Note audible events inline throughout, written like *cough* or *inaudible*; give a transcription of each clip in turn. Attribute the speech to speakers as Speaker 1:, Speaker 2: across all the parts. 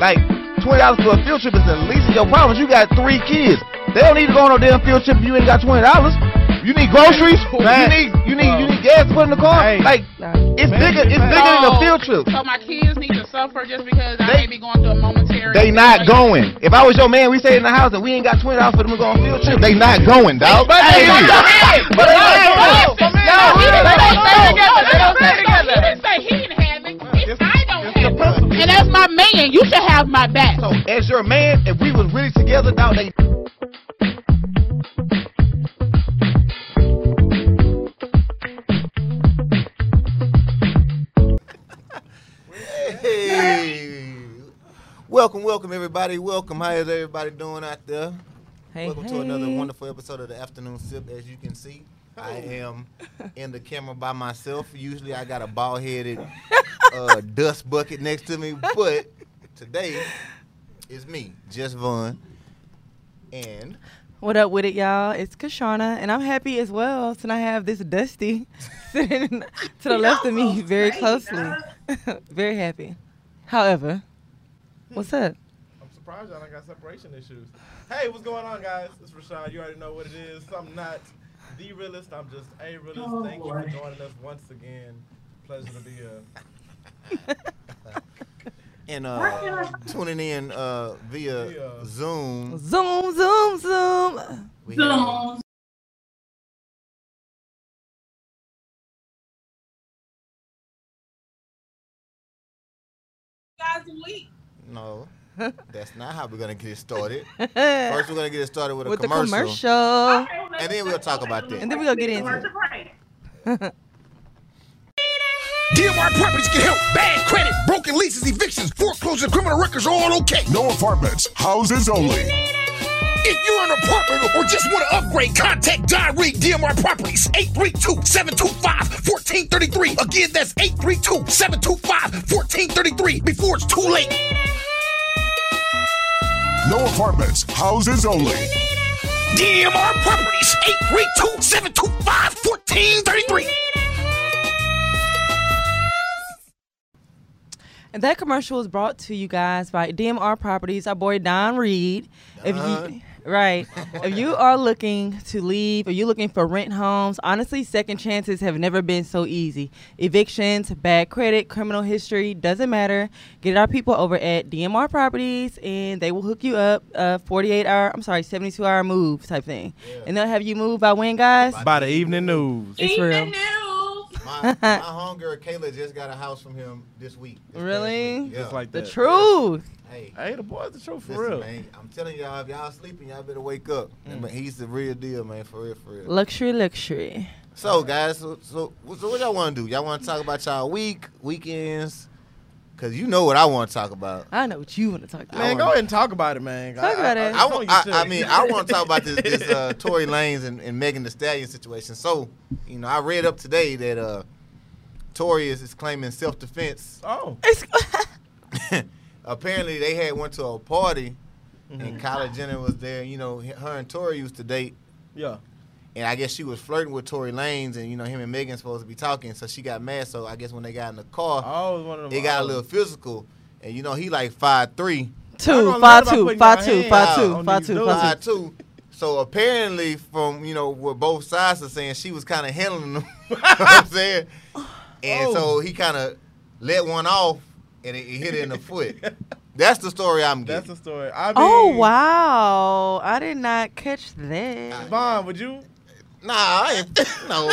Speaker 1: Like twenty dollars for a field trip is the least of your problems. You got three kids. They don't need to go on no damn field trip if you ain't got twenty dollars. You need groceries. You
Speaker 2: Facts.
Speaker 1: need you need you need gas to put in the car.
Speaker 2: Hey.
Speaker 1: Like it's bigger it's bigger than a field trip.
Speaker 3: So my kids need to suffer just because
Speaker 1: They-
Speaker 3: I may be going through a momentary.
Speaker 1: They not going. If I was your man, we stay in the house and we ain't got twenty dollars for them to go on field trip. They not going, dog. But they But they not going. No,
Speaker 3: He didn't
Speaker 1: no,
Speaker 3: say
Speaker 1: no.
Speaker 3: stay together. They don't stay together. He didn't say he didn't have it. It's, I don't
Speaker 1: the
Speaker 3: have
Speaker 1: principle.
Speaker 3: it. And as my man, you should have my back.
Speaker 1: So as your man, if we was really together, dog, they
Speaker 4: Hey. Welcome, welcome everybody. Welcome. How is everybody doing out there?
Speaker 5: Hey,
Speaker 4: welcome to another
Speaker 5: hey.
Speaker 4: wonderful episode of the Afternoon Sip. As you can see, I
Speaker 5: *laughs*
Speaker 4: am in the camera by myself. Usually I got a bald headed
Speaker 5: *laughs*
Speaker 4: uh, dust bucket next to me, but today it's me, just Vaughn. And
Speaker 5: What up with it, y'all? It's Kashana, and I'm happy as well to not have this Dusty *laughs* sitting to the left of me very closely. *laughs* very happy. However, what's up?
Speaker 2: I'm surprised y'all don't got separation issues. Hey, what's going on, guys? It's Rashad. You already know what it is. I'm not the realist. I'm just a realist.
Speaker 5: Oh,
Speaker 2: Thank you for joining us once again. Pleasure to be here.
Speaker 4: and uh, tuning in uh, via
Speaker 2: Via.
Speaker 4: Zoom.
Speaker 5: Zoom, zoom, zoom.
Speaker 4: We have- No, that's not how we're gonna get it started. First, we're gonna get it started with a
Speaker 5: with the
Speaker 4: commercial,
Speaker 5: commercial.
Speaker 4: and then we'll talk about
Speaker 5: And
Speaker 4: that.
Speaker 5: then we're going to get into it.
Speaker 6: DMR properties can help. Bad credit, broken leases, evictions, foreclosure, criminal records are all okay. No apartments, houses only. If you're an apartment or just want to upgrade, contact John Reed DMR Properties 832-725-1433. Again, that's 832-725-1433 before it's too late. No apartments, houses only. DMR Properties 832-725-1433.
Speaker 5: And that commercial was brought to you guys by DMR Properties, our boy Don Reed. If you
Speaker 4: Don.
Speaker 5: right, if you are looking to leave, or you're looking for rent homes, honestly, second chances have never been so easy. Evictions, bad credit, criminal history, doesn't matter. Get our people over at DMR Properties, and they will hook you up. A 48 hour, I'm sorry, 72 hour move type thing, and they'll have you move by when, guys.
Speaker 2: By the evening news.
Speaker 5: It's real. *laughs*
Speaker 4: My, my homegirl Kayla just got a house from him this week. this past
Speaker 5: Really?
Speaker 4: week. Yeah.
Speaker 2: Just like
Speaker 5: The
Speaker 2: that.
Speaker 5: truth.
Speaker 4: Hey,
Speaker 2: Hey, the boy's the truth for
Speaker 4: listen,
Speaker 2: real.
Speaker 4: man. I'm telling y'all, if y'all sleeping, y'all better wake up.
Speaker 5: Mm.
Speaker 4: But he's the real deal, man. For real, for real.
Speaker 5: Luxury, luxury.
Speaker 4: So, guys, so, so, so what y'all want to do? Y'all want to talk about y'all week, weekends? Cause you know what I want to talk about.
Speaker 5: I know what you want to talk about.
Speaker 2: Man, go ahead and talk about it, man.
Speaker 5: Talk about it.
Speaker 4: I,
Speaker 2: know
Speaker 4: wa-
Speaker 2: you
Speaker 4: I,
Speaker 2: should.
Speaker 4: I mean, I want to talk about this, this uh, Tory Lanez and, and Megan The Stallion situation. So, you know, I read up today that uh, Tory is, is claiming self defense.
Speaker 2: *laughs* Oh.
Speaker 5: It's- *laughs*
Speaker 4: Apparently, they had went to a party, and Kylie Jenner was there. You know, h- her and Tory used to date,
Speaker 2: Yeah.
Speaker 4: and I guess she was flirting with Tory Lanez, and you know, him and Megan supposed to be talking. So she got mad. So I guess when they got in the car,
Speaker 2: I was one of them.
Speaker 4: it got a little physical, and you know, he like five three.
Speaker 2: Y'all
Speaker 5: Two, five,
Speaker 2: gonna learn about
Speaker 5: two,
Speaker 2: putting
Speaker 5: five,
Speaker 2: your
Speaker 5: two,
Speaker 2: hands
Speaker 5: five,
Speaker 4: out
Speaker 5: two,
Speaker 2: on
Speaker 5: five,
Speaker 2: these
Speaker 5: two,
Speaker 2: dudes.
Speaker 5: five,
Speaker 4: five two. So apparently, from you know what both sides are saying, she was kind of handling them. *laughs* you know what I'm saying, and so he kind of let one off, and it, it hit her in the foot. That's the story I'm
Speaker 2: That's
Speaker 4: getting.
Speaker 2: the story. I mean,
Speaker 5: Oh wow! I did not catch that.
Speaker 2: Vaughn, would you?
Speaker 4: nah, I ain't. *laughs* No,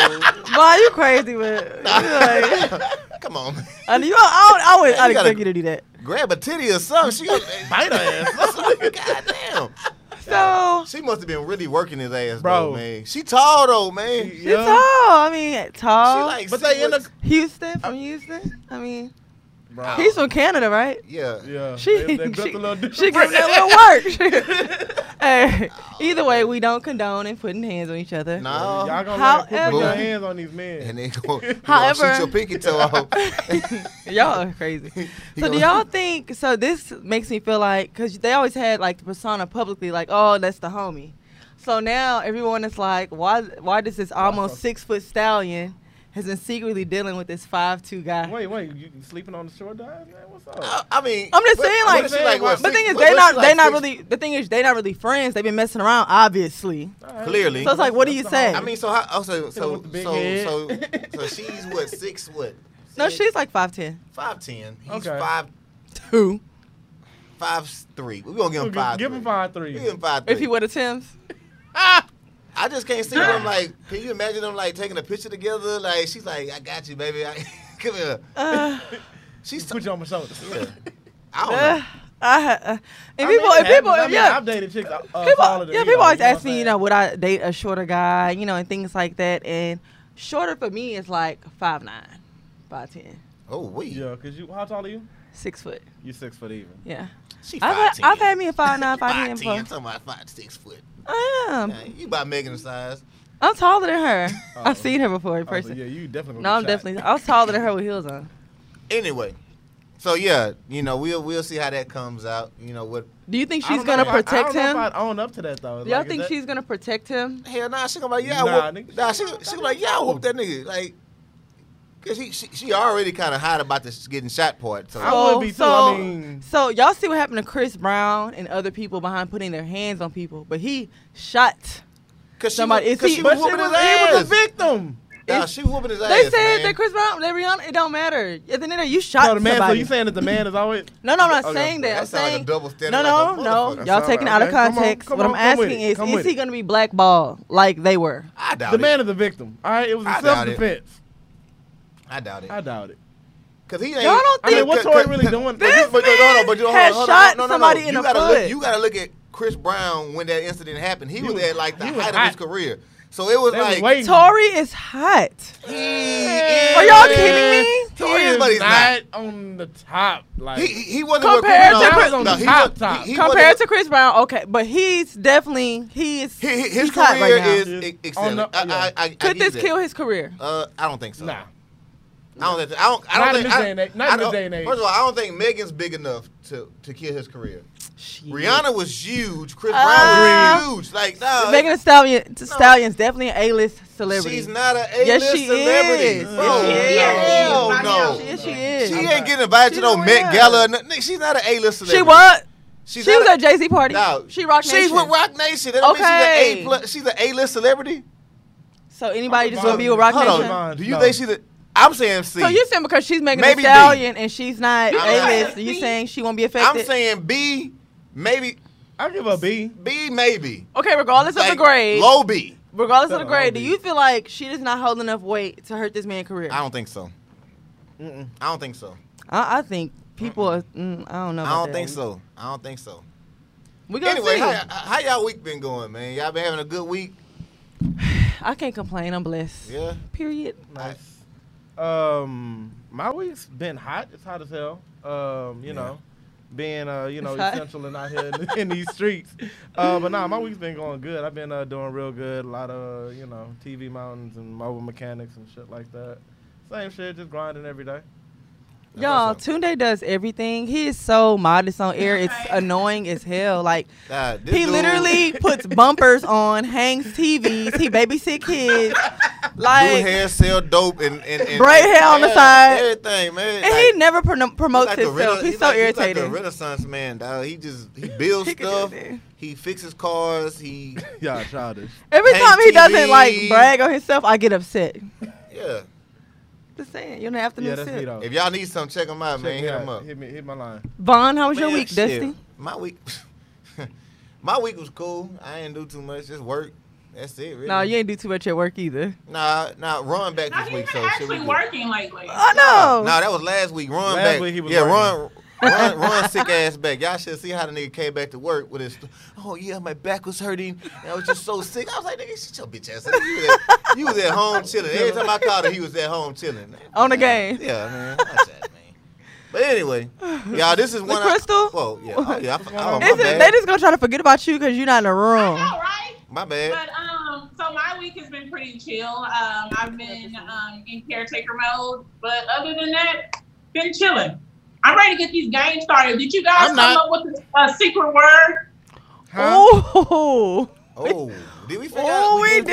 Speaker 5: Wow, you crazy, man. Like,
Speaker 4: come on, man.
Speaker 5: I knew- I, I, I, would-
Speaker 4: You
Speaker 5: I'd
Speaker 4: gotta-
Speaker 5: expect you to do that.
Speaker 4: grab a titty or something. She gonna bite her ass. Goddamn,
Speaker 5: So
Speaker 4: she must have been really working his ass,
Speaker 2: Bro.
Speaker 4: bro. man, she tall though, man. She
Speaker 5: she's tall. I mean, tall.
Speaker 4: like,
Speaker 2: *laughs* But they in
Speaker 4: six-
Speaker 2: the-
Speaker 5: Houston from Houston. I mean,
Speaker 2: Bro.
Speaker 5: he's from Canada, right?
Speaker 4: yeah,
Speaker 2: Yeah.
Speaker 5: She
Speaker 2: they, they built
Speaker 5: she,
Speaker 2: a little different.
Speaker 5: she gave that little
Speaker 2: *laughs*
Speaker 5: work. *laughs* hey, either way, we don't condone and putting hands on each other.
Speaker 4: No,
Speaker 2: Y'all gonna However, put your
Speaker 4: However-
Speaker 2: hands on these men.
Speaker 4: and they go,
Speaker 5: However-
Speaker 4: shoot your pinky toe
Speaker 5: *laughs*
Speaker 4: off.
Speaker 5: y'all are crazy.
Speaker 4: He
Speaker 5: So do
Speaker 4: gonna-
Speaker 5: y'all think? So this makes me feel like because they always had like the persona publicly, like oh that's the homie. So now everyone is like, why why does this almost six foot stallion has been secretly dealing with this five two guy.
Speaker 2: Wait, wait, you sleeping on the shore dive, man? What's up?
Speaker 4: I, I mean,
Speaker 5: I'm just
Speaker 4: what-
Speaker 5: saying,
Speaker 4: what
Speaker 5: like,
Speaker 4: is she, what,
Speaker 5: but
Speaker 4: six-
Speaker 5: thing is,
Speaker 4: what-
Speaker 5: they
Speaker 4: what
Speaker 5: not,
Speaker 4: she,
Speaker 5: they
Speaker 4: like,
Speaker 5: not
Speaker 4: six-
Speaker 5: really. The thing is, they not really friends. They've been messing around, obviously.
Speaker 2: All right.
Speaker 4: Clearly.
Speaker 5: So it's like, what do you
Speaker 2: That's
Speaker 5: say?
Speaker 2: all.
Speaker 4: I mean, so how? Oh, so so
Speaker 2: with the big
Speaker 4: so,
Speaker 2: head.
Speaker 4: so so she's what six what?
Speaker 5: *laughs* No,
Speaker 4: Six?
Speaker 5: she's like five ten.
Speaker 4: five ten. He's
Speaker 2: Okay.
Speaker 4: five
Speaker 5: Who?
Speaker 4: five three. We're gonna give him
Speaker 2: Give-
Speaker 4: five.
Speaker 2: Give
Speaker 4: three.
Speaker 2: him five three.
Speaker 4: Give him five three.
Speaker 5: If he would have Tim's. *laughs*
Speaker 4: I just can't see them like. Can you imagine them like taking a picture together? Like she's like, I got you, baby. I, *laughs* come here.
Speaker 5: Uh,
Speaker 4: She's. T- *laughs*
Speaker 2: Put you on my shoulders. *laughs*
Speaker 4: I don't
Speaker 5: uh,
Speaker 4: know.
Speaker 5: I, ha- uh, and
Speaker 2: I mean,
Speaker 5: people,
Speaker 2: it
Speaker 5: and people,
Speaker 2: happens. I mean,
Speaker 5: yeah.
Speaker 2: I've dated chicks. Uh, for
Speaker 5: people,
Speaker 2: all of the
Speaker 5: yeah,
Speaker 2: ego,
Speaker 5: people always
Speaker 2: you know
Speaker 5: ask me, you know, would I date a shorter guy, you know, and things like that. And shorter for me is like five nine, five ten,
Speaker 4: Oh we.
Speaker 2: what I'm saying? Yeah, cause you, how tall are you?
Speaker 5: six foot.
Speaker 2: You six foot even.
Speaker 5: Yeah,
Speaker 4: She
Speaker 5: I've
Speaker 4: five
Speaker 5: had, I've had me a five nine, five
Speaker 4: *laughs*
Speaker 5: ten
Speaker 4: five ten. I'm
Speaker 5: before.
Speaker 4: talking about five six foot.
Speaker 5: I am.
Speaker 4: Now, you about Megan size?
Speaker 5: I'm taller than her.
Speaker 2: Oh.
Speaker 5: I've seen her before in
Speaker 2: Oh, so
Speaker 5: person.
Speaker 2: yeah, you definitely. gonna
Speaker 5: No, I'm
Speaker 2: get shot.
Speaker 5: definitely. I was taller than her with heels on.
Speaker 4: Anyway, so yeah, you know we'll we'll see how that comes out. You know what?
Speaker 5: Do you think
Speaker 2: I
Speaker 5: she's
Speaker 2: don't know
Speaker 5: gonna
Speaker 2: if I-
Speaker 5: protect
Speaker 2: I don't
Speaker 5: him?
Speaker 2: know if I'd own up to that though.
Speaker 5: Do y'all
Speaker 2: Like, is
Speaker 5: think
Speaker 2: that-
Speaker 5: she's gonna protect him?
Speaker 4: Hell nah, she gonna be like yeah, nah,
Speaker 2: Nah,
Speaker 4: whoop.
Speaker 2: nigga.
Speaker 4: nah she she gonna be like yeah, I whoop that nigga like. Cause she, she, she already kind of hot about this getting shot part. So
Speaker 2: I would be too, I mean-
Speaker 5: so y'all see what happened to Chris Brown and other people behind putting their hands on people, but he shot.
Speaker 4: Cause she,
Speaker 5: Somebody-
Speaker 4: was-
Speaker 5: is
Speaker 4: cause
Speaker 5: he-
Speaker 4: she
Speaker 2: But
Speaker 4: was
Speaker 2: she
Speaker 4: whooping
Speaker 2: was,
Speaker 4: his
Speaker 2: he was a
Speaker 4: ass.
Speaker 2: victim.
Speaker 4: Nah, she whooping his
Speaker 5: They
Speaker 4: ass.
Speaker 5: said that
Speaker 4: man.
Speaker 5: Chris Brown, that Rihanna, it don't matter. At the end of the day, you shot
Speaker 2: So the man. So
Speaker 5: somebody.
Speaker 2: you saying that the man is always?
Speaker 5: no, no, I'm not
Speaker 2: Okay,
Speaker 5: saying that.
Speaker 4: that
Speaker 5: I'm
Speaker 4: sound like
Speaker 5: saying
Speaker 4: a double standard
Speaker 5: no,
Speaker 4: like a
Speaker 5: no, no.
Speaker 4: motherfucker.
Speaker 5: Y'all
Speaker 2: Sound
Speaker 5: taking it out
Speaker 2: like-
Speaker 5: of
Speaker 2: okay, come on,
Speaker 5: context.
Speaker 2: come
Speaker 5: what
Speaker 2: on,
Speaker 5: I'm
Speaker 2: come with
Speaker 5: asking
Speaker 2: it,
Speaker 5: is,
Speaker 2: come
Speaker 5: is
Speaker 2: with
Speaker 5: he
Speaker 2: it.
Speaker 5: gonna be blackballed like they were?
Speaker 4: I doubt
Speaker 2: The
Speaker 4: it.
Speaker 2: man is the victim. All right, it was
Speaker 4: I
Speaker 2: a
Speaker 4: doubt
Speaker 2: self
Speaker 4: it.
Speaker 2: defense.
Speaker 4: I doubt it.
Speaker 2: I doubt it.
Speaker 4: Cause he ain't.
Speaker 5: Y'all don't
Speaker 2: I mean,
Speaker 5: think-
Speaker 2: what's Tory really doing?
Speaker 4: But you, but, no, no, no, but you, hold
Speaker 5: has
Speaker 4: on, hold on,
Speaker 5: shot
Speaker 4: no, no, no.
Speaker 5: somebody in
Speaker 4: you
Speaker 5: the
Speaker 4: gotta
Speaker 5: foot.
Speaker 4: Look, you gotta look at Chris Brown when that incident happened. He, was,
Speaker 2: was-
Speaker 4: at like the
Speaker 2: he was
Speaker 4: height of
Speaker 2: hot.
Speaker 4: his career. So it was
Speaker 2: They was
Speaker 4: like,
Speaker 2: waiting.
Speaker 5: Tory is hot.
Speaker 4: he
Speaker 5: Are
Speaker 4: is-
Speaker 5: y'all kidding me?
Speaker 4: Tory is, but he's not.
Speaker 2: not on the top. Like
Speaker 4: He, he he wasn't
Speaker 5: Compared
Speaker 4: looking,
Speaker 5: to
Speaker 4: no,
Speaker 5: Chris-
Speaker 4: no, he
Speaker 2: top,
Speaker 4: was,
Speaker 2: top.
Speaker 4: He, he
Speaker 5: Compared
Speaker 4: wasn't-
Speaker 5: to Chris Brown, okay, but he's definitely he is.
Speaker 4: he- he- his
Speaker 5: he's
Speaker 4: career
Speaker 5: hot right now.
Speaker 4: is
Speaker 2: Yes.
Speaker 4: ex-
Speaker 2: On
Speaker 4: excellent.
Speaker 2: the-
Speaker 4: I, I, I, I
Speaker 5: Could
Speaker 4: give
Speaker 5: this
Speaker 4: you that.
Speaker 5: kill his career?
Speaker 4: Uh, I don't think so.
Speaker 2: nah.
Speaker 4: I don't think. I don't. I don't
Speaker 2: Not in
Speaker 4: think,
Speaker 2: this
Speaker 4: I-
Speaker 2: day and age- not
Speaker 4: I
Speaker 2: in this
Speaker 4: don't-
Speaker 2: day and age.
Speaker 4: First of all, I don't think Megan's big enough to to kill his career.
Speaker 5: Shit.
Speaker 4: Rihanna was huge. Chris
Speaker 5: Ah.
Speaker 4: Brown was huge. Like, nah,
Speaker 5: Megan Thee Stallion, Stallion's definitely an A-list celebrity.
Speaker 4: uh, she's not an A-list
Speaker 5: Yes, she
Speaker 4: celebrity.
Speaker 5: is.
Speaker 4: Bro,
Speaker 5: Yes,
Speaker 4: hell
Speaker 3: she is.
Speaker 4: no.
Speaker 5: Yes, she
Speaker 4: She
Speaker 5: is.
Speaker 4: ain't getting invited to
Speaker 5: She
Speaker 4: no
Speaker 5: don't
Speaker 4: Met
Speaker 5: have.
Speaker 4: Gala. or nothing. Nigga, She's not an A-list celebrity.
Speaker 5: she what?
Speaker 4: She's
Speaker 5: she
Speaker 4: not
Speaker 5: was
Speaker 4: a-
Speaker 5: at Jay Z party.
Speaker 4: No,
Speaker 5: She Rock Nation.
Speaker 4: She's with Rock Nation. That don't mean
Speaker 5: Okay.
Speaker 4: she's an A plus. She's an A-list celebrity.
Speaker 5: So anybody just
Speaker 2: So,
Speaker 5: gonna be with Rock
Speaker 4: Hold
Speaker 5: Nation?
Speaker 4: on. Do you
Speaker 2: No.
Speaker 4: think she's a? I'm saying C.
Speaker 5: So you saying because she's Megan
Speaker 4: Maybe
Speaker 5: Thee Stallion and she's not
Speaker 4: not-
Speaker 5: A-list, you saying she won't be affected?
Speaker 4: I'm saying B, maybe
Speaker 2: I give a B.
Speaker 4: B, maybe.
Speaker 5: okay, regardless of
Speaker 4: Like,
Speaker 5: the grade,
Speaker 4: Low B.
Speaker 5: regardless of the
Speaker 2: Oh,
Speaker 5: grade, do
Speaker 2: dude.
Speaker 5: you feel like she does not hold enough weight to hurt this man's career?
Speaker 4: I don't think so.
Speaker 2: Mm-mm.
Speaker 4: I don't think so.
Speaker 5: I, I think people. Are, mm, I don't know.
Speaker 4: I
Speaker 5: about
Speaker 4: don't
Speaker 5: that.
Speaker 4: think so. I don't think so.
Speaker 5: We gonna
Speaker 4: Anyway,
Speaker 5: see.
Speaker 4: how, how y'all week been going, man? Y'all been having a good week?
Speaker 5: I can't complain. I'm blessed.
Speaker 4: Yeah.
Speaker 5: Period.
Speaker 2: Nice. Um, my week's been hot. It's hot as hell. Um, you know, being uh, you know,
Speaker 5: It's hot.
Speaker 2: essential and out here in, in these streets. Uh, but nah, my week's been going good. I've been uh, doing real good. A lot of you know, TV mountains and mobile mechanics and shit like that. Same shit, just grinding every day.
Speaker 5: Y'all,
Speaker 4: awesome.
Speaker 5: Tunde does everything. He is so modest on air. It's annoying as hell. Like
Speaker 4: Nah, this
Speaker 5: he
Speaker 4: dude- *laughs*
Speaker 5: literally puts bumpers on, hangs TVs, he babysit kids.
Speaker 4: do
Speaker 5: Like
Speaker 4: hair, sell dope, and and, and
Speaker 5: Braid hair on the
Speaker 4: Yeah,
Speaker 5: side.
Speaker 4: Everything, man.
Speaker 5: and he never prono- promotes himself. he's, so
Speaker 4: He's like
Speaker 5: irritating.
Speaker 4: the Renaissance man, dog. He just
Speaker 5: *laughs*
Speaker 4: he builds
Speaker 5: He could do
Speaker 4: stuff.
Speaker 5: that.
Speaker 4: He fixes cars. He
Speaker 2: Yeah, childish.
Speaker 5: Every
Speaker 4: Hank
Speaker 5: time he doesn't
Speaker 4: TV.
Speaker 5: like brag on himself, I get upset.
Speaker 4: yeah.
Speaker 5: Just saying, you're in the afternoon
Speaker 2: yeah, that's me
Speaker 5: sip.
Speaker 2: though.
Speaker 4: If y'all need something, check him out,
Speaker 2: Check
Speaker 4: man.
Speaker 2: me
Speaker 4: Hit
Speaker 2: out.
Speaker 4: him up.
Speaker 2: Hit me, hit my line.
Speaker 5: Vaughn, how was your
Speaker 4: Man,
Speaker 5: week,
Speaker 4: shit.
Speaker 5: Dusty?
Speaker 4: My week, *laughs* my week was cool. I didn't do too much. Just work. That's it. Really.
Speaker 5: No, you ain't do too much at work either.
Speaker 4: Nah, nah. Ron back
Speaker 3: Now
Speaker 4: this
Speaker 3: he's
Speaker 4: week. So
Speaker 3: been
Speaker 4: shit, we
Speaker 3: actually
Speaker 4: good.
Speaker 3: working lately.
Speaker 5: Oh no.
Speaker 4: Nah, that was last week. Ron
Speaker 2: Last
Speaker 4: back.
Speaker 2: week he was
Speaker 4: yeah,
Speaker 2: working.
Speaker 4: Ron. Ron, Ron sick ass back. Y'all should see how the nigga came back to work with his. Oh yeah, my back was hurting. And I was just so sick. I was like, nigga, shut your bitch ass. up. You was at, you was at home chilling. Every time I called him, he was at home chilling.
Speaker 5: On the game.
Speaker 4: Yeah, man. Watch that, man. But anyway, y'all, this is one.
Speaker 5: Crystal?
Speaker 4: I, whoa, yeah, oh, yeah. I, oh, my
Speaker 5: Is it, they
Speaker 4: bad.
Speaker 5: just gonna try to forget about you because you're not in the
Speaker 3: I
Speaker 5: room.
Speaker 3: know, right?
Speaker 4: My bad.
Speaker 3: But um, so my week has been pretty chill. Um, I've been um in caretaker mode, but other than that, been chilling. I'm ready to get these games started. Did you guys
Speaker 4: I'm
Speaker 3: come
Speaker 4: not.
Speaker 3: up with a, a secret word?
Speaker 5: Oh,
Speaker 4: Oh, did we figure
Speaker 5: Oh,
Speaker 4: out?
Speaker 5: we
Speaker 4: figure-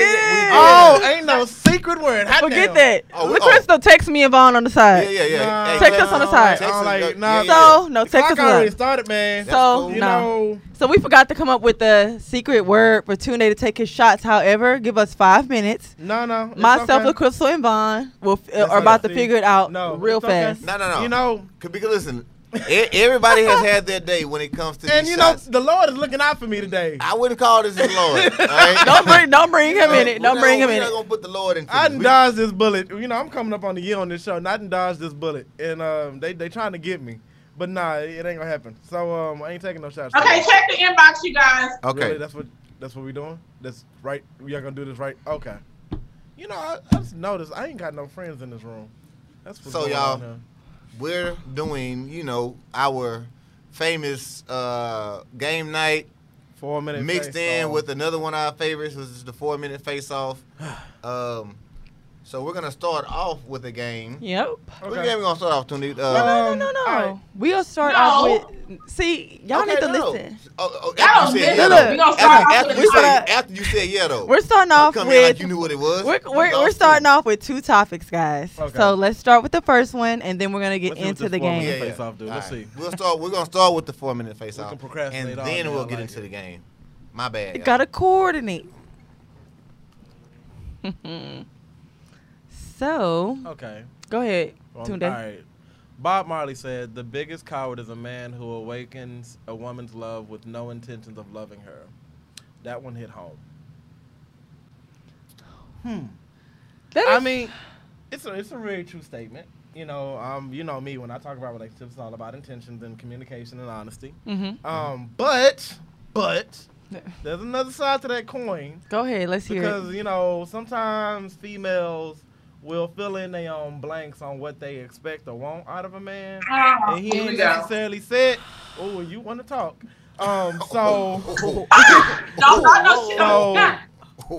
Speaker 4: we
Speaker 5: did. Oh,
Speaker 2: ain't no secret word. How
Speaker 5: forget that.
Speaker 4: Oh,
Speaker 5: Look,
Speaker 4: oh.
Speaker 5: Crystal, text me and Vaughn on the side.
Speaker 4: Yeah, yeah, yeah.
Speaker 2: Nah.
Speaker 4: Hey,
Speaker 5: Text
Speaker 4: let-
Speaker 5: us on the side.
Speaker 4: text us
Speaker 2: I'm like,
Speaker 4: up.
Speaker 2: nah.
Speaker 5: So, no, text us
Speaker 2: Clock already
Speaker 5: love.
Speaker 2: started, man.
Speaker 5: So, no.
Speaker 4: cool.
Speaker 2: you know,
Speaker 5: So we forgot to come up with the secret word for Tune to take his shots. However, give us five minutes.
Speaker 2: no, no. it's
Speaker 5: Myself,
Speaker 2: okay.
Speaker 5: okay. Crystal, and Vaughn will f- uh,
Speaker 2: That's
Speaker 5: are about
Speaker 2: okay.
Speaker 5: to figure it out
Speaker 2: No,
Speaker 5: real
Speaker 2: it's okay.
Speaker 5: fast.
Speaker 2: *laughs*
Speaker 4: No, no, no.
Speaker 2: You know,
Speaker 4: Could- because listen, e- everybody has had their day when it comes to
Speaker 2: and
Speaker 4: these
Speaker 2: you know,
Speaker 4: shots.
Speaker 2: the Lord is looking out for me today.
Speaker 4: I wouldn't call this his
Speaker 5: *laughs*
Speaker 4: Lord. all right?
Speaker 5: Don't bring, don't bring him in
Speaker 4: We're
Speaker 5: it. Don't
Speaker 4: not
Speaker 5: bring
Speaker 4: gonna-
Speaker 5: him in
Speaker 4: We're not
Speaker 5: it.
Speaker 4: gonna put the Lord in.
Speaker 2: I done
Speaker 4: things.
Speaker 2: dodged this bullet. You know, I'm coming up on the year on this show, and I done dodged this bullet. And um, they they trying to get me, but nah, it ain't gonna happen. So um, I ain't taking no shots.
Speaker 3: Okay, check the inbox, you guys.
Speaker 4: We- Okay.
Speaker 2: Really, that's what that's what we doing. That's right. We are gonna do this right. Okay. You know, I, I just noticed I ain't got no friends in this room. That's what's
Speaker 4: So,
Speaker 2: going
Speaker 4: y'all-
Speaker 2: on here.
Speaker 4: we're doing, you know, our famous uh, game night
Speaker 2: Four minutes
Speaker 4: mixed in with another one of our favorites, which is the four minute face off. Um, so we're gonna start off with a game.
Speaker 5: Yep.
Speaker 4: What game we gonna start off to? Nick?
Speaker 5: No,
Speaker 4: Uh,
Speaker 5: no,
Speaker 2: Um,
Speaker 5: no, no.
Speaker 2: all right.
Speaker 5: no. We'll start
Speaker 3: No.
Speaker 5: off with. See, y'all
Speaker 4: okay,
Speaker 5: need to
Speaker 4: no.
Speaker 5: listen.
Speaker 4: Oh, oh,
Speaker 3: Y'all
Speaker 4: after you said
Speaker 3: don't
Speaker 4: yeah,
Speaker 5: listen.
Speaker 4: though.
Speaker 5: We
Speaker 3: gonna start
Speaker 4: after,
Speaker 3: off
Speaker 4: after
Speaker 3: with
Speaker 4: you
Speaker 5: a
Speaker 4: said,
Speaker 5: fight.
Speaker 4: after you said yeah though.
Speaker 5: We're starting off
Speaker 4: Come in like
Speaker 5: with.
Speaker 4: you knew what it was.
Speaker 5: We're, we're,
Speaker 4: Lost
Speaker 5: we're
Speaker 4: it.
Speaker 5: starting off with two topics, guys.
Speaker 2: Okay.
Speaker 5: So let's start with the first one, and then we're gonna get
Speaker 2: Let's see what
Speaker 5: into
Speaker 2: this
Speaker 5: the
Speaker 2: one
Speaker 5: game.
Speaker 2: is. Face off, dude.
Speaker 4: All
Speaker 2: Let's see.
Speaker 4: We'll start. We're gonna start with the four minute face
Speaker 2: We
Speaker 4: off,
Speaker 2: can procrastinate
Speaker 4: and
Speaker 2: all
Speaker 4: then
Speaker 2: day.
Speaker 4: we'll
Speaker 2: I
Speaker 4: get
Speaker 2: like
Speaker 4: into
Speaker 2: it.
Speaker 4: the game. My bad.
Speaker 5: You
Speaker 4: y'all.
Speaker 5: gotta
Speaker 3: *laughs*
Speaker 5: coordinate. so
Speaker 2: Okay.
Speaker 5: go ahead,
Speaker 2: Well,
Speaker 5: Tunde.
Speaker 2: All right. Bob Marley said, "The biggest coward is a man who awakens a woman's love with no intentions of loving her." That one hit home.
Speaker 5: That
Speaker 2: I
Speaker 5: is-
Speaker 2: mean, it's a it's a really true statement. You know, um, you know me when I talk about relationships, it's all about intentions and communication and honesty.
Speaker 5: Mhm.
Speaker 2: Um, but but there's another side to that coin
Speaker 5: Go ahead. Let's hear it.
Speaker 2: because you know sometimes females will fill in their own blanks on what they expect or want out of a man,
Speaker 3: Ah,
Speaker 2: and he
Speaker 3: here we
Speaker 2: ain't
Speaker 3: go.
Speaker 2: necessarily said, "Oh, you want to talk."
Speaker 3: *laughs*
Speaker 2: Um, so.
Speaker 4: Oh,
Speaker 3: Don't start no shit on
Speaker 2: So
Speaker 3: the guy.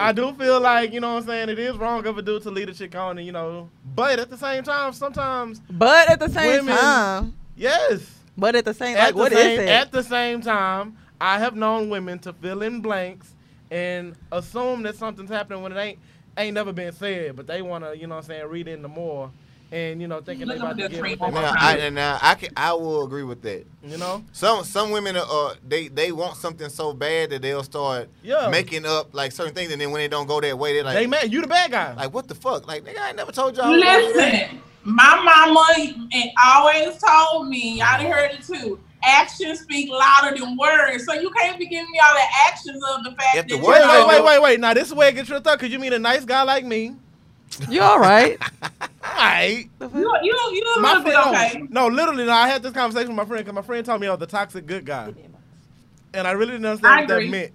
Speaker 2: I do feel like, you know what I'm saying, it is wrong of a dude to lead a chick on and you know but at the same time sometimes
Speaker 5: But at the same
Speaker 2: women-
Speaker 5: time,
Speaker 2: yes.
Speaker 5: but at the same
Speaker 2: at
Speaker 5: like
Speaker 2: the
Speaker 5: what is
Speaker 2: same,
Speaker 5: it?
Speaker 2: At the same time, I have known women to fill in blanks and assume that something's happening when it ain't ain't never been said, but they wanna, you know what I'm saying, read into more and you know, thinking they
Speaker 3: Look
Speaker 2: about
Speaker 3: up
Speaker 2: to
Speaker 3: the
Speaker 2: get
Speaker 3: tree.
Speaker 2: what they
Speaker 4: Now,
Speaker 2: want,
Speaker 4: I, and now I can I will agree with that.
Speaker 2: you know?
Speaker 4: Some some women are uh, they they want something so bad that they'll start
Speaker 2: Yeah.
Speaker 4: making up like certain things, and then when they don't go that way, they're like,
Speaker 2: They mad you the bad guy.
Speaker 4: like what the fuck? Like nigga, I ain't never told y'all. I was gonna do that.
Speaker 3: *laughs* Listen, my mama and always told me, y'all done heard it too. Actions speak louder than words, so you can't be giving me all the actions of the fact
Speaker 4: If the
Speaker 3: that
Speaker 4: words
Speaker 2: Wait,
Speaker 3: you
Speaker 4: ain't
Speaker 2: wait,
Speaker 3: know-
Speaker 2: wait, wait, wait. Now this is where it gets your thought, cause you mean a nice guy like me.
Speaker 5: you all right?
Speaker 2: *laughs* All right.
Speaker 3: You, you, you a
Speaker 2: my
Speaker 3: little bit
Speaker 2: friend,
Speaker 3: okay.
Speaker 2: no, no, literally, no, I had this conversation with my friend because my friend told me I was the toxic good guy, and I really didn't understand
Speaker 3: I
Speaker 2: what
Speaker 3: agree.
Speaker 2: that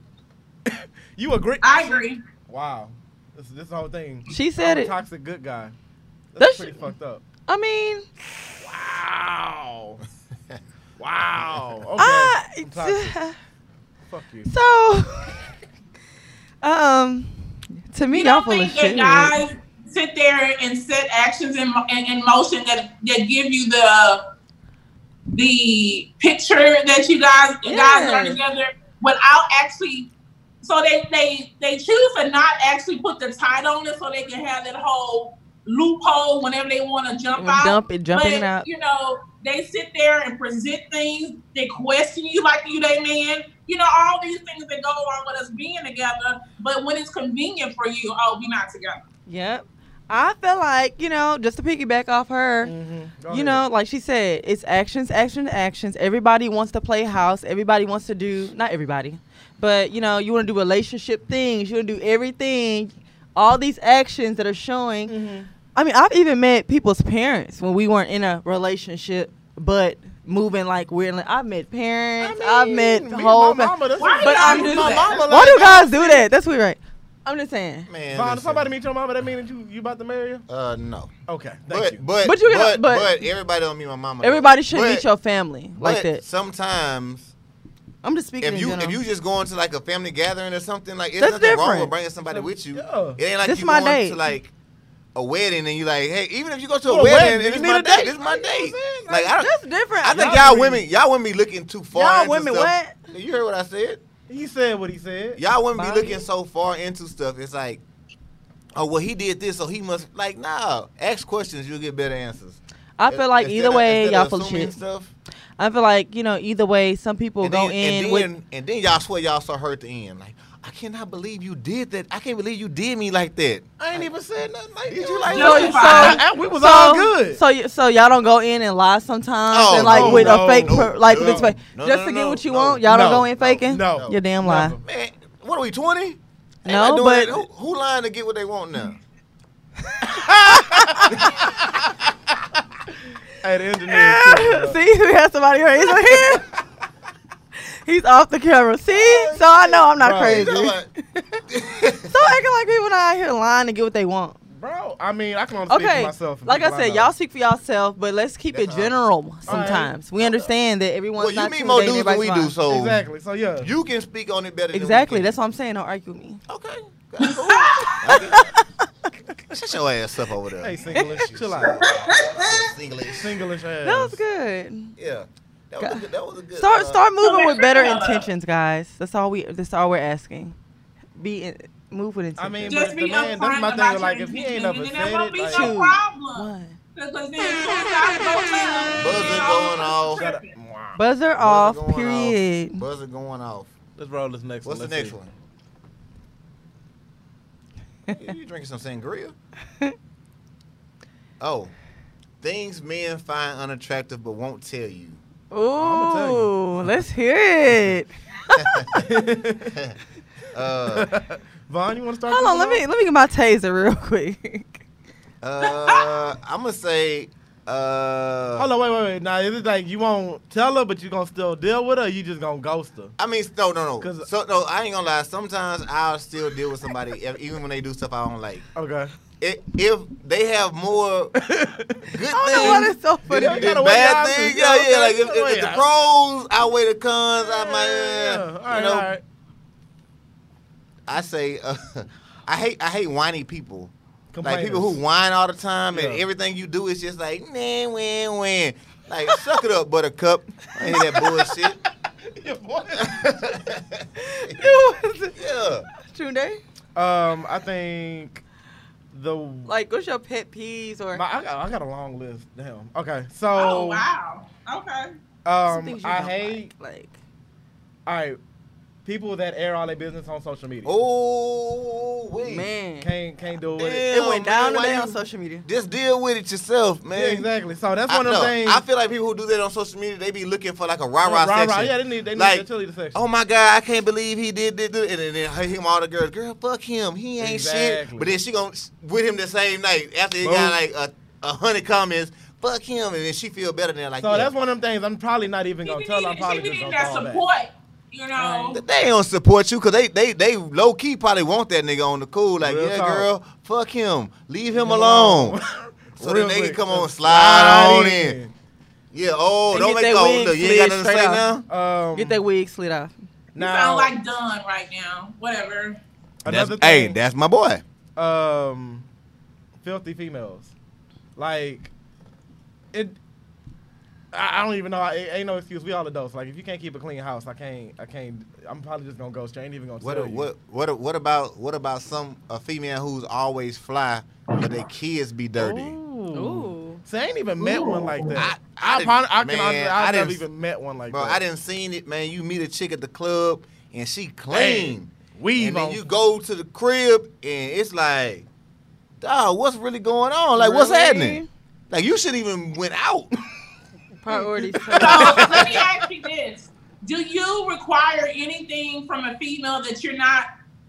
Speaker 2: meant. *laughs* you agree?
Speaker 3: I agree.
Speaker 2: Wow, this this whole thing.
Speaker 5: She said
Speaker 2: I'm
Speaker 5: it.
Speaker 2: a Toxic good guy.
Speaker 5: That's-
Speaker 2: That's, pretty fucked up.
Speaker 5: I mean,
Speaker 2: *laughs* Wow. wow. *laughs* Okay.
Speaker 5: Ah,
Speaker 2: I'm
Speaker 5: *laughs*
Speaker 2: toxic.
Speaker 5: I
Speaker 2: Fuck you.
Speaker 5: so um to me
Speaker 3: You
Speaker 5: y'all
Speaker 3: don't
Speaker 5: full of
Speaker 3: think
Speaker 5: shit.
Speaker 3: that guys sit there and set actions in, mo- in, in motion that, that give you the the picture that you guys you guys are
Speaker 5: Yes.
Speaker 3: together without actually so they, they they choose to not actually put the title on it so they can have that whole loophole whenever they want to jump out.
Speaker 5: Dump it, jump in
Speaker 3: But,
Speaker 5: and out.
Speaker 3: You know, they sit there and present things. They question you like you, they man. You know, all these things that go along with us being together. But when it's convenient for you, oh, we not together.
Speaker 5: Yep. I feel like, you know, just to piggyback off her,
Speaker 3: Mm-hmm.
Speaker 2: Mhm. Go
Speaker 5: you
Speaker 2: ahead.
Speaker 5: know, like she said, it's actions, actions, actions. Everybody wants to play house. Everybody wants to do, not everybody, but, you know, you want to do relationship things. You want to do everything. All these actions that are showing.
Speaker 2: Mm-hmm.
Speaker 5: I mean, I've even met people's parents when we weren't in a relationship, but moving like weirdly. I've met parents. I've met
Speaker 2: Me and
Speaker 5: whole.
Speaker 2: my mama, that's
Speaker 3: Why
Speaker 2: what-
Speaker 3: do
Speaker 5: but
Speaker 3: y'all
Speaker 5: I'm
Speaker 3: do
Speaker 5: just,
Speaker 3: that?
Speaker 5: why
Speaker 4: Mama
Speaker 5: do
Speaker 4: like-
Speaker 5: guys do that? That's weird, right? I'm just saying.
Speaker 4: Man,
Speaker 2: Vaughn, if
Speaker 4: listen.
Speaker 2: somebody meet your mama, that means that you you about to marry her.
Speaker 4: Uh, no.
Speaker 2: Okay, thank
Speaker 4: but,
Speaker 2: you.
Speaker 4: but
Speaker 5: But you can-
Speaker 4: but,
Speaker 5: but-
Speaker 4: but everybody don't meet my mama. though.
Speaker 5: Everybody should
Speaker 4: But-
Speaker 5: meet your family like
Speaker 4: but
Speaker 5: that.
Speaker 4: Sometimes
Speaker 5: I'm just speaking
Speaker 4: if
Speaker 5: in
Speaker 4: you
Speaker 5: general.
Speaker 4: if you just going to like a family gathering or something like it's
Speaker 5: That's
Speaker 4: nothing wrong
Speaker 5: different.
Speaker 4: with bringing somebody with you.
Speaker 2: Yeah.
Speaker 4: It ain't like
Speaker 5: This
Speaker 4: you
Speaker 5: my
Speaker 4: going
Speaker 5: date.
Speaker 4: to like a wedding and you like hey even if you go to
Speaker 2: Well,
Speaker 4: a
Speaker 2: a
Speaker 4: wedding,
Speaker 2: wedding,
Speaker 4: and
Speaker 2: you
Speaker 4: it's
Speaker 2: need
Speaker 4: my
Speaker 2: a
Speaker 4: date
Speaker 2: date.
Speaker 4: it's my date
Speaker 2: saying?
Speaker 4: like I
Speaker 5: That's
Speaker 4: don't
Speaker 5: different.
Speaker 4: I think
Speaker 2: Y'all
Speaker 4: y'all,
Speaker 2: agree.
Speaker 4: women y'all wouldn't be looking too far.
Speaker 5: Y'all
Speaker 4: into
Speaker 5: women
Speaker 4: stuff. You heard what I said.
Speaker 2: He said what he said.
Speaker 4: Y'all wouldn't be
Speaker 5: Bobby.
Speaker 4: looking so far into stuff. It's like oh well he did this so he must like nah ask questions you'll get better answers
Speaker 5: I feel like
Speaker 4: Instead
Speaker 5: either
Speaker 4: of-
Speaker 5: way,
Speaker 4: instead
Speaker 5: y'all
Speaker 4: of
Speaker 5: full of
Speaker 4: assuming
Speaker 5: shit.
Speaker 4: stuff,
Speaker 5: I feel like you know either way, some people
Speaker 4: and
Speaker 5: go
Speaker 4: then,
Speaker 5: in
Speaker 4: and
Speaker 5: with
Speaker 4: then, and then y'all swear y'all so hurt the end like I cannot believe you did that I can't believe you did me like that I ain't even said nothing like did you like
Speaker 3: No,
Speaker 4: that?
Speaker 3: you
Speaker 2: Uh,
Speaker 3: fine.
Speaker 4: I- I- we was
Speaker 5: so,
Speaker 4: all good
Speaker 5: So, y- so y'all don't go in and lie sometimes,
Speaker 4: Oh,
Speaker 5: and like
Speaker 4: no,
Speaker 5: with
Speaker 2: no,
Speaker 5: a fake,
Speaker 4: no,
Speaker 5: per, like
Speaker 4: no.
Speaker 5: this way,
Speaker 4: No,
Speaker 5: just
Speaker 4: no,
Speaker 5: to get
Speaker 4: no,
Speaker 5: what you
Speaker 4: no,
Speaker 5: want. Y'all don't
Speaker 2: no,
Speaker 5: go in faking.
Speaker 2: no, no.
Speaker 5: you're damn lying.
Speaker 4: man what are we twenty
Speaker 5: No,
Speaker 4: doing
Speaker 5: but
Speaker 4: that. who, who lying to get what they want now
Speaker 2: Hey, the engineer. too,
Speaker 5: *laughs*
Speaker 2: bro.
Speaker 5: *laughs* see, we have somebody raise their hand. *laughs* He's off the camera. See, so I know I'm not
Speaker 2: Right.
Speaker 5: crazy.
Speaker 4: You know,
Speaker 5: Stop
Speaker 4: *laughs* like,
Speaker 5: acting like people not out here lying to get what they want.
Speaker 2: Bro, I mean, I can only speak for
Speaker 5: Okay,
Speaker 2: myself. and
Speaker 5: like I
Speaker 2: people
Speaker 5: said,
Speaker 2: know.
Speaker 5: y'all speak for yourself, but let's keep it
Speaker 4: That's all.
Speaker 5: general. Sometimes we understand that
Speaker 4: well
Speaker 5: everyone's
Speaker 4: you
Speaker 5: not
Speaker 4: meet
Speaker 5: too
Speaker 4: more
Speaker 5: dating
Speaker 4: dudes than we
Speaker 5: everybody's
Speaker 4: do
Speaker 5: lying.
Speaker 4: so
Speaker 2: Exactly. So yeah.
Speaker 4: you can speak on it better than we
Speaker 5: Exactly,
Speaker 4: can.
Speaker 5: that's what I'm saying. Don't argue with me. *laughs*
Speaker 4: Okay. Shut your ass up over there.
Speaker 2: hey, singlish. chill
Speaker 5: *laughs*
Speaker 2: out.
Speaker 4: English.
Speaker 2: Singlish ass.
Speaker 5: That was good.
Speaker 4: Yeah. That was, a good, that was a good.
Speaker 5: Start
Speaker 4: uh,
Speaker 5: start moving
Speaker 3: Okay.
Speaker 5: with better intentions, guys. That's all we. That's all we're asking. Be in, move with
Speaker 2: I
Speaker 5: intentions.
Speaker 2: mean,
Speaker 3: Just
Speaker 2: but the
Speaker 3: be
Speaker 2: man,
Speaker 3: upfront
Speaker 2: that's my
Speaker 3: about
Speaker 2: thing. Like,
Speaker 3: your
Speaker 2: if he ain't
Speaker 3: intentions,
Speaker 2: ever
Speaker 3: and
Speaker 2: said
Speaker 3: there won't be
Speaker 2: it,
Speaker 3: no
Speaker 5: Shoot.
Speaker 2: like,
Speaker 3: problem.
Speaker 5: What?
Speaker 3: Because then as soon
Speaker 4: Buzzer
Speaker 5: *laughs*
Speaker 3: as I go left, you know,
Speaker 4: going off.
Speaker 3: tripping.
Speaker 5: Buzzer
Speaker 4: buzzer
Speaker 5: off.
Speaker 4: going off.
Speaker 5: Period.
Speaker 4: Buzzer going off.
Speaker 2: let's roll this next
Speaker 4: What's
Speaker 2: one.
Speaker 4: the
Speaker 2: Let's *laughs*
Speaker 4: next
Speaker 2: see.
Speaker 4: one? Yeah, you drinking some sangria? *laughs* Oh, things men find unattractive but won't tell you. *laughs*
Speaker 2: I'ma tell you.
Speaker 5: Ooh, let's hear it.
Speaker 4: *laughs* Uh,
Speaker 2: Vaughn, you want to start?
Speaker 5: Hold
Speaker 2: this
Speaker 5: on. Let
Speaker 2: one
Speaker 5: me let me get my taser real *laughs* quick.
Speaker 4: uh, I'm gonna say. Uh,
Speaker 2: off? Hold on, wait, wait, wait. Now, is it like you won't tell her, but you gonna still deal with her? Or you just gonna ghost her?
Speaker 4: I mean, no, no, no.
Speaker 2: 'Cause-
Speaker 4: So no, I ain't gonna lie. Sometimes I'll still deal with somebody, e- even when they do stuff I don't like.
Speaker 2: Okay.
Speaker 4: If, if they have
Speaker 2: *laughs*
Speaker 4: more good things
Speaker 5: I don't know why that's so funny.
Speaker 4: than,
Speaker 2: You gotta
Speaker 4: than
Speaker 2: weigh your
Speaker 4: bad
Speaker 2: options.
Speaker 4: things, yeah,
Speaker 2: Yeah,
Speaker 4: yeah.
Speaker 2: okay,
Speaker 4: Like if,
Speaker 2: you
Speaker 4: if,
Speaker 2: gotta
Speaker 4: if the
Speaker 2: weigh
Speaker 4: pros outweigh the cons, I might,
Speaker 2: Yeah,
Speaker 4: uh,
Speaker 2: All right,
Speaker 4: you know,
Speaker 2: all right.
Speaker 4: I say, *laughs* uh, I hate, I hate whiny people. Like
Speaker 2: Complainers.
Speaker 4: people who whine all the time, and
Speaker 2: Yeah.
Speaker 4: everything you do is just like, man, win, win. Like suck it up, Buttercup. I ain't that bullshit.
Speaker 2: *laughs* *laughs* Your
Speaker 4: *laughs*
Speaker 2: voice.
Speaker 4: Yeah.
Speaker 5: True day.
Speaker 2: Um, I think the
Speaker 5: Like, what's your pet peeves or?
Speaker 2: my, I, got, I got a long list. Damn. Okay, so
Speaker 3: Oh, wow. Okay.
Speaker 5: some
Speaker 2: um,
Speaker 5: things you
Speaker 2: I
Speaker 5: don't
Speaker 2: hate
Speaker 5: Like,
Speaker 2: all right people that air all their business on social media.
Speaker 4: Oh wait.
Speaker 5: like man,
Speaker 2: Can't can't do it.
Speaker 4: Damn,
Speaker 5: it went
Speaker 4: man,
Speaker 5: down
Speaker 4: why
Speaker 5: today
Speaker 4: you-
Speaker 5: on social media.
Speaker 4: Just deal with it yourself, man.
Speaker 2: Yeah, exactly. So that's
Speaker 4: I,
Speaker 2: one of
Speaker 4: no,
Speaker 2: them things.
Speaker 4: I feel like people who do that on social media, they be looking for like a rah rah
Speaker 2: Rah-rah,
Speaker 4: section.
Speaker 2: yeah, they need- they need
Speaker 4: like,
Speaker 2: the cheerleader section.
Speaker 4: Oh my god, I can't believe he did this, this," and then, then hate him all the girls. Girl, fuck him. He ain't
Speaker 2: Exactly.
Speaker 4: shit. But then she gonna s- with him the same night after he
Speaker 2: Boom.
Speaker 4: got like a, a hundred comments. Fuck him, and then she feel better than like.
Speaker 2: so
Speaker 4: yeah.
Speaker 2: that's one of them things. I'm probably not even gonna
Speaker 3: She
Speaker 2: tell. her, I'm
Speaker 3: needed, she
Speaker 2: probably just
Speaker 3: needed
Speaker 2: gonna
Speaker 3: that
Speaker 2: fall back.
Speaker 3: support, you know.
Speaker 4: They don't support you because they, they they low key probably want that nigga on the cool. Like,
Speaker 2: Real
Speaker 4: yeah,
Speaker 2: talk.
Speaker 4: girl, fuck him. Leave him alone. *laughs*
Speaker 2: *laughs*
Speaker 4: so then
Speaker 2: Real
Speaker 4: they can
Speaker 2: quick,
Speaker 4: come on,
Speaker 2: just
Speaker 4: slide
Speaker 2: slide
Speaker 4: on
Speaker 2: in.
Speaker 4: in. Yeah, oh,
Speaker 5: They
Speaker 4: don't
Speaker 5: get
Speaker 4: make
Speaker 5: their
Speaker 4: oh,
Speaker 5: wigs
Speaker 4: look, you ain't got
Speaker 5: slid
Speaker 4: nothing to say
Speaker 5: straight
Speaker 4: now?
Speaker 5: off.
Speaker 2: Um,
Speaker 5: Get that wig slid off.
Speaker 3: You
Speaker 2: now,
Speaker 3: sound like done right now. Whatever.
Speaker 2: another
Speaker 4: That's- hey,
Speaker 2: thing,
Speaker 4: that's my boy.
Speaker 2: um, filthy females. Like it. I I don't even know. I, it ain't no excuse. We all adults. Like if you can't keep a clean house, I can't. I can't. I'm probably just gonna ghost you. I ain't even gonna
Speaker 4: What,
Speaker 2: tell you.
Speaker 4: what what what about what about some a female who's always fly but their kids be dirty?
Speaker 5: Oh. Ooh.
Speaker 2: So I ain't even met one like that.
Speaker 4: I- I
Speaker 2: I, probably, I
Speaker 4: didn't-
Speaker 2: can honestly,
Speaker 4: man, I
Speaker 2: I've never
Speaker 4: didn't-
Speaker 2: even met one like
Speaker 4: Bro,
Speaker 2: that.
Speaker 4: I didn't seen it, man. You meet a chick at the club and she clean.
Speaker 2: Hey, weave
Speaker 4: and then
Speaker 2: on.
Speaker 4: you go to the crib and it's like, dog, what's really going on? Like, what's
Speaker 5: Really?
Speaker 4: happening? Like, you should even went out.
Speaker 5: *laughs* Priorities.
Speaker 3: So let me ask you this: Do you require anything from a female that you're not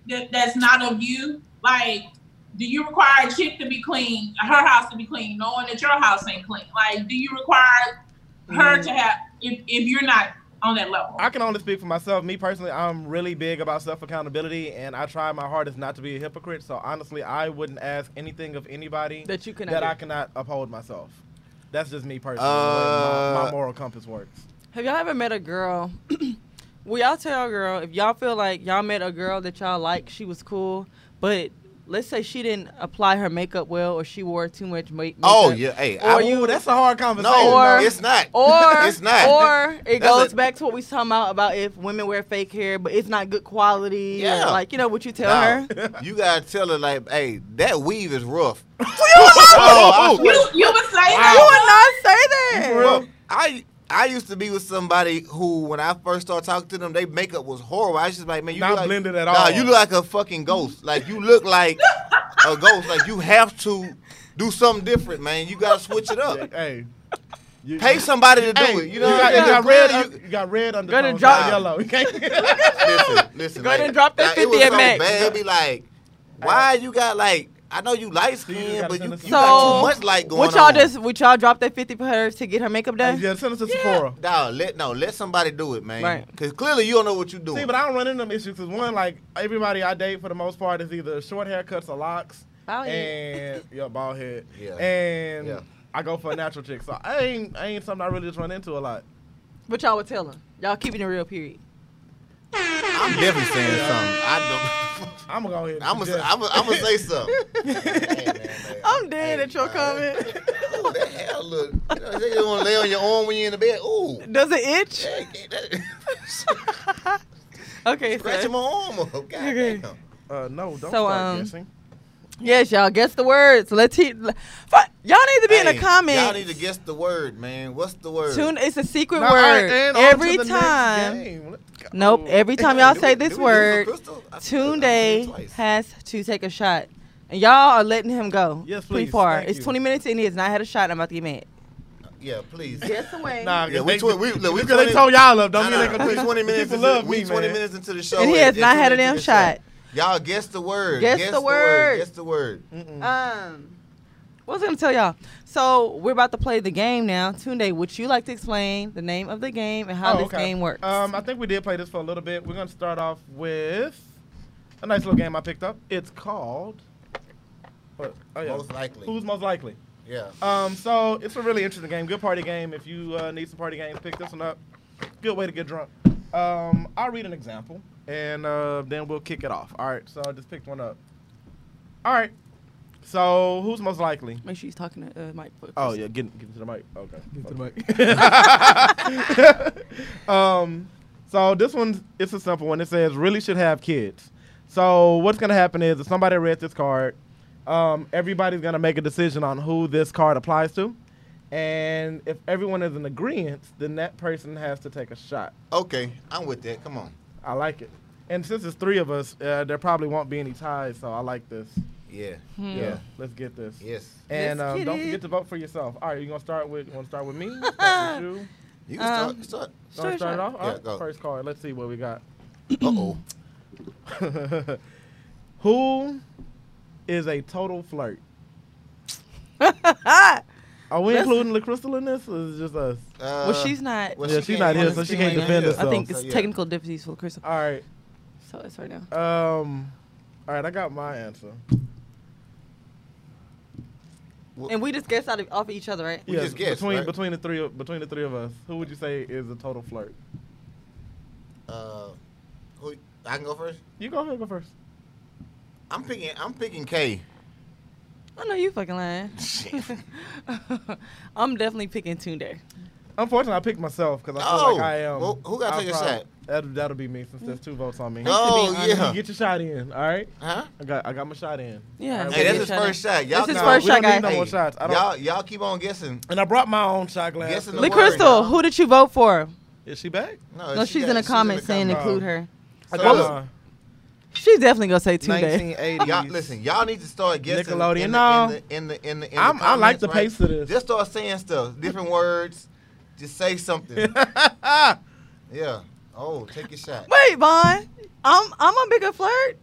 Speaker 3: that that's not of you? Like, do you require a chick to be clean, her house to be clean, knowing that your house ain't clean? Like, do you require her
Speaker 5: Mm.
Speaker 3: to have if if you're not on that level?
Speaker 2: I can only speak for myself. Me personally, I'm really big about self accountability, and I try my hardest not to be a hypocrite. So honestly, I wouldn't ask anything of anybody
Speaker 5: That you cannot
Speaker 2: that
Speaker 5: do.
Speaker 2: I cannot uphold myself. That's just me personally.
Speaker 4: Uh,
Speaker 2: my, my moral compass works.
Speaker 5: Have y'all ever met a girl? *clears throat* Will y'all tell a girl if y'all feel like y'all met a girl that y'all like, she was cool, but let's say she didn't apply her makeup well, or she wore too much ma- makeup.
Speaker 4: Oh yeah, hey,
Speaker 5: Or
Speaker 4: I,
Speaker 5: you-
Speaker 2: Ooh, that's a hard conversation.
Speaker 4: no,
Speaker 5: or-
Speaker 4: it's not.
Speaker 5: Or
Speaker 4: *laughs* it's not.
Speaker 5: Or
Speaker 4: That's
Speaker 5: it goes
Speaker 4: a-
Speaker 5: back to what we was talking about about if women wear fake hair, but it's not good quality. or,
Speaker 4: Yeah.
Speaker 5: like you know what you tell
Speaker 4: No,
Speaker 5: *laughs* her.
Speaker 4: you gotta tell her like, hey, that weave is rough. *laughs* oh, I
Speaker 3: You
Speaker 4: swear.
Speaker 3: you would say
Speaker 5: You
Speaker 3: that.
Speaker 5: would not say that.
Speaker 4: Bro, I I used to be with somebody who, when I first started talking to them, they makeup was horrible. I was just like, man, you
Speaker 2: Not
Speaker 4: look like,
Speaker 2: blended at
Speaker 4: nah,
Speaker 2: all.
Speaker 4: you look like a fucking ghost. Like you look like a ghost. Like you have to do something different, man. You gotta switch it up.
Speaker 2: Hey. You,
Speaker 4: Pay somebody to do
Speaker 2: Hey,
Speaker 4: it. You know,
Speaker 2: you
Speaker 4: what I'm
Speaker 2: got, you
Speaker 4: saying?
Speaker 2: got
Speaker 4: It's
Speaker 2: red.
Speaker 4: good,
Speaker 2: un- You got red undertones.
Speaker 5: Gonna
Speaker 2: not
Speaker 5: drop-
Speaker 2: yellow. You can't.
Speaker 4: *laughs*
Speaker 2: *laughs*
Speaker 4: listen, listen.
Speaker 5: Go ahead
Speaker 4: like-
Speaker 5: and drop that
Speaker 4: like, it was
Speaker 5: 50 at
Speaker 4: so
Speaker 5: Mac.
Speaker 4: bad, be like, why you got like? I know you light skinned,
Speaker 2: gotta
Speaker 4: but you,
Speaker 2: send
Speaker 4: you
Speaker 2: us
Speaker 5: So
Speaker 4: got too much light going
Speaker 5: would y'all
Speaker 4: on.
Speaker 5: just would y'all drop that fifty for her to get her makeup done?
Speaker 2: yeah, send us to Sephora.
Speaker 4: Nah, let no, let somebody do it, man.
Speaker 5: Right.
Speaker 4: Cause clearly you don't know what you're doing.
Speaker 2: See, but I don't run into them issues because one, like everybody I date for the most part is either short haircuts or locks,
Speaker 5: Bald
Speaker 2: and *laughs* yeah, bald head.
Speaker 4: Yeah.
Speaker 2: And
Speaker 4: Yeah.
Speaker 2: I go for a natural chick, so I ain't I ain't something I really just run into a lot.
Speaker 5: But y'all would tell her. Y'all keeping it real. Period.
Speaker 4: I'm definitely saying something. I *laughs* don't.
Speaker 2: I'm gonna go ahead. And
Speaker 4: I'm gonna
Speaker 2: suggest-
Speaker 4: I'm gonna I'm gonna say
Speaker 5: *laughs*
Speaker 4: something. Hey, man, man.
Speaker 5: I'm dead at your
Speaker 4: man.
Speaker 5: comment.
Speaker 4: Ooh, that hell look. You know, they just wanna lay on your arm when you're in the bed. Ooh.
Speaker 5: *laughs* Does it itch?
Speaker 4: Hey, get that- *laughs*
Speaker 5: *laughs* Okay,
Speaker 4: Scratching
Speaker 5: so
Speaker 4: my arm up. God
Speaker 5: Okay.
Speaker 4: damn.
Speaker 2: uh, no, don't
Speaker 5: So,
Speaker 2: start
Speaker 5: um,
Speaker 2: guessing.
Speaker 5: yes, y'all guess the words. Let's hear. le- fi- Y'all need to be in
Speaker 4: Hey,
Speaker 5: the comments.
Speaker 4: Y'all need to guess the word, man. What's the word?
Speaker 5: Tune. It's a secret
Speaker 2: Now, all right,
Speaker 5: word.
Speaker 2: and on to
Speaker 5: Every
Speaker 2: the next
Speaker 5: time.
Speaker 2: game. Let's go.
Speaker 5: Nope. Every
Speaker 4: *laughs*
Speaker 5: time y'all say this word, Tune Day
Speaker 4: Hey,
Speaker 5: has to take a shot. And y'all are letting him go.
Speaker 2: Yes,
Speaker 5: Pretty
Speaker 2: please.
Speaker 5: far.
Speaker 2: Thank
Speaker 5: it's
Speaker 2: you.
Speaker 5: 20 minutes and he has not had a shot. I'm about to get mad.
Speaker 4: Yeah, please.
Speaker 5: Guess away.
Speaker 2: Nah,
Speaker 4: Yeah,
Speaker 2: yeah,
Speaker 4: we
Speaker 2: they,
Speaker 4: twen- we- look, we
Speaker 2: because
Speaker 4: 20
Speaker 2: they told y'all up.
Speaker 4: Nah,
Speaker 2: Don't mean they
Speaker 4: nah,
Speaker 2: gonna
Speaker 4: we 20 minutes.
Speaker 2: People
Speaker 4: into-
Speaker 2: love
Speaker 4: we
Speaker 2: me,
Speaker 4: 20
Speaker 2: man.
Speaker 4: minutes into the show.
Speaker 5: And he has
Speaker 4: and
Speaker 5: not
Speaker 4: 20
Speaker 5: had a
Speaker 4: minutes
Speaker 5: damn
Speaker 4: into the
Speaker 5: shot.
Speaker 4: show. Y'all guess the word.
Speaker 5: Guess the word.
Speaker 4: Guess the word.
Speaker 2: Mm.
Speaker 5: Um, what was I gonna tell y'all? So we're about to play the game now. Tunde, would you like to explain the name of the game and how
Speaker 2: Oh,
Speaker 5: this
Speaker 2: okay.
Speaker 5: game works?
Speaker 2: Um, I think we did play this for a little bit. We're gonna start off with a nice little game I picked up. It's called. What? Oh, yeah.
Speaker 4: Most likely.
Speaker 2: Who's most likely?
Speaker 4: Yeah.
Speaker 2: Um, so it's a really interesting game. Good party game. If you uh, need some party games, pick this one up. Good way to get drunk. Um, I'll read an example, and uh, then we'll kick it off. All right. So I just picked one up. All right. So who's most likely?
Speaker 5: Make sure he's talking to uh, Mike. first.
Speaker 2: Oh yeah, get get to the mic. Oh, Okay. Get to the mic. *laughs* um, so this one it's a simple one. It says really should have kids. So what's gonna happen is if somebody reads this card, um, everybody's gonna make a decision on who this card applies to, and if everyone is in agreement, then that person has to take a shot.
Speaker 4: Okay, I'm with that. Come on.
Speaker 2: I like it. And since it's three of us, uh, there probably won't be any ties. So I like this.
Speaker 4: Yeah.
Speaker 5: Hmm.
Speaker 2: Yeah, let's get this.
Speaker 4: Yes.
Speaker 2: And
Speaker 5: Let's
Speaker 2: um,
Speaker 5: get
Speaker 2: don't
Speaker 5: it.
Speaker 2: forget to vote for yourself. All right, you gonna start with want to start with me?
Speaker 5: *laughs*
Speaker 2: Start with you.
Speaker 4: You can start. start.
Speaker 5: Um,
Speaker 2: You wanna
Speaker 5: Sure,
Speaker 2: start it
Speaker 5: sure.
Speaker 2: off? All
Speaker 4: Yeah,
Speaker 2: right,
Speaker 4: go.
Speaker 2: first card. Let's see what we got.
Speaker 4: Uh
Speaker 2: *laughs*
Speaker 4: oh.
Speaker 2: Who is a total flirt?
Speaker 5: *laughs*
Speaker 2: Uh, Are we
Speaker 5: That's-
Speaker 2: including LaCrystal in this, or is it just us?
Speaker 4: Uh,
Speaker 5: *clears throat* well, she's not.
Speaker 4: well,
Speaker 2: Yeah, she's not here, so she can't defend
Speaker 5: I
Speaker 2: herself. Uh,
Speaker 5: think
Speaker 4: so,
Speaker 5: it's
Speaker 4: Uh, yeah.
Speaker 5: technical difficulties for Crystal.
Speaker 2: All right.
Speaker 5: So it's right now.
Speaker 2: Um. All right, I got my answer.
Speaker 5: And we just guessed out of, off of each other, right?
Speaker 4: We just guessed,
Speaker 2: between
Speaker 4: right?
Speaker 2: between the three of- between the three of us, who would you say is a total flirt?
Speaker 4: Uh, who, I can go first.
Speaker 2: You go ahead, go first.
Speaker 4: I'm picking. I'm picking K.
Speaker 5: I know you fucking
Speaker 2: *laughs*
Speaker 5: lying. *laughs* I'm definitely picking Tunde.
Speaker 2: Unfortunately, I picked myself because I feel
Speaker 4: Oh,
Speaker 2: like I am.
Speaker 4: well, who gotta
Speaker 2: I'll
Speaker 4: take a
Speaker 2: probably-
Speaker 4: shot?
Speaker 2: That'll, that'll be me since there's two votes on me.
Speaker 4: Oh
Speaker 5: honest.
Speaker 4: yeah.
Speaker 2: Get your shot in, all right?
Speaker 4: Huh?
Speaker 2: I got I got my shot in.
Speaker 5: Yeah.
Speaker 2: All
Speaker 4: Hey,
Speaker 5: Get
Speaker 4: that's
Speaker 5: your
Speaker 4: his
Speaker 5: shot
Speaker 4: first
Speaker 5: in.
Speaker 4: shot. Y'all
Speaker 5: This is
Speaker 4: keep-
Speaker 5: first
Speaker 2: we don't
Speaker 5: shot,
Speaker 2: need no
Speaker 5: guys.
Speaker 2: more shots. I don't,
Speaker 4: y'all, y'all keep on guessing.
Speaker 2: and I brought my own shot glass.
Speaker 4: Guessing
Speaker 2: so-
Speaker 4: the
Speaker 5: Lee
Speaker 4: word
Speaker 5: Crystal,
Speaker 4: now.
Speaker 5: who did you vote for?
Speaker 2: Is she back?
Speaker 5: No, she's
Speaker 4: got-
Speaker 5: in a comment saying
Speaker 4: comment.
Speaker 5: include her.
Speaker 2: I
Speaker 4: So
Speaker 2: got
Speaker 4: look,
Speaker 2: mine.
Speaker 5: She's definitely gonna say Tunde.
Speaker 2: 1980.
Speaker 4: Y'all listen. Y'all need to start guessing.
Speaker 2: Nickelodeon,
Speaker 4: in
Speaker 2: no.
Speaker 4: the, in the in the in the, in the
Speaker 2: I'm- I like
Speaker 4: comments,
Speaker 2: the
Speaker 4: right?
Speaker 2: pace of this.
Speaker 4: Just start saying stuff, different words. Just say something.
Speaker 2: *laughs*
Speaker 4: yeah. Oh, take your shot.
Speaker 5: Wait, Vaughn. I'm I'm a bigger flirt.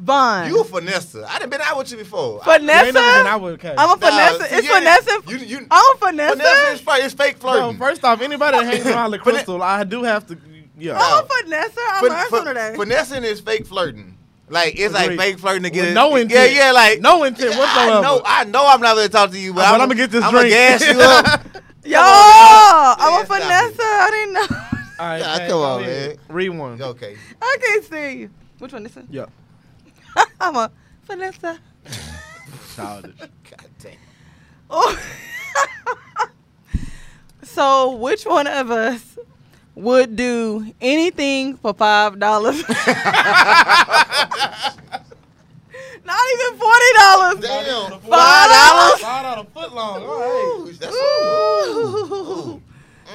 Speaker 5: Vaughn.
Speaker 4: You a finesse. I done been out with you before.
Speaker 5: finesse.
Speaker 2: Ain't nothing I would catch.
Speaker 5: I'm a
Speaker 4: Nah,
Speaker 5: finesse.
Speaker 4: see,
Speaker 5: it's
Speaker 4: yeah,
Speaker 5: finesse.
Speaker 4: you- you-
Speaker 5: I'm a finesse.
Speaker 4: Finesse is fi- it's fake
Speaker 2: No,
Speaker 4: flirting.
Speaker 2: first off, anybody that hangs around LaCrystal, I do have to. Yeah.
Speaker 4: Oh.
Speaker 5: I'm a finesse. I
Speaker 4: Fin-
Speaker 5: learned
Speaker 4: fin-
Speaker 5: something today.
Speaker 4: Finessing is fake flirting. Like it's like
Speaker 2: Agreed.
Speaker 4: fake flirting to get
Speaker 2: With no intent.
Speaker 4: Yeah, yeah, like
Speaker 2: No intent
Speaker 4: I
Speaker 2: whatsoever.
Speaker 4: know, I know I'm not gonna talk to you, but,
Speaker 2: But
Speaker 4: I'm,
Speaker 2: I'ma get this
Speaker 4: I'm
Speaker 2: drink.
Speaker 4: gonna gas you
Speaker 2: *laughs*
Speaker 4: up.
Speaker 5: Yo,
Speaker 4: on,
Speaker 5: I'm a
Speaker 4: man. Yeah,
Speaker 5: finesse.
Speaker 4: stop it.
Speaker 5: I didn't know. *laughs*
Speaker 2: All right,
Speaker 4: Yeah,
Speaker 2: man,
Speaker 4: come
Speaker 2: go
Speaker 4: on,
Speaker 2: ahead.
Speaker 4: man.
Speaker 2: Read one.
Speaker 4: okay,
Speaker 5: I can't see. Which one? This one.
Speaker 2: Yeah.
Speaker 5: I'm a Vanessa.
Speaker 1: Childish.
Speaker 4: God damn.
Speaker 5: Oh. *laughs* so, which one of us would do anything for five dollars? *laughs* Not even forty dollars.
Speaker 4: Damn.
Speaker 5: Five dollars.
Speaker 2: Five dollar foot long. All right.
Speaker 4: That's-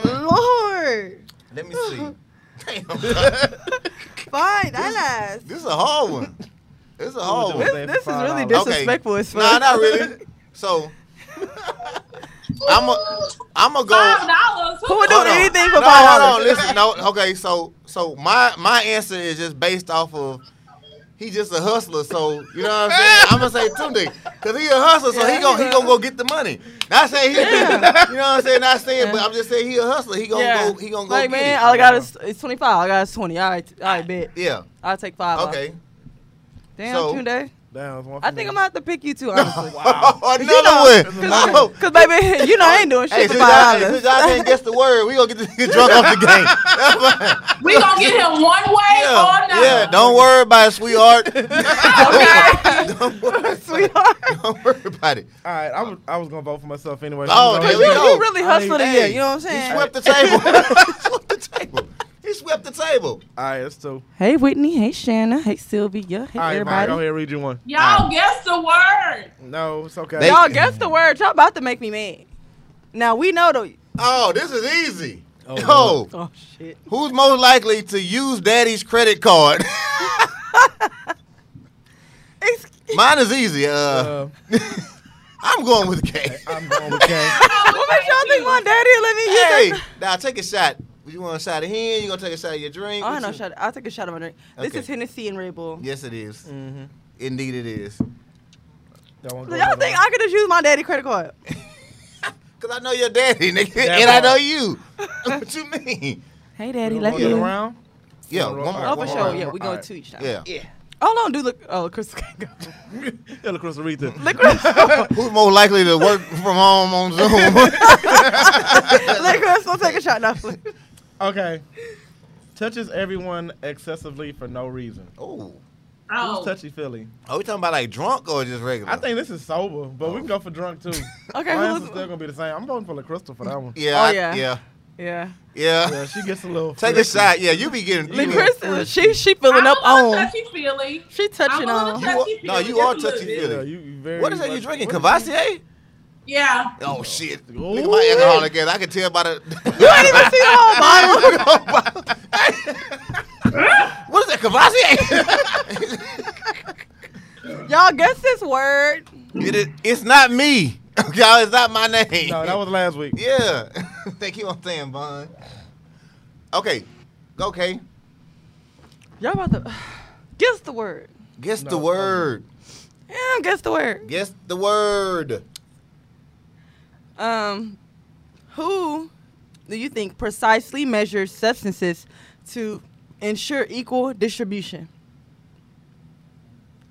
Speaker 5: Ooh, Lord,
Speaker 4: Let me
Speaker 5: *laughs*
Speaker 4: see. *laughs* Damn.
Speaker 5: five dollars.
Speaker 4: this is a hard one. This is a hard one.
Speaker 5: This, this is really
Speaker 2: $5.
Speaker 5: disrespectful as fuck.
Speaker 4: Nah, not really. So I'm a, I'm gonna
Speaker 3: Five
Speaker 4: go.
Speaker 3: dollars.
Speaker 5: Who would do
Speaker 4: Hold on.
Speaker 5: anything for
Speaker 4: No,
Speaker 5: five
Speaker 4: hold on.
Speaker 5: dollars?
Speaker 4: Listen, no. Okay, so so my my answer is just based off of he just a hustler. So you know what I'm saying. I'm gonna say Tunde because he a hustler. So he gonna he gonna go get the money. Not saying he, you know what I'm saying. Not saying, but I'm just saying he a hustler. He gonna go. He gonna go.
Speaker 5: like
Speaker 4: get
Speaker 5: man,
Speaker 4: it. Uh-huh.
Speaker 5: all I got is it's twenty five. I got is twenty. All right, all right, bet.
Speaker 4: yeah.
Speaker 5: I'll take five.
Speaker 4: Okay.
Speaker 5: Damn,
Speaker 4: So-
Speaker 5: Tunde.
Speaker 2: Down. it's one for
Speaker 5: I think
Speaker 2: me.
Speaker 5: I'm gonna have to pick you too, honestly.
Speaker 4: *laughs* Wow. Another one. Oh.
Speaker 5: Cause, *laughs* cause baby, you know I ain't doing shit
Speaker 4: Hey,
Speaker 5: for
Speaker 4: since y'all,
Speaker 5: five
Speaker 4: hey, since
Speaker 5: dollars.
Speaker 4: y'all
Speaker 5: *laughs*
Speaker 4: didn't guess the word, we gonna get this nigga drunk off the game.
Speaker 3: We gonna get him one way or
Speaker 4: yeah,
Speaker 3: another.
Speaker 4: yeah. Don't worry about it,
Speaker 5: *laughs*
Speaker 4: sweetheart. *laughs*
Speaker 3: Okay.
Speaker 5: Sweetheart,
Speaker 4: Don't worry about it.
Speaker 2: All right. I was I was gonna vote for myself anyway.
Speaker 4: Oh,
Speaker 2: You know,
Speaker 4: there
Speaker 5: you,
Speaker 4: we go.
Speaker 5: you really hustling
Speaker 4: Hey,
Speaker 5: again. You know what I'm
Speaker 4: He
Speaker 5: saying?
Speaker 4: swept the table. *laughs* he swept the table. He swept the table.
Speaker 2: All right. That's two.
Speaker 5: hey Whitney, hey Shanna, hey Sylvia, hey
Speaker 2: All right, Mike,
Speaker 5: everybody.
Speaker 2: go ahead and read you one.
Speaker 3: Y'all guess the word.
Speaker 2: No, it's okay.
Speaker 4: They-
Speaker 5: Y'all guess the word. Y'all about to make me mad. Now we know the.
Speaker 4: Oh, this is easy. Oh,
Speaker 5: Oh shit.
Speaker 4: who's most likely to use daddy's credit card? *laughs*
Speaker 5: Excuse
Speaker 4: Mine is easy. Uh,
Speaker 2: *laughs* Uh,
Speaker 4: I'm going with K.
Speaker 2: I'm going with K.
Speaker 5: *laughs* What makes y'all think my daddy let me use
Speaker 4: *laughs* Hey,
Speaker 5: that?
Speaker 4: now take a shot. You want a shot of him? You gonna take a shot of your drink?
Speaker 5: Oh,
Speaker 4: What
Speaker 5: no,
Speaker 4: you-
Speaker 5: shot. I'll take a shot of my drink. This
Speaker 4: Okay.
Speaker 5: is Hennessy and Red Bull.
Speaker 4: Yes, it is.
Speaker 5: Mm.
Speaker 2: Mm-hmm.
Speaker 4: Indeed, it is.
Speaker 5: So y'all think I could just use my daddy credit card?
Speaker 4: Cause I know your daddy, nigga, *laughs*
Speaker 2: That
Speaker 4: and I
Speaker 2: part.
Speaker 4: know you. what you *laughs* mean?
Speaker 5: *laughs* Hey, daddy,
Speaker 2: Left
Speaker 5: love
Speaker 4: Yeah.
Speaker 2: you
Speaker 5: you.
Speaker 2: around.
Speaker 4: Yeah,
Speaker 2: Oh,
Speaker 4: one more.
Speaker 5: Oh,
Speaker 2: All
Speaker 4: one
Speaker 5: for
Speaker 2: right,
Speaker 5: sure.
Speaker 4: more.
Speaker 2: all
Speaker 5: yeah, we go
Speaker 2: right.
Speaker 5: to each now.
Speaker 4: Yeah.
Speaker 5: Oh no, do look. Oh, Chris can't go.
Speaker 2: *laughs* Yeah, look, Chris Aretha.
Speaker 5: Look, Chris. look,
Speaker 4: Who's more likely to work from home on *laughs* Zoom?
Speaker 5: Chris. Don't take a shot now.
Speaker 2: *laughs* Okay. Touches everyone excessively for no reason.
Speaker 4: oh,
Speaker 2: Who's
Speaker 3: Oh,
Speaker 2: touchy feely?
Speaker 4: are we talking about like drunk or just regular?
Speaker 2: I think this is sober, but we can go for drunk too.
Speaker 5: Okay, who
Speaker 2: Mine's
Speaker 5: was-
Speaker 2: is still gonna be the same. I'm voting for La Crystal for that one.
Speaker 4: Yeah.
Speaker 5: Oh,
Speaker 4: I-
Speaker 5: yeah.
Speaker 4: yeah.
Speaker 5: Yeah.
Speaker 4: Yeah.
Speaker 2: Yeah, she gets a little.
Speaker 4: Take a
Speaker 2: frisky.
Speaker 4: shot. Yeah, you be getting. You
Speaker 5: Look,
Speaker 4: be-
Speaker 5: Chris. uh, She she
Speaker 3: Oh,
Speaker 5: filling up
Speaker 3: I'm a little
Speaker 5: on.
Speaker 3: touchy-feely.
Speaker 5: She touching
Speaker 3: I'm a little
Speaker 5: on.
Speaker 4: You are-
Speaker 3: touchy-feely,
Speaker 4: no, you
Speaker 3: just
Speaker 4: are
Speaker 3: a little
Speaker 4: touchy-feely.
Speaker 3: bit.
Speaker 2: Yeah, you you very.
Speaker 4: what is that you
Speaker 2: much-
Speaker 4: drinking?
Speaker 2: what is-
Speaker 4: Cavassier?
Speaker 3: Yeah.
Speaker 4: Oh shit!
Speaker 2: Ooh.
Speaker 4: Look at my alcoholic ass. I can tell by the. *laughs*
Speaker 5: You ain't even see the whole bottle.
Speaker 4: what is that, *laughs* Cavassier?
Speaker 5: *laughs* Y'all guess this word.
Speaker 4: it is, it's not *laughs* me. Okay, it's not my name.
Speaker 2: No, that was last week.
Speaker 4: Yeah. *laughs* they keep on saying Bun. Okay. Okay.
Speaker 5: Y'all about to guess the word.
Speaker 4: Guess
Speaker 2: No,
Speaker 4: the word.
Speaker 5: Yeah, guess the word.
Speaker 4: Guess the word.
Speaker 5: Um, who do you think precisely measures substances to ensure equal distribution?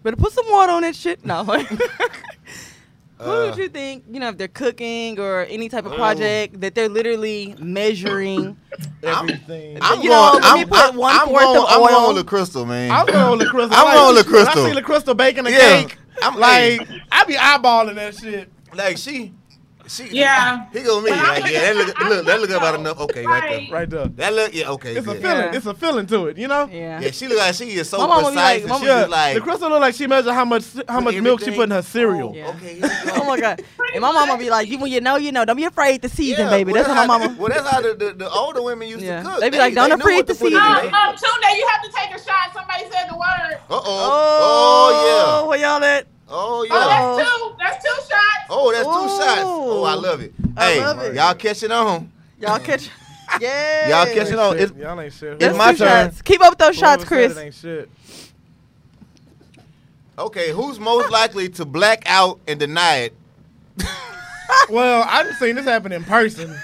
Speaker 5: Better put some water on that shit.
Speaker 4: *laughs*
Speaker 5: No. *laughs* Who
Speaker 4: Uh,
Speaker 5: would you think, you know, if they're cooking or any type of
Speaker 4: Mm.
Speaker 5: project that they're literally measuring?
Speaker 2: Everything.
Speaker 4: I'm
Speaker 5: You know,
Speaker 4: going.
Speaker 5: let me
Speaker 4: I'm,
Speaker 5: put
Speaker 4: I'm,
Speaker 5: one
Speaker 4: I'm
Speaker 5: fourth
Speaker 4: going.
Speaker 5: of
Speaker 4: I'm
Speaker 5: oil.
Speaker 4: going with the crystal, man. *laughs*
Speaker 2: I'm going with Crystal.
Speaker 4: I'm going with La
Speaker 2: I
Speaker 4: Crystal.
Speaker 2: see La Crystal baking a
Speaker 4: Yeah.
Speaker 2: cake.
Speaker 4: I'm
Speaker 2: like, I be eyeballing that shit.
Speaker 4: like she. She.
Speaker 3: Yeah.
Speaker 4: He go me.
Speaker 3: But I'm
Speaker 4: Like, yeah. That
Speaker 3: looking-
Speaker 4: look.
Speaker 3: I'm
Speaker 4: Look. That look
Speaker 3: looking
Speaker 4: about
Speaker 3: though.
Speaker 4: enough. Okay. Right
Speaker 3: Right.
Speaker 4: there.
Speaker 2: Right there.
Speaker 4: That look. Yeah. Okay.
Speaker 2: It's a
Speaker 4: Good.
Speaker 2: feeling.
Speaker 5: Yeah.
Speaker 2: It's a feeling to it, you know?
Speaker 5: Yeah.
Speaker 4: Yeah. She look like she is so
Speaker 5: My mama be
Speaker 4: precise.
Speaker 5: like- my
Speaker 4: and she
Speaker 5: mama-
Speaker 2: Yeah,
Speaker 4: was like.
Speaker 2: the crystal look like she measured how much how much milk she put in her cereal.
Speaker 5: Yeah.
Speaker 4: Okay. here
Speaker 5: *laughs*
Speaker 4: we go.
Speaker 5: oh my god! And my mama be like, "You when you know, you know. Don't be afraid to season, baby." That's
Speaker 4: well,
Speaker 5: how my
Speaker 4: how-
Speaker 5: mama.
Speaker 4: Well, that's how the, the, the older women used
Speaker 5: Yeah.
Speaker 4: to cook.
Speaker 5: They be like, "Don't
Speaker 4: knew what
Speaker 5: afraid
Speaker 4: to
Speaker 5: to
Speaker 4: put in
Speaker 5: see
Speaker 4: it."
Speaker 5: it.
Speaker 3: Um,
Speaker 4: They-
Speaker 3: um, Tunde, you have to take a shot. Somebody said the word.
Speaker 4: Uh-oh. Oh, yeah.
Speaker 5: y'all at
Speaker 4: Oh, yeah.
Speaker 3: Oh, that's two. That's two shots.
Speaker 4: Oh, that's two
Speaker 5: Ooh.
Speaker 4: shots. Oh, I love it.
Speaker 5: I
Speaker 4: hey,
Speaker 5: love it.
Speaker 4: y'all catching on. *laughs*
Speaker 5: y'all catch. yeah.
Speaker 4: Y'all catch it on. It's,
Speaker 2: Y'all ain't shit.
Speaker 5: That's
Speaker 4: It's my
Speaker 5: two
Speaker 4: turn.
Speaker 5: Shots. Keep up with those
Speaker 2: Whoever
Speaker 5: shots,
Speaker 2: said
Speaker 5: Chris. *laughs*
Speaker 2: It ain't shit.
Speaker 4: okay, who's most likely to black out and deny it?
Speaker 2: *laughs* Well, I just seen this happen in person.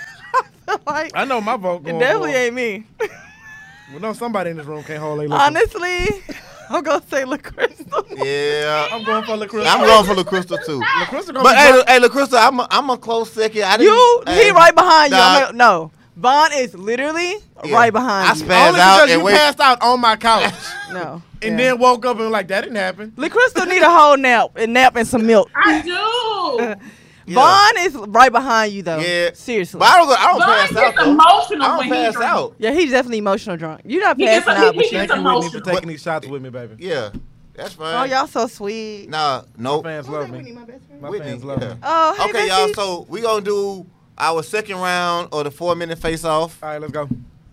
Speaker 5: like,
Speaker 2: I know my vote going.
Speaker 5: it definitely
Speaker 2: for-
Speaker 5: ain't me.
Speaker 2: Well, no, somebody in this room can't hold a liquor.
Speaker 5: Honestly, *laughs* I'm gonna say La Crystal.
Speaker 4: Yeah.
Speaker 2: I'm going for La Crystal.
Speaker 4: I'm going for La Crystal
Speaker 5: *laughs*
Speaker 4: too.
Speaker 2: La Crystal gonna
Speaker 4: But
Speaker 2: be
Speaker 4: hey, La- hey, La Crystal, I'm a, I'm a close second. I didn't,
Speaker 5: You,
Speaker 4: hey,
Speaker 5: he right behind you.
Speaker 4: Nah.
Speaker 5: I'm like, no, Vaughn is literally right behind
Speaker 4: I
Speaker 5: you.
Speaker 4: spent- Pass
Speaker 2: Only
Speaker 4: out
Speaker 2: because
Speaker 4: and
Speaker 2: you
Speaker 4: wait-
Speaker 2: passed out on my couch
Speaker 4: *laughs*
Speaker 5: no.
Speaker 2: and
Speaker 5: yeah.
Speaker 2: then woke up and was like that didn't happen.
Speaker 5: LaCrystal need a whole nap, a nap and some milk.
Speaker 3: I
Speaker 2: *laughs*
Speaker 3: do.
Speaker 4: *laughs* Yeah.
Speaker 5: Vaughn is right behind you though.
Speaker 4: Yeah.
Speaker 5: Seriously.
Speaker 4: But I don't, go- I don't
Speaker 3: Vaughn
Speaker 4: pass out.
Speaker 3: gets
Speaker 4: though.
Speaker 3: emotional
Speaker 4: I
Speaker 3: when
Speaker 4: don't
Speaker 3: he
Speaker 4: pass
Speaker 3: drunk.
Speaker 4: out.
Speaker 5: yeah, he's definitely emotional drunk. You're not
Speaker 3: He gets-
Speaker 5: passing
Speaker 3: he-
Speaker 5: out, but you
Speaker 3: he-
Speaker 2: Thank you, Whitney, for
Speaker 3: emotional.
Speaker 2: taking these shots with me, baby.
Speaker 4: Yeah, that's fine.
Speaker 5: Oh, y'all so sweet.
Speaker 4: Nah, nope.
Speaker 2: Fans love me. My
Speaker 4: Whitney,
Speaker 2: fans love
Speaker 4: yeah.
Speaker 2: me.
Speaker 5: Oh, hey,
Speaker 4: okay,
Speaker 5: Bessie.
Speaker 4: y'all. So we gonna do our second round or the four minute face off.
Speaker 2: All right, let's go.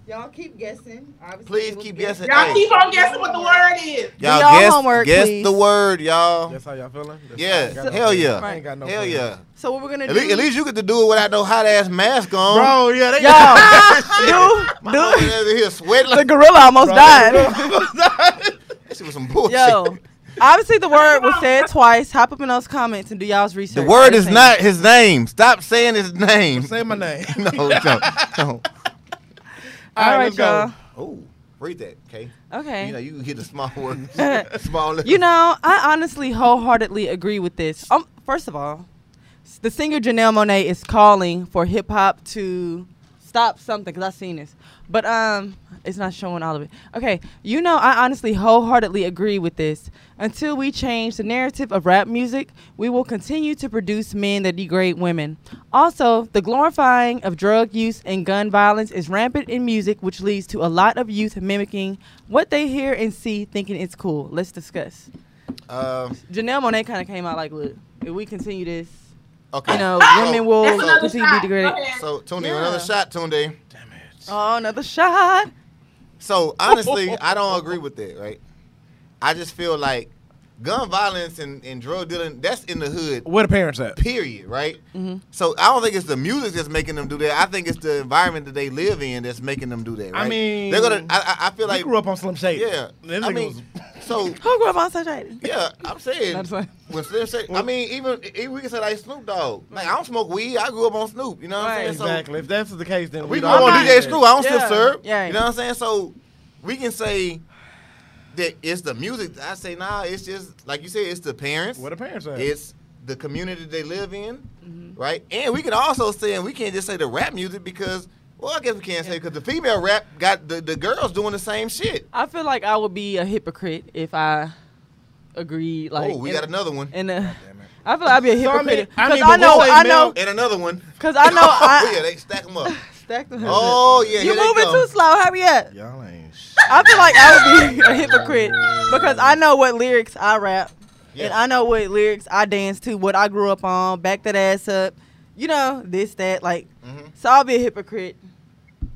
Speaker 5: Y'all keep guessing. Obviously,
Speaker 4: Please
Speaker 5: it was
Speaker 4: keep
Speaker 5: good.
Speaker 4: guessing.
Speaker 3: Y'all
Speaker 4: Hey,
Speaker 3: keep on guessing what the word is.
Speaker 4: y'all
Speaker 5: y'all
Speaker 4: guess,
Speaker 5: homework,
Speaker 4: guess
Speaker 5: please.
Speaker 4: the word, y'all.
Speaker 2: That's how y'all feeling? That's
Speaker 4: Yeah,
Speaker 2: I ain't got no
Speaker 4: hell
Speaker 2: plans.
Speaker 4: yeah.
Speaker 2: I ain't got no
Speaker 4: Hell
Speaker 2: plans.
Speaker 4: yeah.
Speaker 5: So what we're gonna
Speaker 4: At,
Speaker 5: do?
Speaker 4: least, at
Speaker 5: *laughs*
Speaker 4: least you get to do it without no hot ass mask on.
Speaker 2: Bro, yeah,
Speaker 4: *laughs*
Speaker 5: y'all,
Speaker 2: they
Speaker 5: dude,
Speaker 4: Over
Speaker 5: dude,
Speaker 4: there here sweating
Speaker 5: the
Speaker 4: *laughs* like
Speaker 5: gorilla almost died.
Speaker 4: that shit was some bullshit.
Speaker 5: Yo, obviously the word was said twice. Hop up in those comments and do y'all's
Speaker 4: *laughs*
Speaker 5: research.
Speaker 4: the word is
Speaker 5: Listen.
Speaker 4: not his name. Stop saying his name.
Speaker 2: Say my name.
Speaker 4: *laughs* no, no, no.
Speaker 5: All right,
Speaker 2: let's go.
Speaker 5: y'all.
Speaker 4: Oh, read that, okay?
Speaker 5: Okay.
Speaker 4: You know, you can get the small words. *laughs* small letters.
Speaker 5: *laughs* You know, I honestly wholeheartedly agree with this. Um, first of all, s- the singer Janelle Monet is calling for hip hop to stop something because I've seen this, but um, it's not showing all of it. Okay, you know, I honestly wholeheartedly agree with this. Until we change the narrative of rap music, we will continue to produce men that degrade women. Also, the glorifying of drug use and gun violence is rampant in music, which leads to a lot of youth mimicking what they hear and see, thinking it's cool. Let's discuss.
Speaker 4: Um,
Speaker 5: Janelle Monet kind of came out like, look, if we continue this,
Speaker 4: okay. *laughs*
Speaker 5: you know,
Speaker 4: So-
Speaker 5: women will
Speaker 3: That's another
Speaker 5: continue to be
Speaker 3: shot. Go
Speaker 5: degraded.
Speaker 3: ahead.
Speaker 4: So, Tunde,
Speaker 5: Yeah.
Speaker 4: another shot, Tunde.
Speaker 5: Oh, another shot.
Speaker 4: So *laughs* honestly, I don't agree with that, right? I just feel like gun violence and, and drug dealing, that's in the hood,
Speaker 2: Where the parents at?
Speaker 4: period, right?
Speaker 5: Mm-hmm.
Speaker 4: So I don't think it's the music that's making them do that. I think it's the environment that they live in that's making them do that,
Speaker 2: I
Speaker 4: right?
Speaker 2: mean,
Speaker 4: they're gonna I, I- I feel
Speaker 2: I
Speaker 4: like
Speaker 2: grew up on Slim Shady.
Speaker 4: Yeah.
Speaker 2: This
Speaker 4: I
Speaker 2: nigga
Speaker 4: mean
Speaker 2: was-
Speaker 4: *laughs* so
Speaker 5: Who grew up on such a
Speaker 4: yeah, I'm saying.
Speaker 5: That's right.
Speaker 4: When Slim said, I mean, even, even we can say like Snoop Dogg. Like I don't smoke weed. I grew up on Snoop. You know what
Speaker 5: Right.
Speaker 4: I'm saying? So
Speaker 2: exactly. If that's the case, then
Speaker 4: we
Speaker 2: don't
Speaker 4: go on
Speaker 2: need
Speaker 4: DJ
Speaker 2: that.
Speaker 4: Screw. I don't
Speaker 5: Yeah.
Speaker 4: still serve.
Speaker 5: Yeah.
Speaker 4: You know what I'm saying? So we can say that it's the music. I say nah. It's just like you said. It's the parents.
Speaker 2: Where the parents at?
Speaker 4: It's the community they live in,
Speaker 5: Mm-hmm.
Speaker 4: right? And we can also say, and we can't just say the rap music because, well, I guess we can't say because the female rap got the, the girls doing the same shit.
Speaker 5: I feel like I would be a hypocrite if I agreed. Like,
Speaker 4: oh, we
Speaker 5: in-
Speaker 4: got another one
Speaker 5: in a- I feel like I'd be a
Speaker 2: So, I mean-
Speaker 5: hypocrite
Speaker 2: I
Speaker 5: because
Speaker 2: mean,
Speaker 5: I,
Speaker 2: but
Speaker 5: know,
Speaker 2: we'll say
Speaker 5: I know,
Speaker 4: and another one.
Speaker 5: because *laughs* I
Speaker 4: *laughs*
Speaker 5: know,
Speaker 4: oh, yeah,
Speaker 5: I
Speaker 4: they stack them
Speaker 5: *laughs*
Speaker 4: up.
Speaker 5: stack them.
Speaker 4: Oh yeah,
Speaker 5: you
Speaker 4: here they
Speaker 5: moving
Speaker 4: come.
Speaker 5: too slow. Hurry up.
Speaker 2: Y'all ain't shit.
Speaker 5: I feel like I would be *laughs* a hypocrite because I know what lyrics I rap. And
Speaker 4: Yeah.
Speaker 5: I know what lyrics I dance to, what I grew up on, back that ass up, you know, this, that, like
Speaker 4: Mhm.
Speaker 5: so I'll be a hypocrite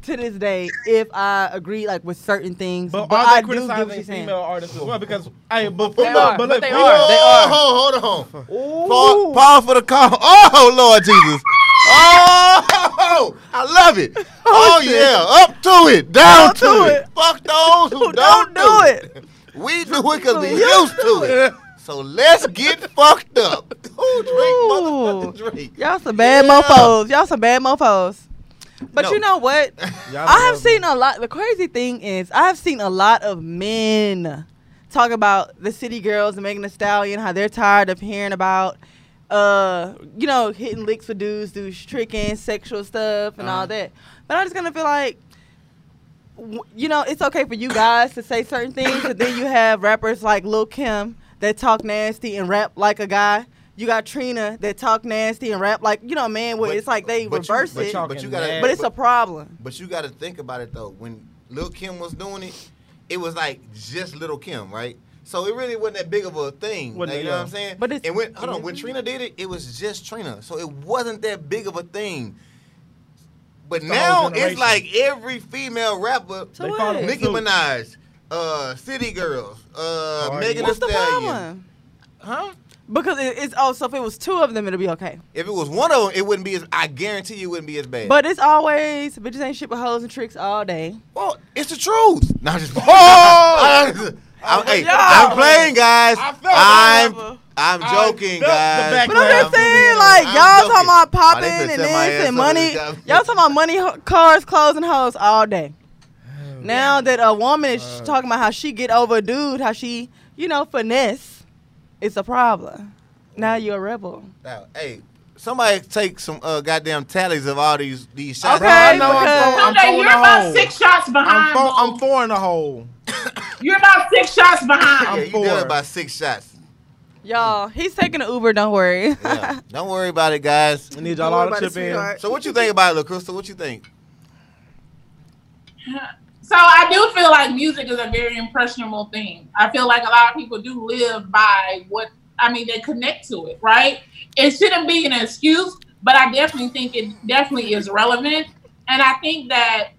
Speaker 5: to this day if I agree like with certain things.
Speaker 2: But,
Speaker 5: But,
Speaker 2: are
Speaker 5: I
Speaker 2: they
Speaker 5: do get
Speaker 2: criticizing
Speaker 5: what you're saying.
Speaker 2: female artists as well? Because I but
Speaker 5: They
Speaker 2: female,
Speaker 5: are,
Speaker 2: but
Speaker 5: but
Speaker 2: look,
Speaker 5: they
Speaker 2: we-
Speaker 5: are. They are.
Speaker 4: Oh, hold
Speaker 5: *laughs*
Speaker 4: on.
Speaker 5: Ooh.
Speaker 4: Paul, Paul for the call. Oh Lord Jesus. Oh, I love
Speaker 5: *laughs*
Speaker 4: it. Oh yeah, up to it, down
Speaker 5: Up
Speaker 4: to, it. Fuck those who,
Speaker 5: don't
Speaker 4: don't,
Speaker 5: do
Speaker 4: do it. *laughs* We do it because we used to it. So let's get fucked up. *laughs* Ooh,
Speaker 5: Ooh.
Speaker 4: Drake, motherfucking Drake.
Speaker 5: Y'all some bad
Speaker 4: Yeah.
Speaker 5: mofos. Y'all some bad mofos. But
Speaker 4: No.
Speaker 5: you know what?
Speaker 4: *laughs*
Speaker 2: Y'all
Speaker 5: I have
Speaker 2: love
Speaker 5: seen
Speaker 2: me.
Speaker 5: a lot. The crazy thing is, I have seen a lot of men talk about the city girls and Megan Thee Stallion, how they're tired of hearing about, uh, you know, hitting licks with dudes, dudes tricking, sexual stuff, and
Speaker 4: Uh-huh.
Speaker 5: all that. But I'm just gonna feel like, w- you know, it's okay for you guys to say certain things, but then you have rappers like Lil Kim that talk nasty and rap like a guy. You got Trina that talk nasty and rap like you know, man. Where
Speaker 4: But-
Speaker 5: it's like they
Speaker 4: but you-
Speaker 5: reverse
Speaker 4: but
Speaker 5: it,
Speaker 4: you- but you gotta-
Speaker 5: but it's a problem.
Speaker 4: But you got to think about it though. When Lil Kim was doing it, it was like just Lil Kim, right? So it really wasn't that big of a thing. like,
Speaker 2: Wasn't it,
Speaker 4: you know
Speaker 2: yeah.
Speaker 4: what I'm saying?
Speaker 5: But it's-
Speaker 4: and when hold on, when
Speaker 5: Mhm.
Speaker 4: Trina did it, it was just Trina. So it wasn't that big of a thing. But
Speaker 2: the whole
Speaker 4: now it's
Speaker 2: generation.
Speaker 4: like every female rapper,
Speaker 5: So
Speaker 2: They call
Speaker 5: what?
Speaker 2: them
Speaker 4: Nicki
Speaker 2: Snoop.
Speaker 4: Minaj, uh, City Girls, uh,
Speaker 2: Cardi.
Speaker 4: Megan Thee
Speaker 5: What's the
Speaker 4: Stallion,
Speaker 5: problem?
Speaker 4: huh?
Speaker 5: Because it, it's oh, so if it was two of them, it'll be okay.
Speaker 4: If it was one of them, it wouldn't be as. I guarantee you, it wouldn't be as bad.
Speaker 5: But it's always bitches ain't shit but hoes and tricks all day.
Speaker 4: Well, it's the truth. No, I'm
Speaker 2: *laughs*
Speaker 4: just. Oh! *laughs* I'm, hey,
Speaker 5: Yeah.
Speaker 4: I'm playing, guys.
Speaker 2: I felt
Speaker 5: horrible.
Speaker 4: I'm, I'm
Speaker 2: I
Speaker 4: joking,
Speaker 2: felt the
Speaker 4: guys.
Speaker 2: back-
Speaker 5: But I'm just
Speaker 2: Well,
Speaker 5: saying,
Speaker 2: I'm
Speaker 5: like
Speaker 4: joking.
Speaker 5: y'all talking about
Speaker 4: Oh,
Speaker 5: popping
Speaker 4: they
Speaker 5: and
Speaker 4: finna set
Speaker 5: this
Speaker 4: my ass
Speaker 5: and
Speaker 4: up
Speaker 5: money.
Speaker 4: with this guy.
Speaker 5: *laughs* Y'all talking about money, ho- cars, clothes, and hoes all day. Now that a woman is
Speaker 4: Uh.
Speaker 5: talking about how she get over a dude, how she you know finesse, it's a problem. Now you're a rebel.
Speaker 4: Now, hey, Somebody take some uh, goddamn tallies of all these these shots.
Speaker 5: Okay.
Speaker 2: I know I'm,
Speaker 5: because-
Speaker 2: four- I'm
Speaker 3: Someday
Speaker 2: four in
Speaker 3: you're
Speaker 2: a
Speaker 3: about
Speaker 2: hole.
Speaker 3: six shots
Speaker 2: I'm
Speaker 3: behind.
Speaker 2: four, I'm
Speaker 3: Mo.
Speaker 2: four in a hole.
Speaker 3: You're about six shots behind.
Speaker 4: Yeah,
Speaker 2: I'm
Speaker 4: you done
Speaker 2: four.
Speaker 4: about six shots.
Speaker 5: *laughs* Y'all, he's taking an Uber. Don't worry.
Speaker 4: Yeah. Don't worry about it, guys.
Speaker 2: I need
Speaker 7: Don't
Speaker 2: y'all
Speaker 7: worry
Speaker 2: all to
Speaker 7: about it,
Speaker 2: chip in.
Speaker 7: sweetheart.
Speaker 4: So what you think about it, LaCrystal? What you think?
Speaker 3: So I do feel like music is a very impressionable thing. I feel like a lot of people do live by what I mean they connect to it, right? It shouldn't be an excuse, but I definitely think it definitely is relevant. And I think that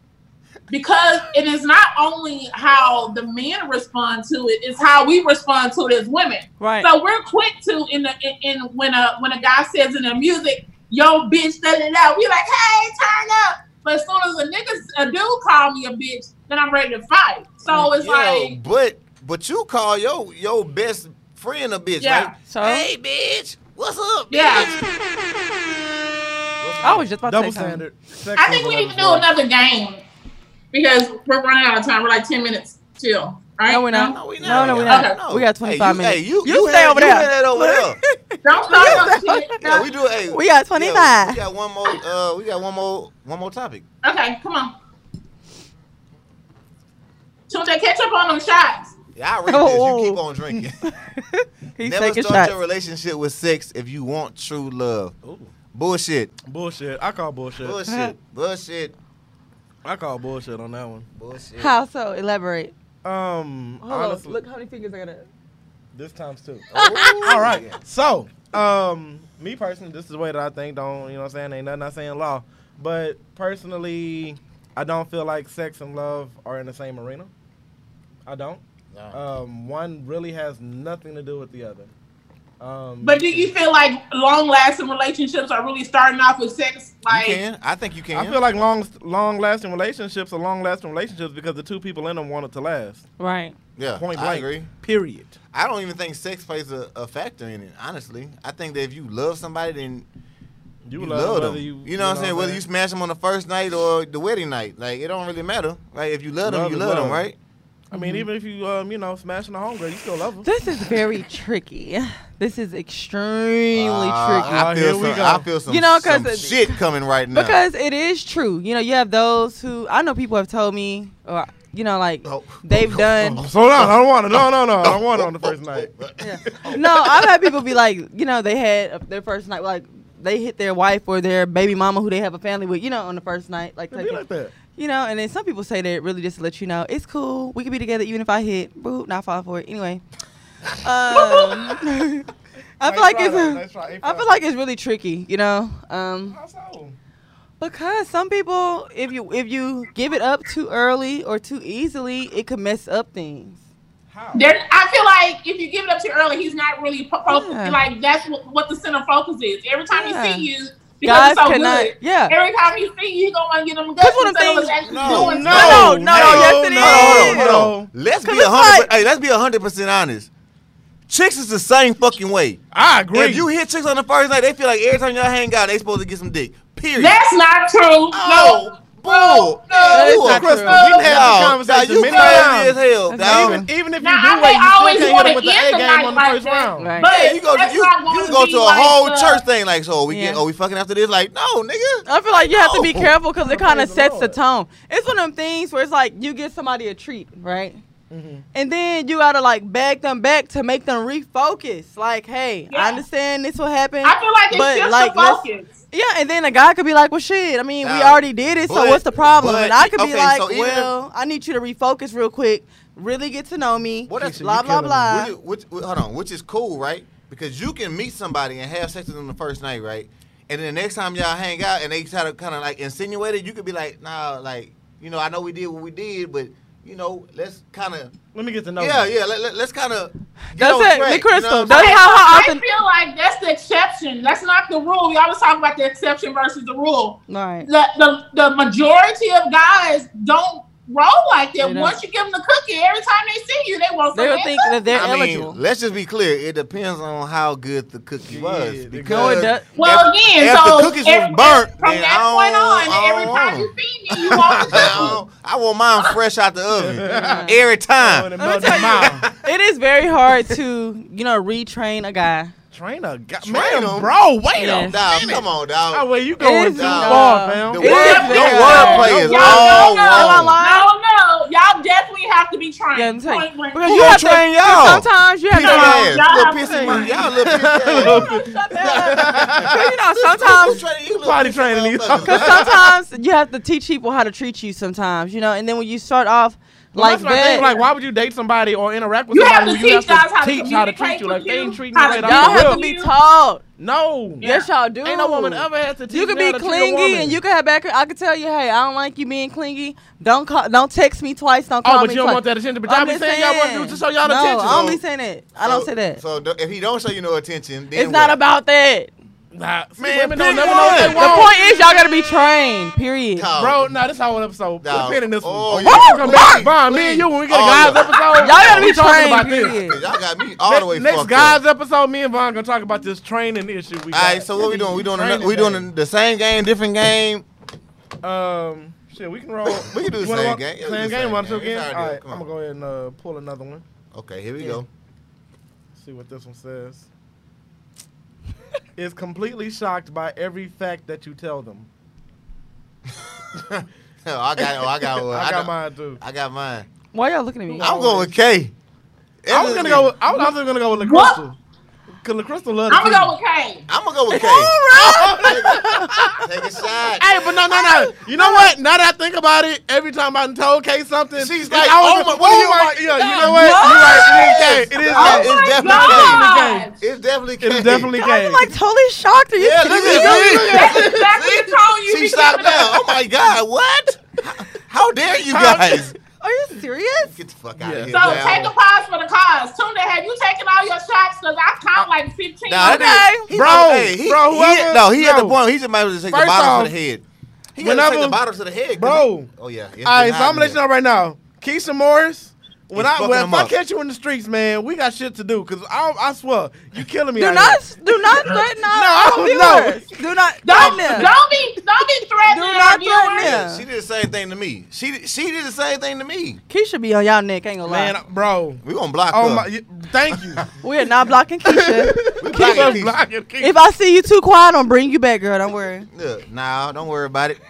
Speaker 3: because it is not only how the men respond to it, it's how we respond to it as women.
Speaker 5: *laughs* Right.
Speaker 3: So we're quick to in the in, in when a when a guy says in the music, "Yo, bitch," da da da. We like, "Hey, turn up!" But as soon as a nigga, a dude call me a bitch, then I'm ready to fight.
Speaker 5: Mm,
Speaker 3: So it's
Speaker 4: Yo,
Speaker 3: like,
Speaker 4: but but you call your your best friend a bitch,
Speaker 3: Yeah.
Speaker 4: right?
Speaker 5: So
Speaker 4: Hey, bitch, what's up?
Speaker 3: yeah.
Speaker 5: I was just about
Speaker 2: Double
Speaker 5: to say something.
Speaker 2: standard. Sex
Speaker 3: I think
Speaker 2: was
Speaker 3: we
Speaker 2: a
Speaker 3: need to do
Speaker 2: double standard.
Speaker 3: another game because we're running out of time. We're like ten minutes still. Right?
Speaker 5: No, we're not.
Speaker 4: No, we
Speaker 5: No,
Speaker 4: not.
Speaker 5: no, we
Speaker 3: not.
Speaker 4: Okay.
Speaker 5: We got
Speaker 4: Hey,
Speaker 5: 25
Speaker 4: you-
Speaker 5: minutes.
Speaker 4: Hey, you,
Speaker 5: You stay
Speaker 4: had-
Speaker 5: over
Speaker 4: you
Speaker 5: there.
Speaker 4: had that over
Speaker 5: *laughs*
Speaker 4: there. *laughs*
Speaker 3: Don't start no shit.
Speaker 4: Yeah, we do. Hey,
Speaker 5: We got
Speaker 4: yeah,
Speaker 5: 25.
Speaker 4: we got one more. Uh, we got one more. One more topic.
Speaker 3: Okay, come on. Soon they catch up on them shots.
Speaker 4: Yeah, I
Speaker 5: *laughs*
Speaker 4: read this.
Speaker 5: Oh.
Speaker 4: You keep on drinking.
Speaker 5: *laughs* He's
Speaker 4: Never
Speaker 5: taking
Speaker 4: start
Speaker 5: shots.
Speaker 4: your relationship with sex if you want true love.
Speaker 2: Ooh.
Speaker 4: Bullshit.
Speaker 2: Bullshit. I call
Speaker 4: *laughs*
Speaker 2: bullshit.
Speaker 4: Bullshit. Bullshit.
Speaker 2: I call bullshit on that one.
Speaker 4: Bullshit.
Speaker 5: How so? Elaborate.
Speaker 2: Um,
Speaker 5: Hold
Speaker 2: honestly,
Speaker 5: on. Look Oh. how many fingers I got. up.
Speaker 2: this
Speaker 5: *laughs*
Speaker 2: time's two.
Speaker 4: Ooh.
Speaker 2: All right. So, um, me personally, this is the way that I think. Don't you know? what I'm saying ain't nothing I say in law, but personally, I don't feel like sex and love are in the same arena. I don't.
Speaker 4: No.
Speaker 2: Um, one really has nothing to do with the other. Um,
Speaker 3: But do you feel like long lasting relationships are really starting off with sex?
Speaker 4: You
Speaker 3: Like,
Speaker 4: can. I think you can.
Speaker 2: I feel like long, long-lasting relationships are long-lasting relationships because the two people in them want it to last.
Speaker 5: Right.
Speaker 4: yeah,
Speaker 2: Point
Speaker 4: I
Speaker 2: blank.
Speaker 4: agree.
Speaker 2: Period.
Speaker 4: I don't even think sex plays a, a factor in it. Honestly, I think that if you love somebody, then you, love,
Speaker 2: whether
Speaker 4: them. You, know what I'm saying? Whether you smash them on the first night or the wedding night, like it don't really matter. Like if you love them,
Speaker 2: Love
Speaker 4: you
Speaker 2: is
Speaker 4: love them,
Speaker 2: love.
Speaker 4: right?
Speaker 2: I mean, even if you, um, you know, smashing a homegirl, you still love them.
Speaker 5: This is very tricky. This is extremely
Speaker 4: Uh,
Speaker 5: tricky.
Speaker 4: I
Speaker 2: Oh,
Speaker 4: feel
Speaker 2: here we
Speaker 4: some.
Speaker 2: go.
Speaker 4: I feel some.
Speaker 5: You know, 'cause
Speaker 4: some
Speaker 5: it-
Speaker 4: shit coming right now. *laughs*
Speaker 5: Because it is true. You know, you have those who I know people have told me or you know, like
Speaker 4: Oh.
Speaker 5: they've *laughs* done
Speaker 2: Slow down. I don't want it. No, no, no. I don't want it on the first *laughs* night.
Speaker 5: Yeah. No, I've had people be like, you know, they had their first night like they hit their wife or their baby mama who they have a family with, you know, on the first night. Like,
Speaker 2: It
Speaker 5: take
Speaker 2: be
Speaker 5: it-
Speaker 2: like that.
Speaker 5: you know, and then some people say that really just to let you know, it's cool. We can be together even if I hit. Boo, not fall for it. Anyway. Um, I feel like it's a, I feel like it's really tricky, you know. Um, because some people, if you if you give it up too early or too easily, it could mess up things.
Speaker 3: there, I feel like if you give it up too early, he's not really po- focused.
Speaker 5: Yeah.
Speaker 3: Like that's what, what the center focus is. Every time
Speaker 5: Yeah.
Speaker 3: he see you, because it's
Speaker 5: Guys
Speaker 3: so
Speaker 5: cannot-
Speaker 3: good.
Speaker 5: yeah.
Speaker 3: Every time he see you, he gonna want to get them guts.
Speaker 5: That's what I'm
Speaker 3: instead of
Speaker 5: thinking.
Speaker 3: actually
Speaker 4: No,
Speaker 3: doing
Speaker 4: no,
Speaker 3: something.
Speaker 5: no, Oh, yes it
Speaker 4: Hold on,
Speaker 5: is.
Speaker 4: hold on. Let's be
Speaker 5: Cause
Speaker 4: a
Speaker 5: it's
Speaker 4: hundred.
Speaker 5: like-
Speaker 4: Hey, let's be a hundred percent honest. Chicks is the same fucking way.
Speaker 2: I agree.
Speaker 4: If you hit chicks on the first night, they feel like every time y'all hang out, they supposed to get some dick. Period.
Speaker 3: That's not true.
Speaker 4: oh, bull.
Speaker 3: no,
Speaker 4: You
Speaker 2: no,
Speaker 4: a-
Speaker 2: Crystal,
Speaker 4: no,
Speaker 2: we've had this
Speaker 4: no,
Speaker 2: conversation
Speaker 4: You
Speaker 2: many
Speaker 4: crazy as
Speaker 2: times.
Speaker 4: hell,
Speaker 5: That's
Speaker 4: dog.
Speaker 2: even, even if you
Speaker 3: Nah,
Speaker 2: do
Speaker 3: they
Speaker 2: wait, you
Speaker 3: always
Speaker 2: still can't
Speaker 3: wanna
Speaker 2: hit 'em with the
Speaker 3: end
Speaker 2: A
Speaker 3: the
Speaker 2: game
Speaker 3: night
Speaker 2: on the
Speaker 3: like
Speaker 2: first
Speaker 3: that.
Speaker 2: round.
Speaker 5: Right.
Speaker 3: But
Speaker 4: Yeah, you go,
Speaker 3: that's
Speaker 4: you,
Speaker 3: not gonna
Speaker 4: you go
Speaker 3: be
Speaker 4: to a
Speaker 3: like
Speaker 4: whole
Speaker 3: the-
Speaker 4: church thing like, so we
Speaker 5: Yeah.
Speaker 4: get, oh, we fucking after this? Like, no, nigga.
Speaker 5: I feel like you have to be
Speaker 4: No.
Speaker 5: careful because it
Speaker 2: Praise
Speaker 5: kind of
Speaker 2: the
Speaker 5: sets the
Speaker 2: Lord.
Speaker 5: tone. It's one of them things where it's like you give somebody a treat, right?
Speaker 4: Mm-hmm.
Speaker 5: And then you gotta like beg them back to make them refocus. Like, hey,
Speaker 3: Yeah.
Speaker 5: I understand this will happen.
Speaker 3: I feel like it's
Speaker 5: But,
Speaker 3: just
Speaker 5: like,
Speaker 3: the
Speaker 5: let's-
Speaker 3: focus.
Speaker 5: yeah, and then a guy could be like, well, shit. I mean, we
Speaker 4: Now,
Speaker 5: already did it, so
Speaker 4: but-
Speaker 5: what's the problem?
Speaker 4: but-
Speaker 5: and I could be
Speaker 4: okay,
Speaker 5: like,
Speaker 4: so even if-
Speaker 5: well, I need you to refocus real quick, really get to know me,
Speaker 4: What if-
Speaker 5: blah blah
Speaker 2: you killing me.
Speaker 5: blah.
Speaker 4: Which, which, which- hold on, which is cool, right? Because you can meet somebody and have sex with them the first night, right? And then the next time y'all hang out and they try to kind of like insinuate it, you could be like, nah, like, you know, I know we did what we did, but, you know, let's kind of,
Speaker 2: Let me get to know.
Speaker 4: yeah,
Speaker 2: you.
Speaker 4: yeah, let, let, us kind of.
Speaker 5: That's it, Nick Crystal, that's-
Speaker 3: Okay,
Speaker 5: how
Speaker 3: so
Speaker 5: I
Speaker 3: I
Speaker 5: often-
Speaker 3: feel like that's the exception. That's not the rule. We always talk about the exception versus the rule.
Speaker 5: Right.
Speaker 3: The the, the majority of guys don't roll like
Speaker 5: They
Speaker 3: that.
Speaker 5: don't.
Speaker 3: Once you give them the cookie, every time they see you, they want
Speaker 5: They
Speaker 3: some
Speaker 5: would think that they're
Speaker 4: I mean,
Speaker 5: eligible.
Speaker 4: let's just be clear. It depends on how good the cookie
Speaker 2: Yeah,
Speaker 4: was.
Speaker 2: it
Speaker 5: no,
Speaker 4: Because
Speaker 5: it does.
Speaker 3: Well,
Speaker 4: if-
Speaker 3: again,
Speaker 4: if
Speaker 3: so
Speaker 4: the cookies
Speaker 3: every-
Speaker 4: was burnt,
Speaker 3: from
Speaker 4: then
Speaker 3: that
Speaker 4: I
Speaker 3: point
Speaker 4: don't- I
Speaker 3: on, every
Speaker 4: don't
Speaker 3: time you
Speaker 4: want
Speaker 3: feed me, you
Speaker 4: *laughs*
Speaker 3: want the
Speaker 4: I,
Speaker 3: cookie.
Speaker 4: want- *laughs* I want mine fresh out the oven every
Speaker 2: I wanna
Speaker 4: time.
Speaker 2: melt
Speaker 5: tell *laughs*
Speaker 2: your
Speaker 5: you.
Speaker 2: mouth.
Speaker 5: it is very hard to, you know, retrain a guy
Speaker 2: Train a guy.
Speaker 4: Train
Speaker 2: man,
Speaker 4: him.
Speaker 2: bro, wait
Speaker 5: Yeah.
Speaker 2: a
Speaker 4: Dog,
Speaker 2: minute.
Speaker 4: come on, dog.
Speaker 2: Oh, well, you going
Speaker 5: It's
Speaker 2: too
Speaker 5: dog.
Speaker 2: far, fam.
Speaker 4: The
Speaker 5: It's
Speaker 4: word, the
Speaker 5: bad.
Speaker 4: wordplay is
Speaker 3: Y'all
Speaker 4: all
Speaker 3: don't know.
Speaker 4: wrong.
Speaker 3: No, no, y'all definitely have to be trying.
Speaker 5: Yeah, I'm telling
Speaker 3: Point blank.
Speaker 5: because
Speaker 1: Who
Speaker 5: you
Speaker 1: gonna
Speaker 5: have to-
Speaker 1: train y'all?
Speaker 5: Sometimes you have
Speaker 4: Pissy
Speaker 3: No,
Speaker 5: to.
Speaker 4: ass,
Speaker 3: y'all
Speaker 4: little
Speaker 3: have
Speaker 4: pissy,
Speaker 3: to-
Speaker 4: mouth. y'all little pissy. ass.
Speaker 5: *laughs* Shut
Speaker 2: *laughs*
Speaker 5: the hell up. 'Cause, you know, sometimes
Speaker 4: Train- you little
Speaker 2: Potty
Speaker 4: pissy
Speaker 2: training these
Speaker 4: motherfuckers,
Speaker 2: hoes.
Speaker 5: Because *laughs* sometimes you have to teach people how to treat you sometimes, you know, and then when you start off
Speaker 2: Well,
Speaker 5: like
Speaker 2: that's my thing,
Speaker 5: that,
Speaker 2: Like, why would you date somebody or interact with
Speaker 3: You have
Speaker 2: somebody
Speaker 3: to
Speaker 2: who you
Speaker 3: teach guys how
Speaker 2: have
Speaker 3: to
Speaker 2: to teach how to treat
Speaker 3: communicate
Speaker 2: you? Like,
Speaker 3: with
Speaker 2: they
Speaker 3: you,
Speaker 2: ain't treating
Speaker 3: how
Speaker 2: you
Speaker 3: to
Speaker 2: right.
Speaker 3: deal
Speaker 5: y'all
Speaker 2: I'm
Speaker 5: have
Speaker 2: for
Speaker 5: to
Speaker 2: real.
Speaker 5: be
Speaker 3: you.
Speaker 5: taught.
Speaker 2: No.
Speaker 5: Yes, y'all do.
Speaker 2: Ain't no woman ever has to teach
Speaker 5: You can
Speaker 2: me
Speaker 5: be
Speaker 2: how to treat a woman.
Speaker 5: clingy, and you can have back. I can tell you, hey, I don't like you being clingy. Don't call, don't text me twice. Don't call
Speaker 2: Oh, but
Speaker 5: me
Speaker 2: you don't
Speaker 5: twice.
Speaker 2: want that attention. But
Speaker 5: I'm
Speaker 2: y'all be
Speaker 5: just
Speaker 2: saying y'all want to do it to show y'all
Speaker 5: no,
Speaker 2: attention.
Speaker 5: I don't be saying that. I don't say that.
Speaker 4: So th- if he don't show you no attention, then
Speaker 5: it's not
Speaker 4: what?
Speaker 5: about that.
Speaker 2: Nah, see,
Speaker 4: Man,
Speaker 2: women don't
Speaker 4: pick
Speaker 2: never know what they
Speaker 4: one.
Speaker 5: The
Speaker 2: want.
Speaker 5: point is, y'all gotta be trained. Period.
Speaker 4: Dog.
Speaker 2: Bro, nah, this whole episode.
Speaker 4: Dog.
Speaker 2: We're pinning this
Speaker 4: Oh,
Speaker 2: one.
Speaker 4: yeah.
Speaker 2: We're gonna
Speaker 4: Please,
Speaker 2: be Brian, me
Speaker 4: please.
Speaker 2: and you when we get a
Speaker 4: Oh,
Speaker 2: guys
Speaker 4: yeah.
Speaker 2: episode.
Speaker 5: Y'all gotta
Speaker 2: we
Speaker 5: be
Speaker 2: talking
Speaker 5: trained.
Speaker 2: about
Speaker 5: period.
Speaker 2: this.
Speaker 4: Y'all got me all the way
Speaker 2: next
Speaker 4: fucked
Speaker 2: guys
Speaker 4: up.
Speaker 2: episode, me and Vaughn gonna talk about this training issue. We
Speaker 4: All right,
Speaker 2: got.
Speaker 4: so what we doing? We doing
Speaker 2: Training
Speaker 4: another, we
Speaker 2: day.
Speaker 4: doing the same game, different game.
Speaker 2: Um, shit, we can roll.
Speaker 4: We can do the
Speaker 2: You wanna
Speaker 4: same
Speaker 2: roll-
Speaker 4: game. Yeah, we
Speaker 2: Same
Speaker 4: do the
Speaker 2: game,
Speaker 4: same
Speaker 2: one two
Speaker 4: game. It's already
Speaker 2: again. All
Speaker 4: up.
Speaker 2: right, I'm
Speaker 4: Come
Speaker 2: gonna
Speaker 4: on.
Speaker 2: go ahead and uh, pull another one.
Speaker 4: Okay, here we go. *laughs*
Speaker 2: See what this one says. Is completely shocked by every fact that you tell them.
Speaker 4: Oh, I got oh, I got one.
Speaker 2: *laughs* I got
Speaker 4: know-
Speaker 2: mine too.
Speaker 4: I got mine.
Speaker 5: Why y'all looking at me?
Speaker 4: I'm going with K.
Speaker 2: I was gonna go. With, I was also gonna go with
Speaker 3: What?
Speaker 2: LaCrystal. Cause LaCrystal loves.
Speaker 3: I'm gonna go with Kay.
Speaker 4: I'm gonna
Speaker 2: *laughs*
Speaker 4: go with K. Alright. Take a shot.
Speaker 2: Hey, but no, no, no. You know what? Now that I think about it, every time I told Kay something,
Speaker 4: She's
Speaker 2: it's
Speaker 4: like,
Speaker 2: always-
Speaker 4: oh my- what are you
Speaker 2: oh
Speaker 4: like-
Speaker 2: Yeah, you know what? You're right. It is Kay. It is
Speaker 4: Oh
Speaker 2: Kay.
Speaker 4: my
Speaker 2: It's definitely
Speaker 3: God.
Speaker 2: Kay.
Speaker 4: It's definitely K.
Speaker 2: It's definitely
Speaker 5: Y'all
Speaker 2: Kay.
Speaker 5: look like totally shocked. Are you
Speaker 4: Yeah, look at
Speaker 5: kidding me?
Speaker 4: that.
Speaker 3: That's
Speaker 4: *laughs*
Speaker 3: exactly the tone you
Speaker 4: She
Speaker 3: be
Speaker 4: stopped
Speaker 3: giving us.
Speaker 4: now. Oh my God, what? How- How dare you guys?
Speaker 5: Are you serious?
Speaker 4: Get the fuck out of here.
Speaker 3: So
Speaker 4: pal.
Speaker 3: take a pause for the cause. Tunde, have you taken all your shots? Cause I count like 15.
Speaker 4: Nah,
Speaker 5: Okay.
Speaker 4: that nigga- he-
Speaker 2: Bro,
Speaker 4: hey, he-
Speaker 2: bro,
Speaker 4: he-
Speaker 2: whoever-
Speaker 4: no, he at the
Speaker 2: no.
Speaker 4: point. He just might as well take the
Speaker 2: First
Speaker 4: bottle to
Speaker 2: off,
Speaker 4: the head. He gotta take
Speaker 2: whenever-
Speaker 4: the bottle to the head, 'cause
Speaker 2: Bro.
Speaker 4: he- Oh yeah.
Speaker 2: All right, so I'm gonna let you know right now, Keisha Morris. When
Speaker 4: He's
Speaker 2: I
Speaker 4: fucking
Speaker 2: when if
Speaker 4: him
Speaker 2: I
Speaker 4: up.
Speaker 2: catch you in the streets, man, we got shit to do. Cause I I swear you killing me.
Speaker 5: Do
Speaker 2: out here.
Speaker 5: not, do not threaten our
Speaker 2: No,
Speaker 5: our
Speaker 2: I don't know.
Speaker 5: viewers. Do not
Speaker 3: Don't,
Speaker 5: threaten them.
Speaker 3: don't be, don't be
Speaker 5: Do
Speaker 3: threatening.
Speaker 5: not
Speaker 3: our
Speaker 5: threaten
Speaker 3: viewers.
Speaker 5: them.
Speaker 4: She did the same thing to me. She did- she did the same thing to me.
Speaker 5: Keisha be on y'all neck, ain't gonna lie.
Speaker 2: man, bro.
Speaker 4: We gonna block
Speaker 2: Oh
Speaker 4: her.
Speaker 2: my, y- thank you.
Speaker 5: we are not blocking Keisha.
Speaker 4: *laughs* we blocking
Speaker 2: Keisha
Speaker 4: Keisha.
Speaker 2: blocking Keisha.
Speaker 5: if I see you too quiet, I'm bring you back, girl.
Speaker 4: *laughs*
Speaker 5: Don't worry.
Speaker 4: Look, nah, don't worry about it.
Speaker 2: *laughs*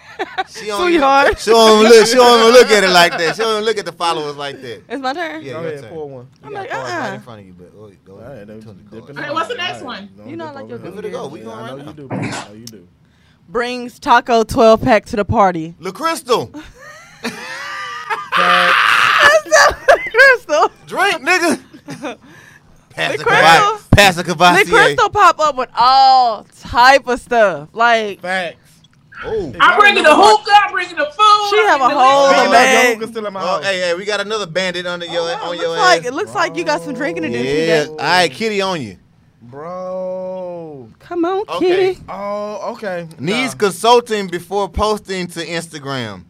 Speaker 4: She don't *laughs*
Speaker 5: Sweetheart.
Speaker 4: She don't even look. She don't even look at it like that. She don't even look at the followers like
Speaker 2: *laughs*
Speaker 4: that.
Speaker 5: It's my turn.
Speaker 4: Yeah, *laughs*
Speaker 2: Go
Speaker 4: your
Speaker 2: ahead,
Speaker 4: turn.
Speaker 2: pour one.
Speaker 4: You
Speaker 5: I'm like,
Speaker 4: got cards right
Speaker 5: uh-uh.
Speaker 4: in front of you, but oh, go
Speaker 2: All right,
Speaker 4: ahead.
Speaker 2: then
Speaker 4: Turn the
Speaker 2: dip in
Speaker 4: cards.
Speaker 2: the
Speaker 3: Alright, what's the
Speaker 2: bottle.
Speaker 3: next
Speaker 2: Alright,
Speaker 3: one?
Speaker 2: don't
Speaker 5: You know I
Speaker 2: dip
Speaker 5: like
Speaker 2: over
Speaker 5: your
Speaker 2: here.
Speaker 5: good
Speaker 4: Good to go. We
Speaker 2: Yeah,
Speaker 4: going
Speaker 2: I
Speaker 4: right
Speaker 2: know
Speaker 4: now.
Speaker 2: you do. I know you do.
Speaker 5: Brings taco 12 pack to the party. *laughs*
Speaker 4: LaCrystal,
Speaker 5: Crystal.
Speaker 4: drink, nigga. *laughs* Pass the
Speaker 5: LaCrystal.
Speaker 4: Cabac- Pass the
Speaker 5: The
Speaker 4: Cabassier.
Speaker 5: Crystal pop up with all type of stuff. Like
Speaker 2: Facts.
Speaker 4: Oh.
Speaker 3: I'm bringing the hookah. I'm bringing the food.
Speaker 5: She
Speaker 3: I'm
Speaker 5: have a
Speaker 3: bringing the
Speaker 5: whole-
Speaker 2: Speaking of,
Speaker 5: man.
Speaker 2: Yoga still in my
Speaker 4: Oh,
Speaker 2: house.
Speaker 4: hey, hey, we got another bandit under your
Speaker 5: wow,
Speaker 4: on
Speaker 5: looks
Speaker 4: your
Speaker 5: like
Speaker 4: ass.
Speaker 5: Oh, it looks like you got some drinking to do
Speaker 4: yeah.
Speaker 5: today.
Speaker 4: All right, kitty on you.
Speaker 2: Bro.
Speaker 5: Come on,
Speaker 4: Okay.
Speaker 5: kitty.
Speaker 2: Oh, okay.
Speaker 4: Needs
Speaker 2: Nah.
Speaker 4: consulting before posting to
Speaker 5: *laughs*
Speaker 4: Instagram.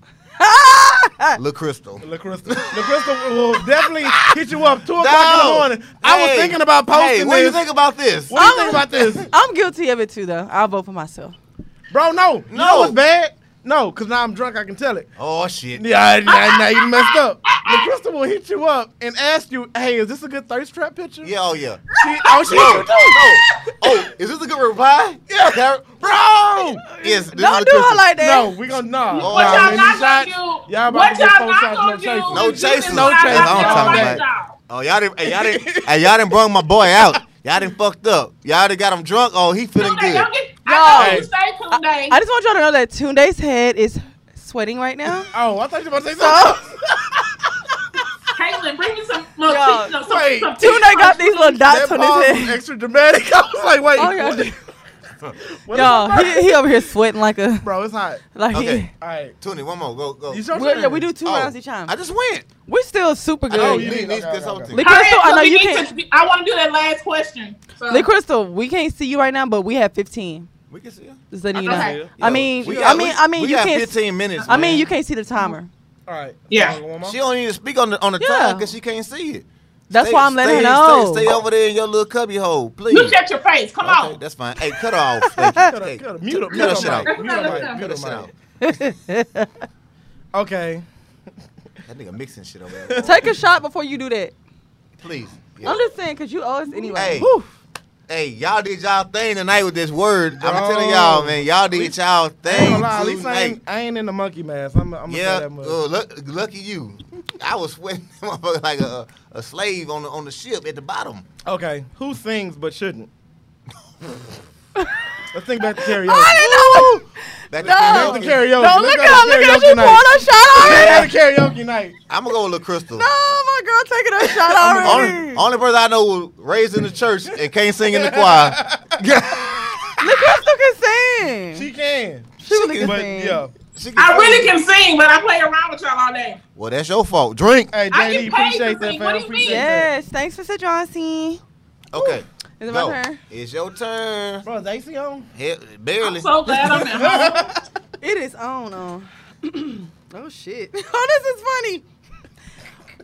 Speaker 4: LaCrystal.
Speaker 2: LaCrystal. LaCrystal will definitely hit you up two o'clock in the
Speaker 4: No.
Speaker 2: morning. I was
Speaker 4: Hey,
Speaker 2: thinking about
Speaker 4: Hey,
Speaker 2: posting
Speaker 4: what do you
Speaker 2: this.
Speaker 4: think about this?
Speaker 2: What do you think about this?
Speaker 5: *laughs* I'm guilty of it too, though. I'll vote for myself.
Speaker 2: Bro, no. No. You know
Speaker 4: No.
Speaker 2: what's bad? No, because now I'm drunk. I can tell it.
Speaker 4: Oh shit.
Speaker 2: Yeah, I- I- now you messed up. LaCrystal will hit you up and ask you, hey, is this a good thirst trap picture?
Speaker 4: Yeah, oh
Speaker 5: *laughs*
Speaker 4: yeah.
Speaker 2: She, oh, she
Speaker 4: No, no. Oh, is this a good reply? Yeah. bro. Yes. This is
Speaker 5: Don't do her
Speaker 4: LaCrystal.
Speaker 5: like that.
Speaker 2: No, we gonna nah.
Speaker 4: Oh,
Speaker 3: What
Speaker 2: nah,
Speaker 4: Nah,
Speaker 3: y'all
Speaker 2: man,
Speaker 3: not gonna
Speaker 2: shots-
Speaker 3: do?
Speaker 2: Y'all about
Speaker 3: what
Speaker 2: to get
Speaker 3: y'all
Speaker 2: four
Speaker 3: not
Speaker 2: shots,
Speaker 3: gonna
Speaker 2: no
Speaker 3: do?
Speaker 2: chasing.
Speaker 4: No
Speaker 3: is this
Speaker 4: chasing.
Speaker 3: is
Speaker 4: No
Speaker 3: not
Speaker 4: chasing. Oh,
Speaker 3: like
Speaker 4: I'm
Speaker 3: y'all
Speaker 4: talking
Speaker 3: right
Speaker 4: about-
Speaker 3: now.
Speaker 4: Oh, y'all didn't. Hey, y'all didn't. *laughs* hey, y'all didn't brung my boy out. Y'all didn't fucked up. Y'all done got him drunk. Oh, he feeling
Speaker 3: Tunde,
Speaker 4: good.
Speaker 3: don't get. I know
Speaker 5: Yo.
Speaker 3: you say Tunde.
Speaker 5: I just want y'all to know that Tunde's head is sweating right now.
Speaker 2: Oh, I thought you were about to say something.
Speaker 3: Caitlin, bring
Speaker 5: *laughs*
Speaker 3: me some. No,
Speaker 5: Yo.
Speaker 3: tea- no, some,
Speaker 2: Wait,
Speaker 3: some tea.
Speaker 5: Tunde got these little
Speaker 2: That
Speaker 5: dots on
Speaker 2: pause
Speaker 5: his
Speaker 2: was
Speaker 5: head.
Speaker 2: extra dramatic. *laughs* I was like, wait.
Speaker 5: Oh, yeah.
Speaker 2: what? *laughs*
Speaker 3: *laughs*
Speaker 2: What is
Speaker 5: Y'all,
Speaker 2: that?
Speaker 5: he, he over here sweating like a
Speaker 2: Bro, it's hot.
Speaker 5: like. *laughs*
Speaker 4: Okay.
Speaker 2: All right.
Speaker 4: Tony, one more. Go, go.
Speaker 2: You
Speaker 5: He,
Speaker 2: sure?
Speaker 5: we yeah, we do two
Speaker 4: Oh,
Speaker 5: rounds each time.
Speaker 4: I just went.
Speaker 5: We're still super good.
Speaker 4: I
Speaker 2: Oh,
Speaker 4: don't
Speaker 2: you
Speaker 4: need
Speaker 2: need-
Speaker 4: needs
Speaker 2: okay, okay,
Speaker 4: consulting.
Speaker 5: okay.
Speaker 3: Hurry
Speaker 5: Crystal,
Speaker 3: up,
Speaker 5: I
Speaker 3: so
Speaker 5: know
Speaker 3: we
Speaker 5: you
Speaker 3: need
Speaker 5: can't-
Speaker 3: to- I want to do that last question. So,
Speaker 5: Lee Crystal, we can't see you right now, but we have 15.
Speaker 4: We can see you.
Speaker 5: Just letting you know.
Speaker 3: Okay.
Speaker 5: I mean,
Speaker 4: We
Speaker 5: I
Speaker 4: got-
Speaker 5: mean,
Speaker 4: we-
Speaker 5: I mean,
Speaker 4: we
Speaker 5: you
Speaker 4: got
Speaker 5: can't.
Speaker 4: 15 minutes.
Speaker 5: I mean,
Speaker 4: man.
Speaker 5: you can't see the timer.
Speaker 2: All right.
Speaker 3: Yeah.
Speaker 2: Y'all want one more?
Speaker 4: She don't need to speak on the on the
Speaker 5: Yeah.
Speaker 4: time because she can't see it.
Speaker 5: That's
Speaker 4: Stay-
Speaker 5: why I'm letting
Speaker 4: stay,
Speaker 5: her know.
Speaker 4: Stay, stay over there in your little cubby hole, please.
Speaker 3: you shut your face. Come
Speaker 4: okay,
Speaker 3: on.
Speaker 4: that's fine. Hey, cut her off. Thank you.
Speaker 2: *laughs* Cut
Speaker 4: Hey,
Speaker 2: her- cut her- Mute her.
Speaker 4: cut her shit
Speaker 2: mic,
Speaker 4: out.
Speaker 2: Mute her mic,
Speaker 3: Cut
Speaker 4: Cut
Speaker 2: mute
Speaker 4: her
Speaker 2: her
Speaker 4: shit out.
Speaker 2: mic. Okay.
Speaker 4: That nigga mixing shit over there.
Speaker 5: Take a shot before you do that.
Speaker 4: please. Yeah.
Speaker 5: I'm just saying, cause you owe us anyway.
Speaker 4: Hey.
Speaker 5: Whew.
Speaker 4: Hey, y'all did y'all thing tonight with this word. I'm telling y'all, man, y'all did y'all
Speaker 2: I ain't
Speaker 4: thing
Speaker 2: gonna lie, at least I
Speaker 4: tonight.
Speaker 2: ain't, I ain't in the monkey mask. I'm, I'm gonna say
Speaker 4: Yeah,
Speaker 2: that much.
Speaker 4: uh, luck, lucky you. I was sweating, *laughs* motherfucker, like a a slave on the on the ship at the bottom.
Speaker 2: Okay, who sings but shouldn't? Let's think back to karaoke.
Speaker 5: I didn't know.
Speaker 4: Back to
Speaker 5: No.
Speaker 2: Back to karaoke.
Speaker 5: Don't
Speaker 2: Let's
Speaker 5: look
Speaker 2: go
Speaker 5: at
Speaker 2: to
Speaker 5: her. Look at her. She's
Speaker 2: karaoke night.
Speaker 5: pulling a shot already.
Speaker 2: Let's go to karaoke night.
Speaker 4: I'm gonna go with Lil Crystal.
Speaker 5: No, my girl taking a shot already.
Speaker 4: Only, only person I know was raised in the church and can't sing in the choir.
Speaker 5: Look, Crystal can sing.
Speaker 2: She can.
Speaker 5: She really can
Speaker 2: But
Speaker 5: sing.
Speaker 2: yeah.
Speaker 4: She can-
Speaker 3: I really can sing, but I play around with y'all all day.
Speaker 4: Well, that's your fault. Drink.
Speaker 2: Hey,
Speaker 3: I get
Speaker 2: JD,
Speaker 3: paid
Speaker 2: appreciate
Speaker 3: to
Speaker 2: that,
Speaker 3: sing.
Speaker 2: fam.
Speaker 3: What do you
Speaker 2: Appreciate
Speaker 3: mean?
Speaker 2: that.
Speaker 5: Yes, thanks, Mr. Johnson.
Speaker 4: Okay.
Speaker 5: Is it
Speaker 4: Go.
Speaker 5: my turn?
Speaker 4: It's your turn.
Speaker 2: Bro, is
Speaker 4: *laughs*
Speaker 2: AC on?
Speaker 4: Hell,
Speaker 3: I'm
Speaker 4: barely. *laughs*
Speaker 3: so glad I'm at home.
Speaker 5: It is on. on. *clears throat* oh shit! *laughs* Oh, this is funny.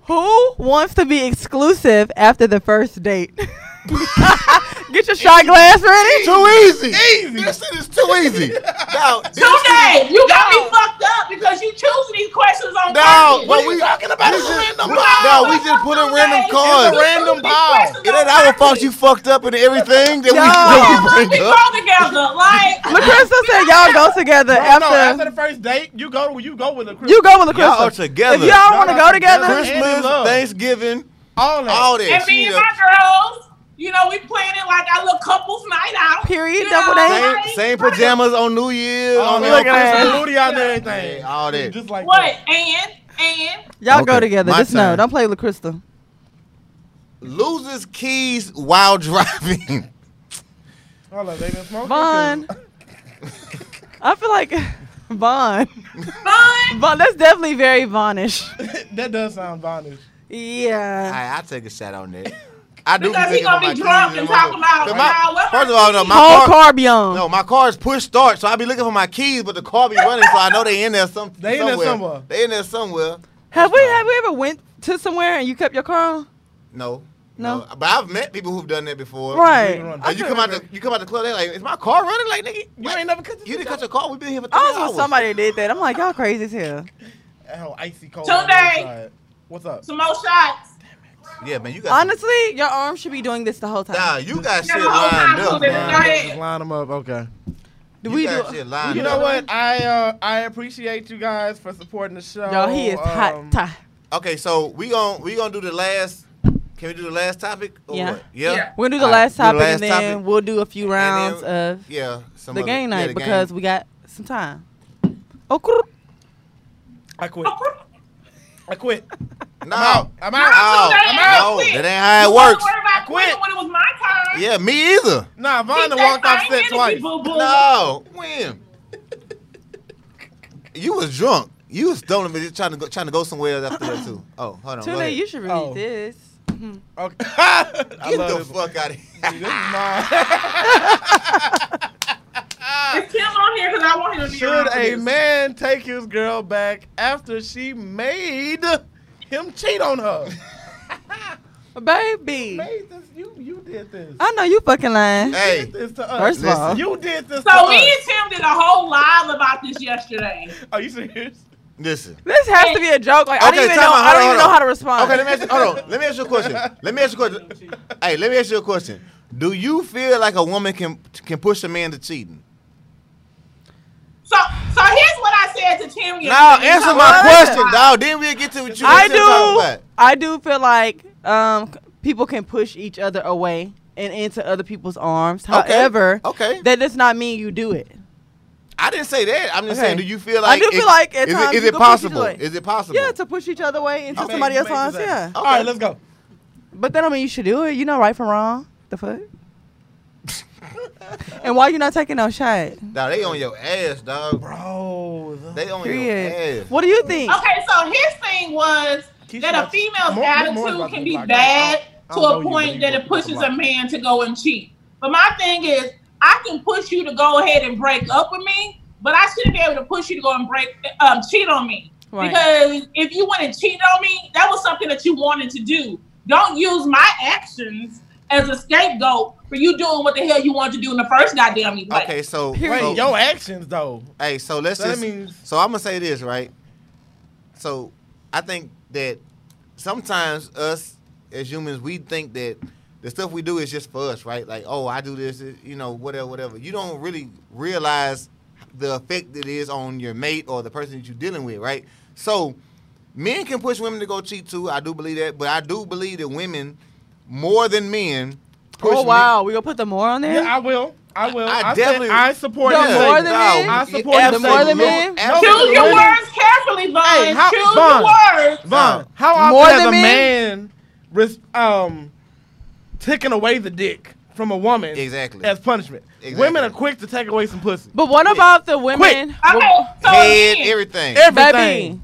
Speaker 5: Who wants to be exclusive after the first date? *laughs* Get your shot glass ready.
Speaker 4: too easy. This shit is too easy. now, this
Speaker 3: Today, you got me fucked up because you choose these questions on
Speaker 4: now,
Speaker 3: purpose.
Speaker 4: but we talking about
Speaker 3: This is-
Speaker 4: random
Speaker 3: No,
Speaker 4: No, we just put in
Speaker 3: Today,
Speaker 4: random
Speaker 3: you
Speaker 4: cards.
Speaker 3: choose these
Speaker 4: It
Speaker 3: questions on
Speaker 4: ain't our
Speaker 3: purpose.
Speaker 4: fault you fucked up and everything that we, *laughs*
Speaker 5: No.
Speaker 4: that we
Speaker 3: We
Speaker 4: bring up.
Speaker 3: go together,
Speaker 4: *laughs*
Speaker 3: like.
Speaker 5: LaCrystal said y'all go together
Speaker 2: Bro,
Speaker 5: after,
Speaker 2: no, after the first date, you go you go with a
Speaker 5: you go with
Speaker 4: Y'all are
Speaker 5: LaCrystal.
Speaker 4: together.
Speaker 5: If y'all
Speaker 2: Y'all
Speaker 5: want to
Speaker 2: are
Speaker 5: go
Speaker 2: together.
Speaker 5: together,
Speaker 4: Christmas,
Speaker 2: love.
Speaker 4: Thanksgiving,
Speaker 2: all that.
Speaker 4: all that.
Speaker 3: And
Speaker 4: She
Speaker 3: me
Speaker 4: need
Speaker 3: and
Speaker 4: a-
Speaker 3: my girls, you know, we planning like our little couples night out.
Speaker 5: Period,
Speaker 3: You
Speaker 5: double
Speaker 3: know,
Speaker 5: date.
Speaker 4: same,
Speaker 3: like-
Speaker 4: same pajamas on New Year's.
Speaker 3: Oh,
Speaker 2: all
Speaker 4: on
Speaker 2: that.
Speaker 4: all
Speaker 5: look at
Speaker 2: Put
Speaker 5: that.
Speaker 2: some booty out
Speaker 4: Hey,
Speaker 2: there, everything.
Speaker 4: all that.
Speaker 2: Just like
Speaker 3: What?
Speaker 2: that.
Speaker 3: And and
Speaker 5: y'all go
Speaker 4: Okay,
Speaker 5: together.
Speaker 4: my
Speaker 5: Just no,
Speaker 4: turn.
Speaker 5: don't play with LaCrystal.
Speaker 4: Loses keys while driving.
Speaker 2: Hold on, they been smoking.
Speaker 5: Vaughn. I feel like *laughs* Vaughn.
Speaker 3: fun.
Speaker 5: Vaughn. That's definitely very Vaughnish.
Speaker 2: *laughs* that does sound bondage.
Speaker 5: Yeah.
Speaker 4: I, I take a shot on *laughs* that. I do be
Speaker 3: Because he
Speaker 4: thinking
Speaker 3: gonna
Speaker 4: about
Speaker 3: be
Speaker 4: my keys
Speaker 3: drunk and
Speaker 4: my-
Speaker 3: talking about,
Speaker 4: 'Cause my-
Speaker 3: "Nah, where
Speaker 4: First of
Speaker 3: my
Speaker 4: all, no, my
Speaker 5: Whole
Speaker 4: car,
Speaker 5: Carbion.
Speaker 4: no, my car is push start, so I be looking for my keys, but the car be running, so I know they in there some,
Speaker 2: They in
Speaker 4: somewhere.
Speaker 2: there somewhere.
Speaker 4: They in there somewhere.
Speaker 5: Have we have we ever went to somewhere and you kept your car on?
Speaker 4: No,
Speaker 5: No.
Speaker 4: But I've met people who've done that before.
Speaker 5: Right.
Speaker 2: we were on-
Speaker 5: I
Speaker 4: And you
Speaker 5: could-
Speaker 4: come out the you come out the club, they like, is my car running? Like nigga,
Speaker 2: You ain't never cut this
Speaker 4: you didn't
Speaker 2: shit
Speaker 4: cut your car. We've been here for three
Speaker 5: I was
Speaker 4: hours.
Speaker 5: with somebody that did that. I'm like, y'all crazy
Speaker 4: *laughs*
Speaker 5: as hell.
Speaker 2: Oh, icy cold.
Speaker 3: Two
Speaker 2: on the other
Speaker 3: days.
Speaker 2: side. What's up?
Speaker 3: Some more shots.
Speaker 4: Yeah, man, you got
Speaker 5: Honestly, your arm should be doing this the whole time.
Speaker 4: Nah, you got
Speaker 3: Yeah,
Speaker 4: shit
Speaker 3: the whole time
Speaker 4: lined up,
Speaker 3: moving.
Speaker 4: man.
Speaker 3: Go ahead.
Speaker 2: Just line them up. Okay.
Speaker 5: do
Speaker 4: You
Speaker 5: we do?
Speaker 4: got shit lined
Speaker 2: You
Speaker 4: up.
Speaker 2: know what? I uh, I appreciate you guys for supporting the show.
Speaker 5: Y'all, he
Speaker 4: Oh,
Speaker 5: is
Speaker 2: Um,
Speaker 5: hot. Ty.
Speaker 4: Okay, so we gon' we gonna do the last. Can we do the last topic? Or
Speaker 5: Yeah.
Speaker 4: What? Yeah.
Speaker 3: Yeah.
Speaker 5: We're gonna do the
Speaker 4: All right,
Speaker 5: last
Speaker 4: do the
Speaker 5: topic
Speaker 4: last
Speaker 5: and then
Speaker 4: topic.
Speaker 5: we'll do a few
Speaker 4: And
Speaker 5: rounds
Speaker 4: then-
Speaker 5: of
Speaker 4: Yeah. Some
Speaker 5: the
Speaker 4: other-
Speaker 5: game
Speaker 4: yeah,
Speaker 5: night
Speaker 4: the
Speaker 5: because
Speaker 4: game. Oh,
Speaker 5: we got some time. Oh, Okay.
Speaker 2: I quit. I quit.
Speaker 4: no,
Speaker 2: I'm
Speaker 3: Nah,
Speaker 2: out.
Speaker 4: no,
Speaker 3: I'm
Speaker 4: no,
Speaker 3: out.
Speaker 4: that ain't how it
Speaker 3: You wasn't
Speaker 4: works.
Speaker 3: worried about
Speaker 2: Quit.
Speaker 3: quitting when it was my turn.
Speaker 4: Yeah, me either.
Speaker 2: Nah,
Speaker 3: He
Speaker 2: Vaughn done
Speaker 3: said,
Speaker 2: walked off
Speaker 3: "I ain't
Speaker 2: set
Speaker 3: energy,
Speaker 2: twice. *laughs*
Speaker 3: boo-boo."
Speaker 4: No, when you was drunk, you was stolen, but you trying to go trying to go somewhere else after that too. Oh, hold on. go
Speaker 5: Tuna,
Speaker 4: ahead.
Speaker 5: you should read
Speaker 2: Oh.
Speaker 5: this.
Speaker 2: Okay. I
Speaker 4: Get
Speaker 2: love
Speaker 4: the
Speaker 2: this.
Speaker 4: fuck out of
Speaker 2: This
Speaker 4: here. *laughs*
Speaker 2: is mine.
Speaker 3: It's Kim on here because I want him to be around
Speaker 2: *laughs* Should
Speaker 3: for
Speaker 2: a
Speaker 3: this.
Speaker 2: man take his girl back after she made him cheat on her?
Speaker 5: Baby,
Speaker 2: Made this, you, you did this.
Speaker 5: I know you fucking lying.
Speaker 2: You
Speaker 4: hey,
Speaker 2: did this to us.
Speaker 5: First of
Speaker 4: listen.
Speaker 5: all,
Speaker 2: you did this to
Speaker 3: So me
Speaker 2: us.
Speaker 3: and Tim did a whole live about this yesterday.
Speaker 2: Are you serious?
Speaker 4: listen.
Speaker 5: this has to be a joke. Like I don't
Speaker 4: Okay,
Speaker 5: even
Speaker 4: time
Speaker 5: know.
Speaker 4: out,
Speaker 5: I
Speaker 4: hold on,
Speaker 5: don't even
Speaker 4: hold
Speaker 5: know
Speaker 4: on.
Speaker 5: how to respond.
Speaker 4: Okay, let me ask you. Hold on. Let me ask you a question. Let me ask you a question. Hey, let me ask you a question. Do you feel like a woman can can push a man to cheating?
Speaker 3: So so here's what I said to Tim. yesterday.
Speaker 4: Now answer my
Speaker 5: What?
Speaker 4: question, dog. Then we'll get to what you
Speaker 5: *laughs* I
Speaker 4: what you talking
Speaker 5: do.
Speaker 4: about.
Speaker 5: I do feel like um, c- people can push each other away and into other people's arms.
Speaker 4: Okay,
Speaker 5: However,
Speaker 4: okay.
Speaker 5: that does not mean you do it.
Speaker 4: I didn't say that. I'm just
Speaker 5: Okay.
Speaker 4: saying, do you feel
Speaker 5: I
Speaker 4: like
Speaker 5: do feel like at
Speaker 4: is,
Speaker 5: times
Speaker 4: it, is
Speaker 5: you
Speaker 4: it
Speaker 5: can push each
Speaker 4: possible?
Speaker 5: other.
Speaker 4: Is it possible?
Speaker 5: Yeah, to push each other away into
Speaker 4: Okay,
Speaker 5: somebody
Speaker 2: you
Speaker 5: else's
Speaker 2: made
Speaker 5: arms.
Speaker 2: this
Speaker 5: Yeah,
Speaker 4: Uh,
Speaker 2: happen. All right, let's go.
Speaker 5: but that don't mean you should do it. You know right from wrong.
Speaker 4: *laughs*
Speaker 5: The fuck. and why you not taking no shot?
Speaker 4: Dog, they on your ass, dog.
Speaker 2: Bro.
Speaker 4: They on your
Speaker 5: Period.
Speaker 4: ass.
Speaker 5: What do you think?
Speaker 3: Okay, so his thing was
Speaker 2: Keisha
Speaker 3: that a
Speaker 2: Lance-
Speaker 3: female's
Speaker 2: More- more
Speaker 3: attitude
Speaker 2: more about
Speaker 3: can
Speaker 2: the
Speaker 3: be
Speaker 2: black
Speaker 3: bad
Speaker 2: guy. I
Speaker 3: to
Speaker 2: don't- I don't know
Speaker 3: a
Speaker 2: you, but
Speaker 3: point
Speaker 2: you
Speaker 3: that
Speaker 2: look
Speaker 3: it pushes a
Speaker 2: black.
Speaker 3: man to go and cheat. But my thing is, I can push you to go ahead and break up with me, but I shouldn't be able to push you to go and break um, cheat on me.
Speaker 5: Right.
Speaker 3: Because if you want to cheat on me, that was something that you wanted to do. Don't use my actions as a scapegoat for you doing what the hell you wanted to do in the first goddamn place.
Speaker 4: Okay, so,
Speaker 5: Period.
Speaker 4: so
Speaker 2: Wait, your actions, though.
Speaker 4: Hey, so let's
Speaker 2: So that
Speaker 4: just.
Speaker 2: means-
Speaker 4: so I'm gonna say this, right? So I think that sometimes us as humans, we think that the stuff we do is just for us, right? Like, oh, I do this, it- you know, whatever, whatever. You don't really realize the effect it is on your mate or the person that you're dealing with, right? So, men can push women to go cheat too. I do believe that, but I do believe that women more than men. Push
Speaker 5: Oh
Speaker 4: men-
Speaker 5: wow, we gonna put the more on there?
Speaker 2: Yeah, I will. I will.
Speaker 4: I
Speaker 2: I, said
Speaker 4: definitely-
Speaker 2: I support
Speaker 5: The
Speaker 2: that.
Speaker 5: more than men?
Speaker 2: I
Speaker 4: you
Speaker 2: support
Speaker 5: The more than
Speaker 4: absolutely-
Speaker 5: men?
Speaker 4: absolutely.
Speaker 3: Choose your
Speaker 2: Absolutely.
Speaker 3: words carefully, Vaughn.
Speaker 2: Hey, how-
Speaker 3: Choose
Speaker 2: Vaughn.
Speaker 3: your words.
Speaker 2: Von, how often
Speaker 5: More
Speaker 2: has
Speaker 5: than
Speaker 2: a
Speaker 5: me?
Speaker 2: man res- um taken away the dick from a woman
Speaker 4: Exactly.
Speaker 2: as punishment?
Speaker 4: Exactly.
Speaker 2: Women are quick to take away some pussy.
Speaker 5: but what about the women?
Speaker 3: Okay, so
Speaker 4: Head,
Speaker 3: then-
Speaker 4: everything.
Speaker 5: Baby,
Speaker 2: Everything.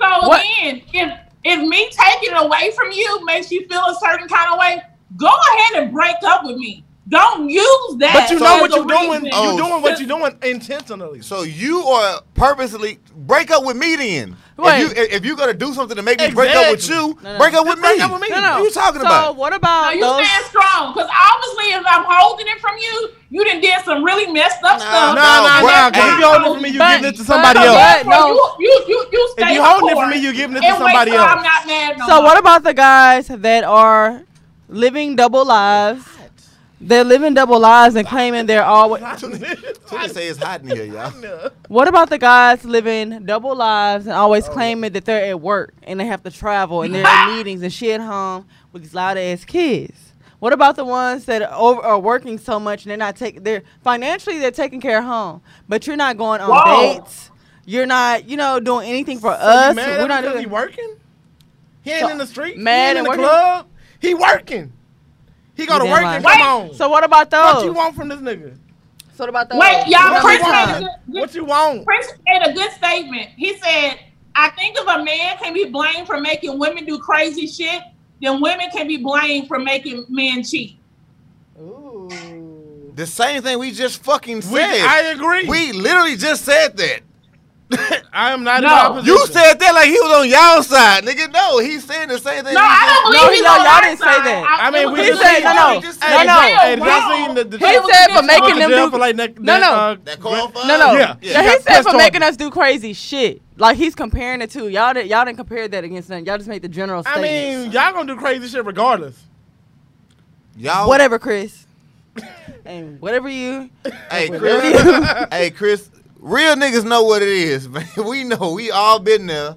Speaker 3: So
Speaker 5: What-
Speaker 3: then, if if me taking it away from you makes you feel a certain kind of way, go ahead and break up with me. Don't use that.
Speaker 2: But you
Speaker 3: as
Speaker 2: know
Speaker 3: a
Speaker 2: what you're doing.
Speaker 3: reason.
Speaker 4: Oh,
Speaker 2: You're doing what you're doing intentionally.
Speaker 4: So you are purposely break up with me then. If
Speaker 5: Wait.
Speaker 4: you if you're gonna do something to make me break up with
Speaker 2: Exactly.
Speaker 4: you,
Speaker 5: No, no.
Speaker 4: break up with me.
Speaker 2: break up with me.
Speaker 5: no, no.
Speaker 4: What are you talking
Speaker 5: so
Speaker 4: about?
Speaker 5: what
Speaker 3: No,
Speaker 5: about
Speaker 3: you
Speaker 5: those?
Speaker 3: stand strong, because obviously, if I'm holding it from you, you done did some really messed
Speaker 2: Nah,
Speaker 3: up
Speaker 2: nah,
Speaker 3: stuff.
Speaker 4: no,
Speaker 2: nah.
Speaker 4: bro,
Speaker 2: Cause if
Speaker 4: hey.
Speaker 2: you hold it for me, you
Speaker 5: But-
Speaker 2: giving it to somebody
Speaker 5: but-
Speaker 2: else.
Speaker 5: but- no.
Speaker 3: you, you, you, you stay
Speaker 2: If you holding it
Speaker 3: the
Speaker 2: for me,
Speaker 3: course
Speaker 2: you giving it to
Speaker 3: and wait
Speaker 2: somebody
Speaker 3: till I'm
Speaker 2: else.
Speaker 3: not mad no
Speaker 5: So
Speaker 3: more.
Speaker 5: what about the guys that are living double lives? They're living double lives and claiming they're always.
Speaker 2: *laughs*
Speaker 4: So they say it's hot in here, y'all.
Speaker 5: What about the guys living double lives and always
Speaker 2: Oh.
Speaker 5: claiming that they're at work and they have to travel and they're
Speaker 2: *laughs*
Speaker 5: at meetings and shit home with these loud ass kids? What about the ones that are, over, are working so much and they're not taking they're financially they're taking care of home, but you're not going on
Speaker 3: Whoa.
Speaker 5: dates. You're not, you know, doing anything for
Speaker 2: Us,
Speaker 5: us.
Speaker 2: mad
Speaker 5: We're not
Speaker 2: because
Speaker 5: doing
Speaker 2: he working. He ain't
Speaker 5: So,
Speaker 2: in the street.
Speaker 5: mad
Speaker 2: Mad he
Speaker 5: and
Speaker 2: ain't in the
Speaker 5: working?
Speaker 2: club. He working. He go to
Speaker 5: damn
Speaker 2: work
Speaker 5: right.
Speaker 2: and come on.
Speaker 5: So what about those?
Speaker 2: what you want from this nigga?
Speaker 5: So what about those?
Speaker 3: Wait, y'all,
Speaker 2: What
Speaker 3: Chris
Speaker 2: you
Speaker 3: made,
Speaker 2: want?
Speaker 3: a good,
Speaker 2: What you want?
Speaker 3: Prince made a good statement. He said, I think if a man can be blamed for making women do crazy shit, then women can be blamed for making men cheat.
Speaker 4: The same thing we just fucking said.
Speaker 2: We, I agree.
Speaker 4: We literally just said that.
Speaker 2: *laughs* I am not
Speaker 3: No.
Speaker 2: in opposition.
Speaker 4: You said that like he was on y'all side, nigga. No, he's saying the same thing.
Speaker 3: No,
Speaker 4: we
Speaker 3: I
Speaker 4: just-
Speaker 3: don't believe
Speaker 5: No,
Speaker 3: he's
Speaker 5: no,
Speaker 3: on
Speaker 5: y'all
Speaker 3: our
Speaker 5: didn't say
Speaker 3: side.
Speaker 5: that.
Speaker 2: I mean, we
Speaker 5: He
Speaker 2: just
Speaker 5: said-
Speaker 2: seen-
Speaker 5: no, no,
Speaker 2: Hey,
Speaker 4: no,
Speaker 2: hey,
Speaker 5: no.
Speaker 2: Hey, did y'all
Speaker 3: Wow.
Speaker 2: seen the, the
Speaker 5: He said for making them do-
Speaker 2: for like neck,
Speaker 5: No, no.
Speaker 2: uh,
Speaker 4: That call for
Speaker 5: No,
Speaker 4: us?
Speaker 5: no.
Speaker 2: Yeah.
Speaker 5: Now,
Speaker 2: Yeah.
Speaker 5: he said
Speaker 2: That's
Speaker 5: for
Speaker 2: all.
Speaker 5: making us do crazy shit. Like he's comparing the two. Y'all did, y'all didn't compare that against nothing. Y'all just made the general
Speaker 2: I
Speaker 5: statement.
Speaker 2: mean, y'all gonna do crazy shit regardless.
Speaker 4: Y'all
Speaker 5: whatever, Chris. *laughs* and whatever you.
Speaker 4: Hey Chris. hey Chris. Real niggas know what it is, *laughs* man. We know. We all been there.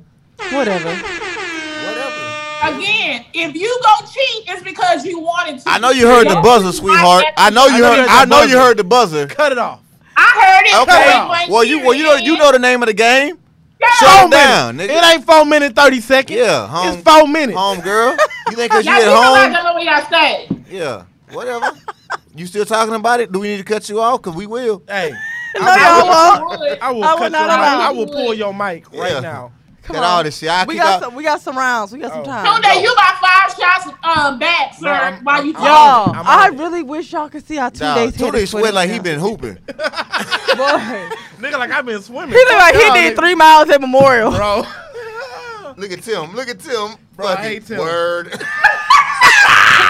Speaker 5: Whatever.
Speaker 4: Whatever.
Speaker 3: Again, if you go cheat, it's because you wanted to.
Speaker 4: I know you heard the
Speaker 3: Don't
Speaker 4: buzzer,
Speaker 3: be
Speaker 4: sweetheart.
Speaker 3: like that.
Speaker 4: I know you heard. I know you heard the buzzer.
Speaker 2: Cut it off.
Speaker 3: I heard it.
Speaker 4: Okay. Well, you well you know you know the name of the game.
Speaker 3: Shut
Speaker 4: Shut it down,
Speaker 2: It
Speaker 4: nigga.
Speaker 2: ain't four minutes thirty seconds.
Speaker 4: Yeah, home-
Speaker 2: it's four minutes.
Speaker 4: Home girl. You think 'cause
Speaker 3: Y'all
Speaker 4: you
Speaker 3: people not
Speaker 4: at home?
Speaker 3: gonna know where y'all stay.
Speaker 4: Yeah. Whatever. You still talking about it? Do we need to cut you off? Cause we will.
Speaker 2: Hey,
Speaker 5: No, y'all won't.
Speaker 2: I will
Speaker 5: I will
Speaker 2: cut
Speaker 5: not
Speaker 2: your mic.
Speaker 5: allow-
Speaker 2: I will pull your mic right
Speaker 4: Yeah.
Speaker 2: now.
Speaker 5: Come
Speaker 4: Got
Speaker 5: on.
Speaker 4: all this shit. I
Speaker 5: we
Speaker 4: keep
Speaker 5: got
Speaker 4: out-
Speaker 5: some. We got some rounds. We got some
Speaker 2: Oh.
Speaker 5: time.
Speaker 3: Tunde, you got five shots um, back, sir,
Speaker 2: No, I'm-
Speaker 3: while you
Speaker 2: I'm-
Speaker 3: talk.
Speaker 5: Y'all,
Speaker 2: I'm
Speaker 5: I
Speaker 2: on it.
Speaker 5: really wish y'all could see how two
Speaker 4: Dog,
Speaker 5: days.
Speaker 4: Two days sweat like he been hooping. *laughs*
Speaker 5: Boy.
Speaker 2: Nigga, like I've been swimming.
Speaker 5: he looked like he
Speaker 2: Y'all
Speaker 5: did
Speaker 2: niggas-
Speaker 5: three miles at Memorial.
Speaker 2: *laughs* bro.
Speaker 4: Look at Tim. Look at Tim.
Speaker 2: Bro, I
Speaker 4: Fucking
Speaker 2: hate Tim. *laughs*
Speaker 4: Word.
Speaker 3: Tim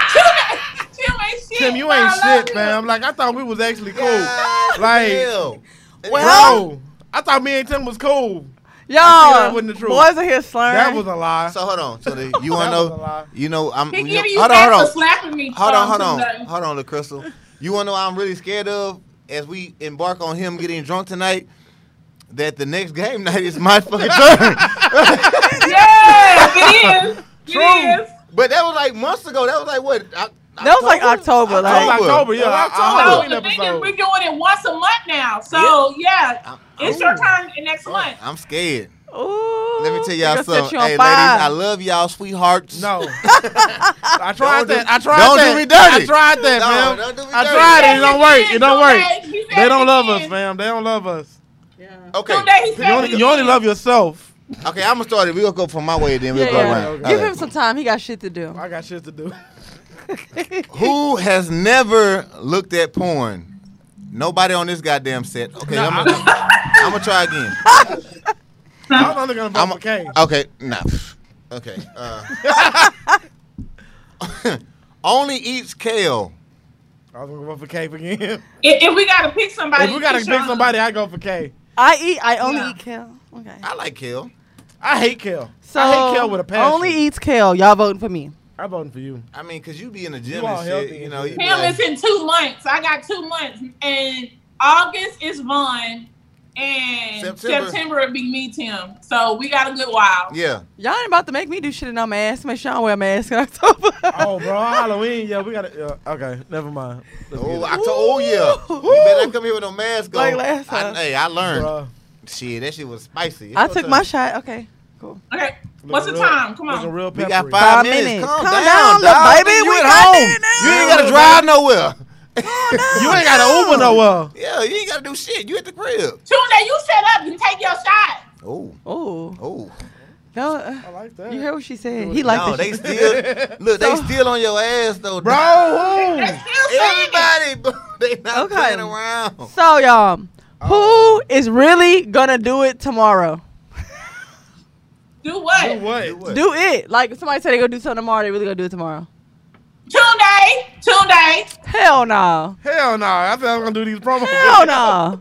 Speaker 3: ain't shit.
Speaker 2: Tim, you
Speaker 3: but I
Speaker 2: ain't
Speaker 3: love
Speaker 2: shit,
Speaker 3: you.
Speaker 2: man. Like I thought we was actually cool.
Speaker 4: God
Speaker 2: Like,
Speaker 4: damn.
Speaker 2: bro, I thought me and Tim was cool.
Speaker 5: Y'all,
Speaker 2: wasn't the truth.
Speaker 5: boys are here slurring.
Speaker 2: That was a lie.
Speaker 4: So hold on. So the, you want to
Speaker 2: That was a
Speaker 4: know?
Speaker 2: lie.
Speaker 4: You know I'm.
Speaker 3: He
Speaker 4: you
Speaker 3: giving
Speaker 4: know-
Speaker 3: you
Speaker 4: hold
Speaker 3: back
Speaker 4: on. Hold
Speaker 3: for
Speaker 4: on.
Speaker 3: slapping me.
Speaker 4: Hold on, hold on,
Speaker 3: um, Tunde.
Speaker 4: hold on, LaCrystal. You want to know what I'm really scared of as we embark on him getting drunk tonight? That the next game *laughs* night is my
Speaker 2: *laughs*
Speaker 4: fucking turn.
Speaker 3: Yes, it is. It is.
Speaker 4: but that was like months ago. That was like what? That
Speaker 5: That was like October, like-
Speaker 2: October, yeah.
Speaker 3: So
Speaker 2: Oh, Halloween
Speaker 3: the thing is,
Speaker 2: episode.
Speaker 3: we're doing it once a month now. So yeah,
Speaker 4: I-
Speaker 3: it's your
Speaker 4: Ooh.
Speaker 3: turn next month.
Speaker 4: Oh, I'm scared.
Speaker 5: Ooh,
Speaker 4: Let me tell
Speaker 5: they
Speaker 4: y'all
Speaker 5: gonna set
Speaker 4: something.
Speaker 5: you on
Speaker 4: Hey, ladies,
Speaker 5: fire.
Speaker 4: I love y'all, sweethearts. *laughs*
Speaker 2: No. I tried
Speaker 4: Don't do-
Speaker 2: that. I tried
Speaker 4: don't
Speaker 2: that.
Speaker 4: do me dirty.
Speaker 2: I tried that,
Speaker 4: No,
Speaker 2: man.
Speaker 4: don't do me
Speaker 2: I
Speaker 4: dirty.
Speaker 2: tried it. It
Speaker 3: He
Speaker 2: don't
Speaker 3: said
Speaker 2: work.
Speaker 3: it
Speaker 2: It don't
Speaker 3: again.
Speaker 2: work.
Speaker 3: He said
Speaker 2: They
Speaker 3: it
Speaker 2: don't love
Speaker 3: again.
Speaker 2: us, ma'am. They don't love us.
Speaker 4: Okay.
Speaker 3: Tunde, he
Speaker 2: You
Speaker 3: said
Speaker 2: only,
Speaker 3: it
Speaker 2: you only
Speaker 3: again.
Speaker 2: love yourself.
Speaker 4: Okay, I'm gonna start it. We gonna go from my way, then we'll
Speaker 5: Yeah,
Speaker 4: go
Speaker 5: yeah.
Speaker 4: around.
Speaker 5: Give
Speaker 4: All
Speaker 5: him some time. He got shit to do.
Speaker 2: I got shit to
Speaker 3: *laughs*
Speaker 2: do.
Speaker 4: right. Who has never looked at porn? Nobody on this goddamn set. Okay,
Speaker 2: No,
Speaker 4: I'm, gonna, *laughs* I'm gonna try again.
Speaker 2: I'm only gonna
Speaker 4: I'm
Speaker 2: vote for Kane.
Speaker 4: Okay, nah. pff, Okay. Uh, *laughs* only eats kale.
Speaker 2: I was gonna vote for K again.
Speaker 3: If, if we gotta pick somebody,
Speaker 2: if we gotta
Speaker 3: it's
Speaker 2: pick
Speaker 3: Sean.
Speaker 2: somebody, I go for K.
Speaker 5: I eat. I only
Speaker 3: Yeah.
Speaker 5: eat kale. Okay.
Speaker 4: I like kale.
Speaker 2: I hate Kel.
Speaker 5: So
Speaker 2: I hate Kel with a passion.
Speaker 3: e-
Speaker 5: Only eats kale. Y'all voting for me.
Speaker 2: I'm voting for you.
Speaker 4: I mean, cause you be in the gym
Speaker 2: You all
Speaker 4: and shit,
Speaker 2: healthy
Speaker 4: you
Speaker 2: and
Speaker 4: know. You
Speaker 2: shit.
Speaker 4: be
Speaker 3: Him
Speaker 4: like,
Speaker 3: is in two months. I got two months, and August is Vaughn, and
Speaker 4: September.
Speaker 3: September, would be me, Tim. So we got a good while.
Speaker 4: yeah,
Speaker 5: Y'all ain't about to make me do shit in my mask. Make sure I wear a mask in October.
Speaker 4: *laughs*
Speaker 2: Oh, bro, Halloween. Yeah, we got to. Uh, okay, never mind. Let's
Speaker 4: oh,
Speaker 2: get
Speaker 4: I told, oh yeah.
Speaker 5: Woo!
Speaker 4: You better not come here with no mask on.
Speaker 5: Like last
Speaker 4: I-
Speaker 5: time.
Speaker 4: hey, I
Speaker 2: it.
Speaker 4: learned.
Speaker 2: Bruh,
Speaker 4: Shit, that shit was spicy. It's
Speaker 5: *laughs* I
Speaker 4: your
Speaker 5: took
Speaker 4: turn.
Speaker 5: my shot. Okay, cool.
Speaker 3: Okay, what's the
Speaker 2: looking real-
Speaker 3: time? Come
Speaker 2: looking
Speaker 3: on.
Speaker 2: real
Speaker 4: We got
Speaker 2: peppery.
Speaker 4: five,
Speaker 5: Five
Speaker 4: minutes.
Speaker 5: minutes.
Speaker 4: Calm,
Speaker 5: Calm
Speaker 4: down,
Speaker 5: down, little
Speaker 4: dog.
Speaker 5: baby.
Speaker 4: You
Speaker 5: We
Speaker 4: at
Speaker 5: got
Speaker 4: home.
Speaker 5: there now.
Speaker 4: You ain't gotta drive nowhere.
Speaker 2: You ain't got an Uber nowhere.
Speaker 4: yeah, you ain't gotta do shit. You at the crib.
Speaker 3: Tuesday, you set up and take your shot.
Speaker 4: Oh,
Speaker 5: Oh,
Speaker 4: oh.
Speaker 5: no.
Speaker 2: I
Speaker 5: uh,
Speaker 2: like that.
Speaker 5: You heard what she said? He liked
Speaker 4: no,
Speaker 5: it.
Speaker 4: they still look. They
Speaker 5: So-
Speaker 4: still on your ass though,
Speaker 2: Bro,
Speaker 4: dog.
Speaker 3: That's
Speaker 2: who?
Speaker 4: *laughs*
Speaker 3: still singing.
Speaker 4: Everybody, bro, they not
Speaker 5: Okay.
Speaker 4: playing around.
Speaker 5: So y'all,
Speaker 4: Oh.
Speaker 5: who is really gonna do it tomorrow?
Speaker 3: Do what?
Speaker 2: Do what?
Speaker 4: Do what?
Speaker 5: Do it. Like somebody said they go do something tomorrow, they really gonna do it tomorrow.
Speaker 3: Tuesday, Tuesday.
Speaker 5: Hell no.
Speaker 2: Hell no! I thought I was gonna do these promos.
Speaker 5: Hell no.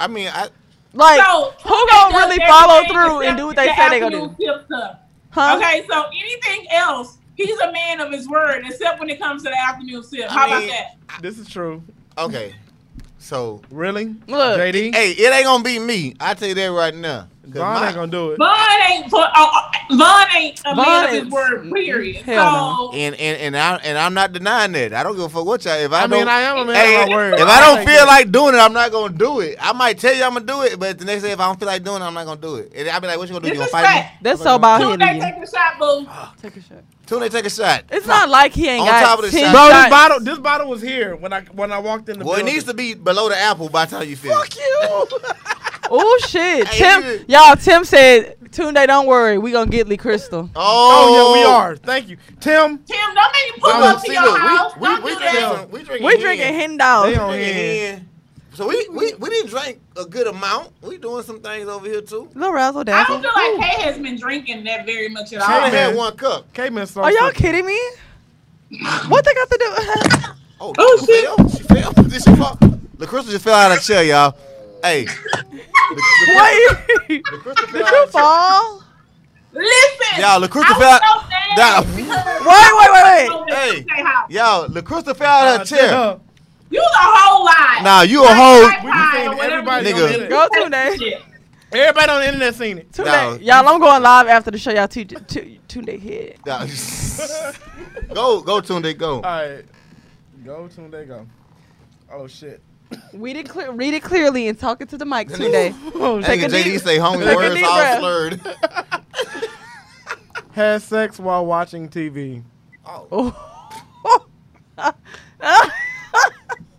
Speaker 4: I mean, I
Speaker 5: Like
Speaker 3: So
Speaker 5: who
Speaker 3: Tuesday
Speaker 5: gonna
Speaker 3: does
Speaker 5: really follow
Speaker 3: everything
Speaker 5: through and
Speaker 3: except
Speaker 5: do what they
Speaker 3: the
Speaker 5: say they gonna
Speaker 3: afternoon
Speaker 5: do?
Speaker 3: tip stuff.
Speaker 5: Huh?
Speaker 3: Okay, so anything else, he's a man of his word, except when it comes to the afternoon sip. How
Speaker 4: mean-
Speaker 3: about that?
Speaker 2: This is true.
Speaker 4: okay. So
Speaker 2: Really?
Speaker 5: Look.
Speaker 2: JD,
Speaker 4: hey, it ain't gonna be me. I tell you that right now. 'Cause
Speaker 2: Vaughn
Speaker 4: my-
Speaker 2: ain't gonna do it.
Speaker 3: Vaughn ain't for, uh, uh, Vaughn ain't a
Speaker 5: Vaughn
Speaker 3: man of his
Speaker 5: is-
Speaker 3: word. Period.
Speaker 5: hell
Speaker 3: so
Speaker 4: and and and I and I'm not denying that. I don't give a fuck what y'all. If I,
Speaker 2: I mean,
Speaker 4: don't,
Speaker 2: I am a man
Speaker 4: Hey,
Speaker 2: of my word.
Speaker 4: if I don't
Speaker 2: Like,
Speaker 4: feel like doing it, I'm not gonna do it. I might tell you I'm gonna do it, but the next day if I don't feel like doing it, I'm not gonna do it. And I'll be like, "What you gonna do?
Speaker 3: This
Speaker 4: You gonna
Speaker 3: is
Speaker 4: fight me?"
Speaker 3: fact.
Speaker 5: That's so about
Speaker 3: Tuesday,
Speaker 5: hitting you.
Speaker 3: take a shot, boo.
Speaker 5: Take a shot.
Speaker 4: Tune in, take a shot.
Speaker 5: It's not like he ain't
Speaker 4: On top
Speaker 5: got
Speaker 4: of the
Speaker 5: 10
Speaker 4: shot.
Speaker 2: Bro, this
Speaker 5: shots.
Speaker 2: bottle, this bottle was here when I when I walked in the.
Speaker 4: Well, it
Speaker 2: building.
Speaker 4: needs to be below the apple by the time you finish. Fuck you.
Speaker 5: *laughs* Oh shit,
Speaker 4: Hey,
Speaker 5: Tim!
Speaker 4: dude.
Speaker 5: Y'all, Tim said, "Tunde, don't worry, we gonna get Lee Crystal."
Speaker 4: Oh,
Speaker 2: Oh yeah, we are. Thank you, Tim.
Speaker 3: Tim, don't make me pull
Speaker 4: Well,
Speaker 3: up
Speaker 4: Oh, see,
Speaker 3: to your
Speaker 4: look, we-
Speaker 3: house.
Speaker 4: we-
Speaker 3: don't
Speaker 4: we
Speaker 3: do
Speaker 4: drinking-
Speaker 3: that.
Speaker 4: we drinking.
Speaker 5: We
Speaker 4: hen.
Speaker 5: drinking hen
Speaker 2: They
Speaker 5: dog.
Speaker 2: on-
Speaker 4: We drinking
Speaker 2: hen.
Speaker 4: hen. So we, we we didn't drink a good amount. We doing some things over here too.
Speaker 5: Little razzle
Speaker 3: I
Speaker 5: dazzle.
Speaker 3: don't feel like Kay has been drinking that very much at
Speaker 4: I
Speaker 3: all.
Speaker 4: only
Speaker 2: man.
Speaker 4: had one cup.
Speaker 2: Came in so.
Speaker 5: Are y'all
Speaker 2: sick.
Speaker 5: kidding me? What they got to do? *laughs*
Speaker 4: Oh,
Speaker 3: Oh,
Speaker 4: she
Speaker 3: shit.
Speaker 4: fell. She fell. Did she fall? The crystal just fell out of the chair, y'all. Hey,
Speaker 5: Wait, did you fall?
Speaker 3: Listen,
Speaker 4: Y'all, La Crystal
Speaker 3: I was
Speaker 4: felt-
Speaker 3: so mad
Speaker 4: Nah.
Speaker 3: because-
Speaker 5: Wait, wait, wait, wait.
Speaker 4: Hey.
Speaker 3: Tuesday house.
Speaker 4: y'all. The crystal fell out of her
Speaker 2: Uh,
Speaker 4: chair.
Speaker 2: Tim,
Speaker 3: You the whole lie.
Speaker 4: Nah, you a
Speaker 3: Like,
Speaker 4: hoe.
Speaker 3: like
Speaker 2: We
Speaker 3: pie
Speaker 2: seen
Speaker 3: or whatever
Speaker 2: everybody
Speaker 3: you
Speaker 4: on
Speaker 3: do.
Speaker 4: the
Speaker 5: *laughs* Go internet.
Speaker 3: Shit.
Speaker 2: Everybody on the internet seen it. *laughs*
Speaker 5: Tunde,
Speaker 4: No.
Speaker 5: y'all, I'm going live after the show. Y'all, Tu- Tu- Tunde hit.
Speaker 4: Nah. go, go, Tunde, go.
Speaker 2: All right, go tune. They go. Oh shit.
Speaker 5: Read it, clear, read it clearly, and talk it to the
Speaker 4: *laughs*
Speaker 5: mic, Tunde.
Speaker 2: Oh,
Speaker 4: That
Speaker 5: take
Speaker 4: nigga
Speaker 5: a
Speaker 4: JD
Speaker 5: deep- *laughs*
Speaker 4: say homie
Speaker 5: take a
Speaker 4: words
Speaker 5: deep
Speaker 4: all
Speaker 5: breath.
Speaker 4: slurred.
Speaker 2: Had sex while watching TV.
Speaker 5: Oh.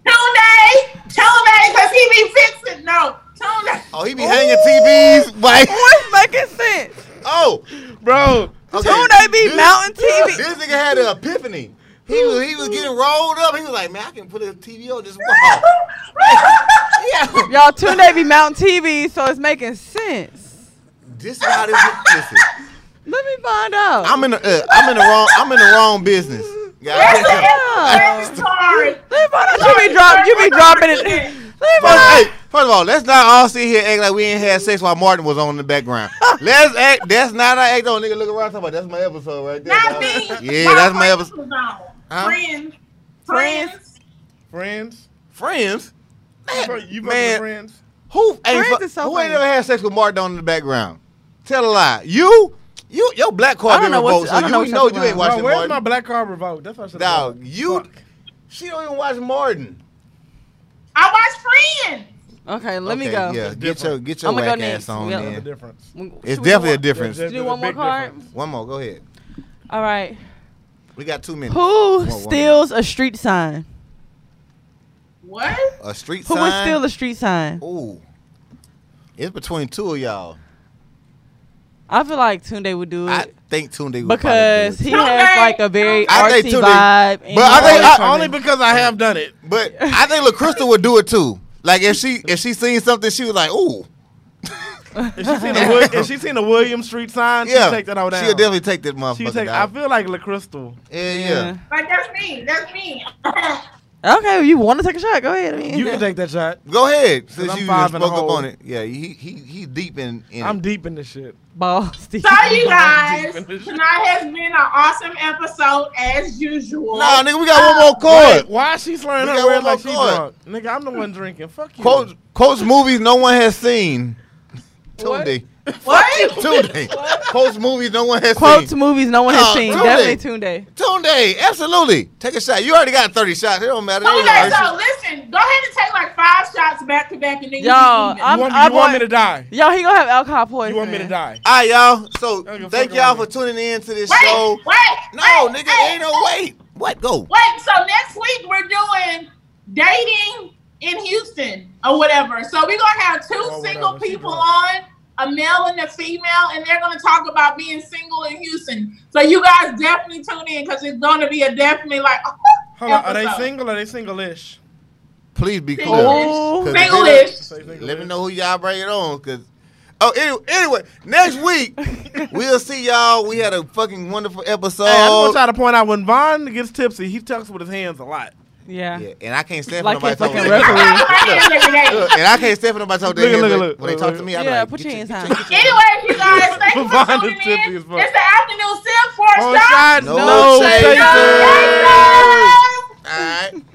Speaker 3: Tuesday, Tuesday, cause he be fixing. No, Tuesday.
Speaker 4: Oh, he be hanging TVs. Like,
Speaker 5: What's making sense?
Speaker 4: oh,
Speaker 2: Bro,
Speaker 4: okay.
Speaker 5: Tunde be
Speaker 4: This-
Speaker 5: mountain TV.
Speaker 4: This nigga had an epiphany. He was, he was getting rolled up. He was like, man, I can put a TV on this
Speaker 5: *laughs*
Speaker 4: wall. *laughs* yeah.
Speaker 5: Y'all, Tunde be mountain TV, so it's making sense.
Speaker 4: This is how this. Listen,
Speaker 5: Let me find out. *laughs*
Speaker 4: I'm in the uh, I'm in the wrong I'm in the wrong business. Y'all. *laughs*
Speaker 5: Yeah.
Speaker 3: I'm sorry.
Speaker 5: Let me find out. You be drop. You be dropping it. Let me
Speaker 4: First,
Speaker 5: find out.
Speaker 4: hey, first of all, let's not all sit here and act like we ain't had sex while Martin was on in the background. Let's act. That's not our act on. Nigga, look around. Talk about that's my episode right there.
Speaker 3: Not
Speaker 4: dog.
Speaker 3: me.
Speaker 4: Yeah, that's my
Speaker 3: friends
Speaker 4: episode.
Speaker 3: was on.
Speaker 4: Huh?
Speaker 3: Friends,
Speaker 5: Friends.
Speaker 3: friends.
Speaker 2: friends.
Speaker 4: Friends.
Speaker 2: Bro, you
Speaker 4: Man.
Speaker 2: man. friends.
Speaker 4: Who ain't,
Speaker 5: Friends
Speaker 4: fu-
Speaker 5: is so
Speaker 4: who ain't
Speaker 5: funny.
Speaker 4: never had sex with Martin on in the background? Tell a lie. You, you, your black
Speaker 5: I
Speaker 4: card
Speaker 5: don't
Speaker 4: been
Speaker 5: know what
Speaker 4: revoked,
Speaker 5: to-
Speaker 4: so
Speaker 5: I don't know
Speaker 4: you
Speaker 5: what
Speaker 4: know
Speaker 5: y'all
Speaker 4: you ain't
Speaker 5: talking
Speaker 2: Bro,
Speaker 4: watching
Speaker 2: where's
Speaker 4: Martin.
Speaker 2: my black card revoked? That's what I should
Speaker 4: Dog, you-
Speaker 2: Fuck.
Speaker 4: she don't even watch Martin.
Speaker 3: I watch Friends.
Speaker 5: Okay, let me
Speaker 4: Okay,
Speaker 5: go.
Speaker 4: Yeah,
Speaker 2: It's
Speaker 4: get your
Speaker 2: different.
Speaker 4: get your
Speaker 5: I'ma go
Speaker 4: whack
Speaker 5: next.
Speaker 4: ass on,
Speaker 5: Yeah.
Speaker 2: That's the
Speaker 4: man.
Speaker 2: difference.
Speaker 5: Should we
Speaker 4: It's
Speaker 5: do
Speaker 4: definitely a
Speaker 5: one-
Speaker 4: difference.
Speaker 2: There's
Speaker 5: Do
Speaker 2: a
Speaker 5: one more
Speaker 2: big
Speaker 5: card?
Speaker 2: difference.
Speaker 4: One more, go ahead.
Speaker 5: All right.
Speaker 4: We got two minutes.
Speaker 5: Who
Speaker 4: One, one.
Speaker 5: steals a street sign?
Speaker 3: What?
Speaker 4: a street
Speaker 5: Who
Speaker 4: sign?
Speaker 5: would steal a street sign?
Speaker 4: Ooh, it's between two of y'all.
Speaker 5: I feel like Tunde would do it
Speaker 4: I think Tunde would
Speaker 5: because
Speaker 4: probably
Speaker 5: he
Speaker 4: do it.
Speaker 3: Tunde!
Speaker 5: has like a very
Speaker 4: I think
Speaker 5: artsy
Speaker 4: Tunde-
Speaker 5: vibe. and
Speaker 4: But I
Speaker 5: he
Speaker 4: think
Speaker 5: always
Speaker 4: I-
Speaker 5: tryna-
Speaker 2: Only because I have done it.
Speaker 4: But I think LaCrystal would do it too. Like if she if she seen something, she was like, ooh,
Speaker 2: If she seen a, Wil- if she seen a William Street sign,
Speaker 4: yeah.
Speaker 2: she take that all down.
Speaker 4: She'll definitely take that motherfucker.
Speaker 2: She take. I
Speaker 4: down.
Speaker 2: feel like LaCrystal.
Speaker 4: yeah, yeah.
Speaker 5: Yeah.
Speaker 3: Like that's me. *laughs* That's me.
Speaker 5: Okay, well, you want to take a shot? Go ahead. I mean, *laughs*
Speaker 2: You can take that shot.
Speaker 4: Go ahead, since
Speaker 2: I'm
Speaker 4: you
Speaker 2: five
Speaker 4: just
Speaker 2: and a
Speaker 4: spoke up
Speaker 2: whole.
Speaker 4: on it. Yeah, he he he's deep in. in
Speaker 2: I'm
Speaker 4: it.
Speaker 2: deep in this shit.
Speaker 5: ball, Steve.
Speaker 3: So you guys,
Speaker 2: Deep in this shit.
Speaker 3: tonight has been an awesome episode as usual.
Speaker 4: Nah, nigga, we got one more
Speaker 2: Wait,
Speaker 4: card.
Speaker 2: why is she slurring
Speaker 4: We
Speaker 2: her
Speaker 4: got
Speaker 2: words
Speaker 4: one
Speaker 2: like she
Speaker 4: more card.
Speaker 2: drunk? Nigga, I'm the one drinking. Fuck you.
Speaker 4: Quotes quotes movies no one has seen.
Speaker 2: What?
Speaker 4: Tunde.
Speaker 3: What?
Speaker 4: Tunde. Quotes movies no one has
Speaker 5: Quotes
Speaker 4: seen.
Speaker 5: movies no one has
Speaker 4: Oh,
Speaker 5: seen.
Speaker 4: Tunde.
Speaker 5: Definitely Tunde.
Speaker 4: Tunde, absolutely. Take a shot. You already got 30 shots. It don't matter. That was
Speaker 3: Okay,
Speaker 4: your
Speaker 3: so listen, go ahead and take like five shots back to back and then you
Speaker 5: Y'all,
Speaker 3: can keep it.
Speaker 5: I'm-
Speaker 2: You, want,
Speaker 5: I
Speaker 2: you want me
Speaker 5: want-
Speaker 2: to die?
Speaker 5: Y'all, he gonna have alcohol poisoning.
Speaker 2: You want me to die?
Speaker 4: All right, y'all. So
Speaker 2: don't give a
Speaker 4: thank
Speaker 2: fuck
Speaker 4: y'all
Speaker 2: about
Speaker 4: for
Speaker 2: that.
Speaker 4: tuning in to this
Speaker 3: wait,
Speaker 4: show.
Speaker 3: wait,
Speaker 4: No,
Speaker 3: wait,
Speaker 4: nigga,
Speaker 3: wait,
Speaker 4: ain't no wait. What? Go.
Speaker 3: Wait, so next week we're doing dating in Houston or whatever. So we're gonna have two
Speaker 2: Or
Speaker 3: single
Speaker 2: whatever, she
Speaker 3: people
Speaker 2: drunk.
Speaker 3: on, a male and a female, and they're gonna talk about being single in Houston. So you guys definitely tune in because it's gonna be a definitely like *laughs*
Speaker 2: Hold on. Are they
Speaker 3: episode.
Speaker 2: single? Are they single-ish?
Speaker 4: Please be clear.
Speaker 5: Oh.
Speaker 4: 'Cause if it-
Speaker 3: single-ish.
Speaker 2: Say single-ish.
Speaker 4: Let me know who y'all bring it on, cause oh anyway, anyway next week we'll see y'all. We had a fucking wonderful episode.
Speaker 2: Hey, I just want y'all to point out when Von gets tipsy, he tucks with his hands a lot.
Speaker 5: Yeah.
Speaker 4: yeah, and I can't stand
Speaker 5: Like
Speaker 4: for
Speaker 5: a
Speaker 4: nobody talking.
Speaker 5: fucking
Speaker 4: to me.
Speaker 5: referee.
Speaker 2: *laughs*
Speaker 4: Look, and I can't stand for nobody talking. to
Speaker 2: Look,
Speaker 4: me.
Speaker 2: look,
Speaker 4: When-
Speaker 2: look,
Speaker 4: When they
Speaker 2: look,
Speaker 4: talk
Speaker 2: look.
Speaker 4: to me, I'm
Speaker 5: Yeah,
Speaker 4: like,
Speaker 5: put
Speaker 4: get
Speaker 5: your hands
Speaker 4: get
Speaker 5: on.
Speaker 4: your- get
Speaker 3: Anyway, you guys, thank you for
Speaker 2: Vine
Speaker 3: tuning
Speaker 2: is tipsy
Speaker 3: in.
Speaker 2: as
Speaker 3: It's
Speaker 2: fuck.
Speaker 3: the afternoon sip for a
Speaker 2: Oh,
Speaker 3: shot.
Speaker 2: shot.
Speaker 4: No
Speaker 2: No,
Speaker 4: chaser.
Speaker 2: chaser.
Speaker 3: Yes, guys.
Speaker 4: your- All right.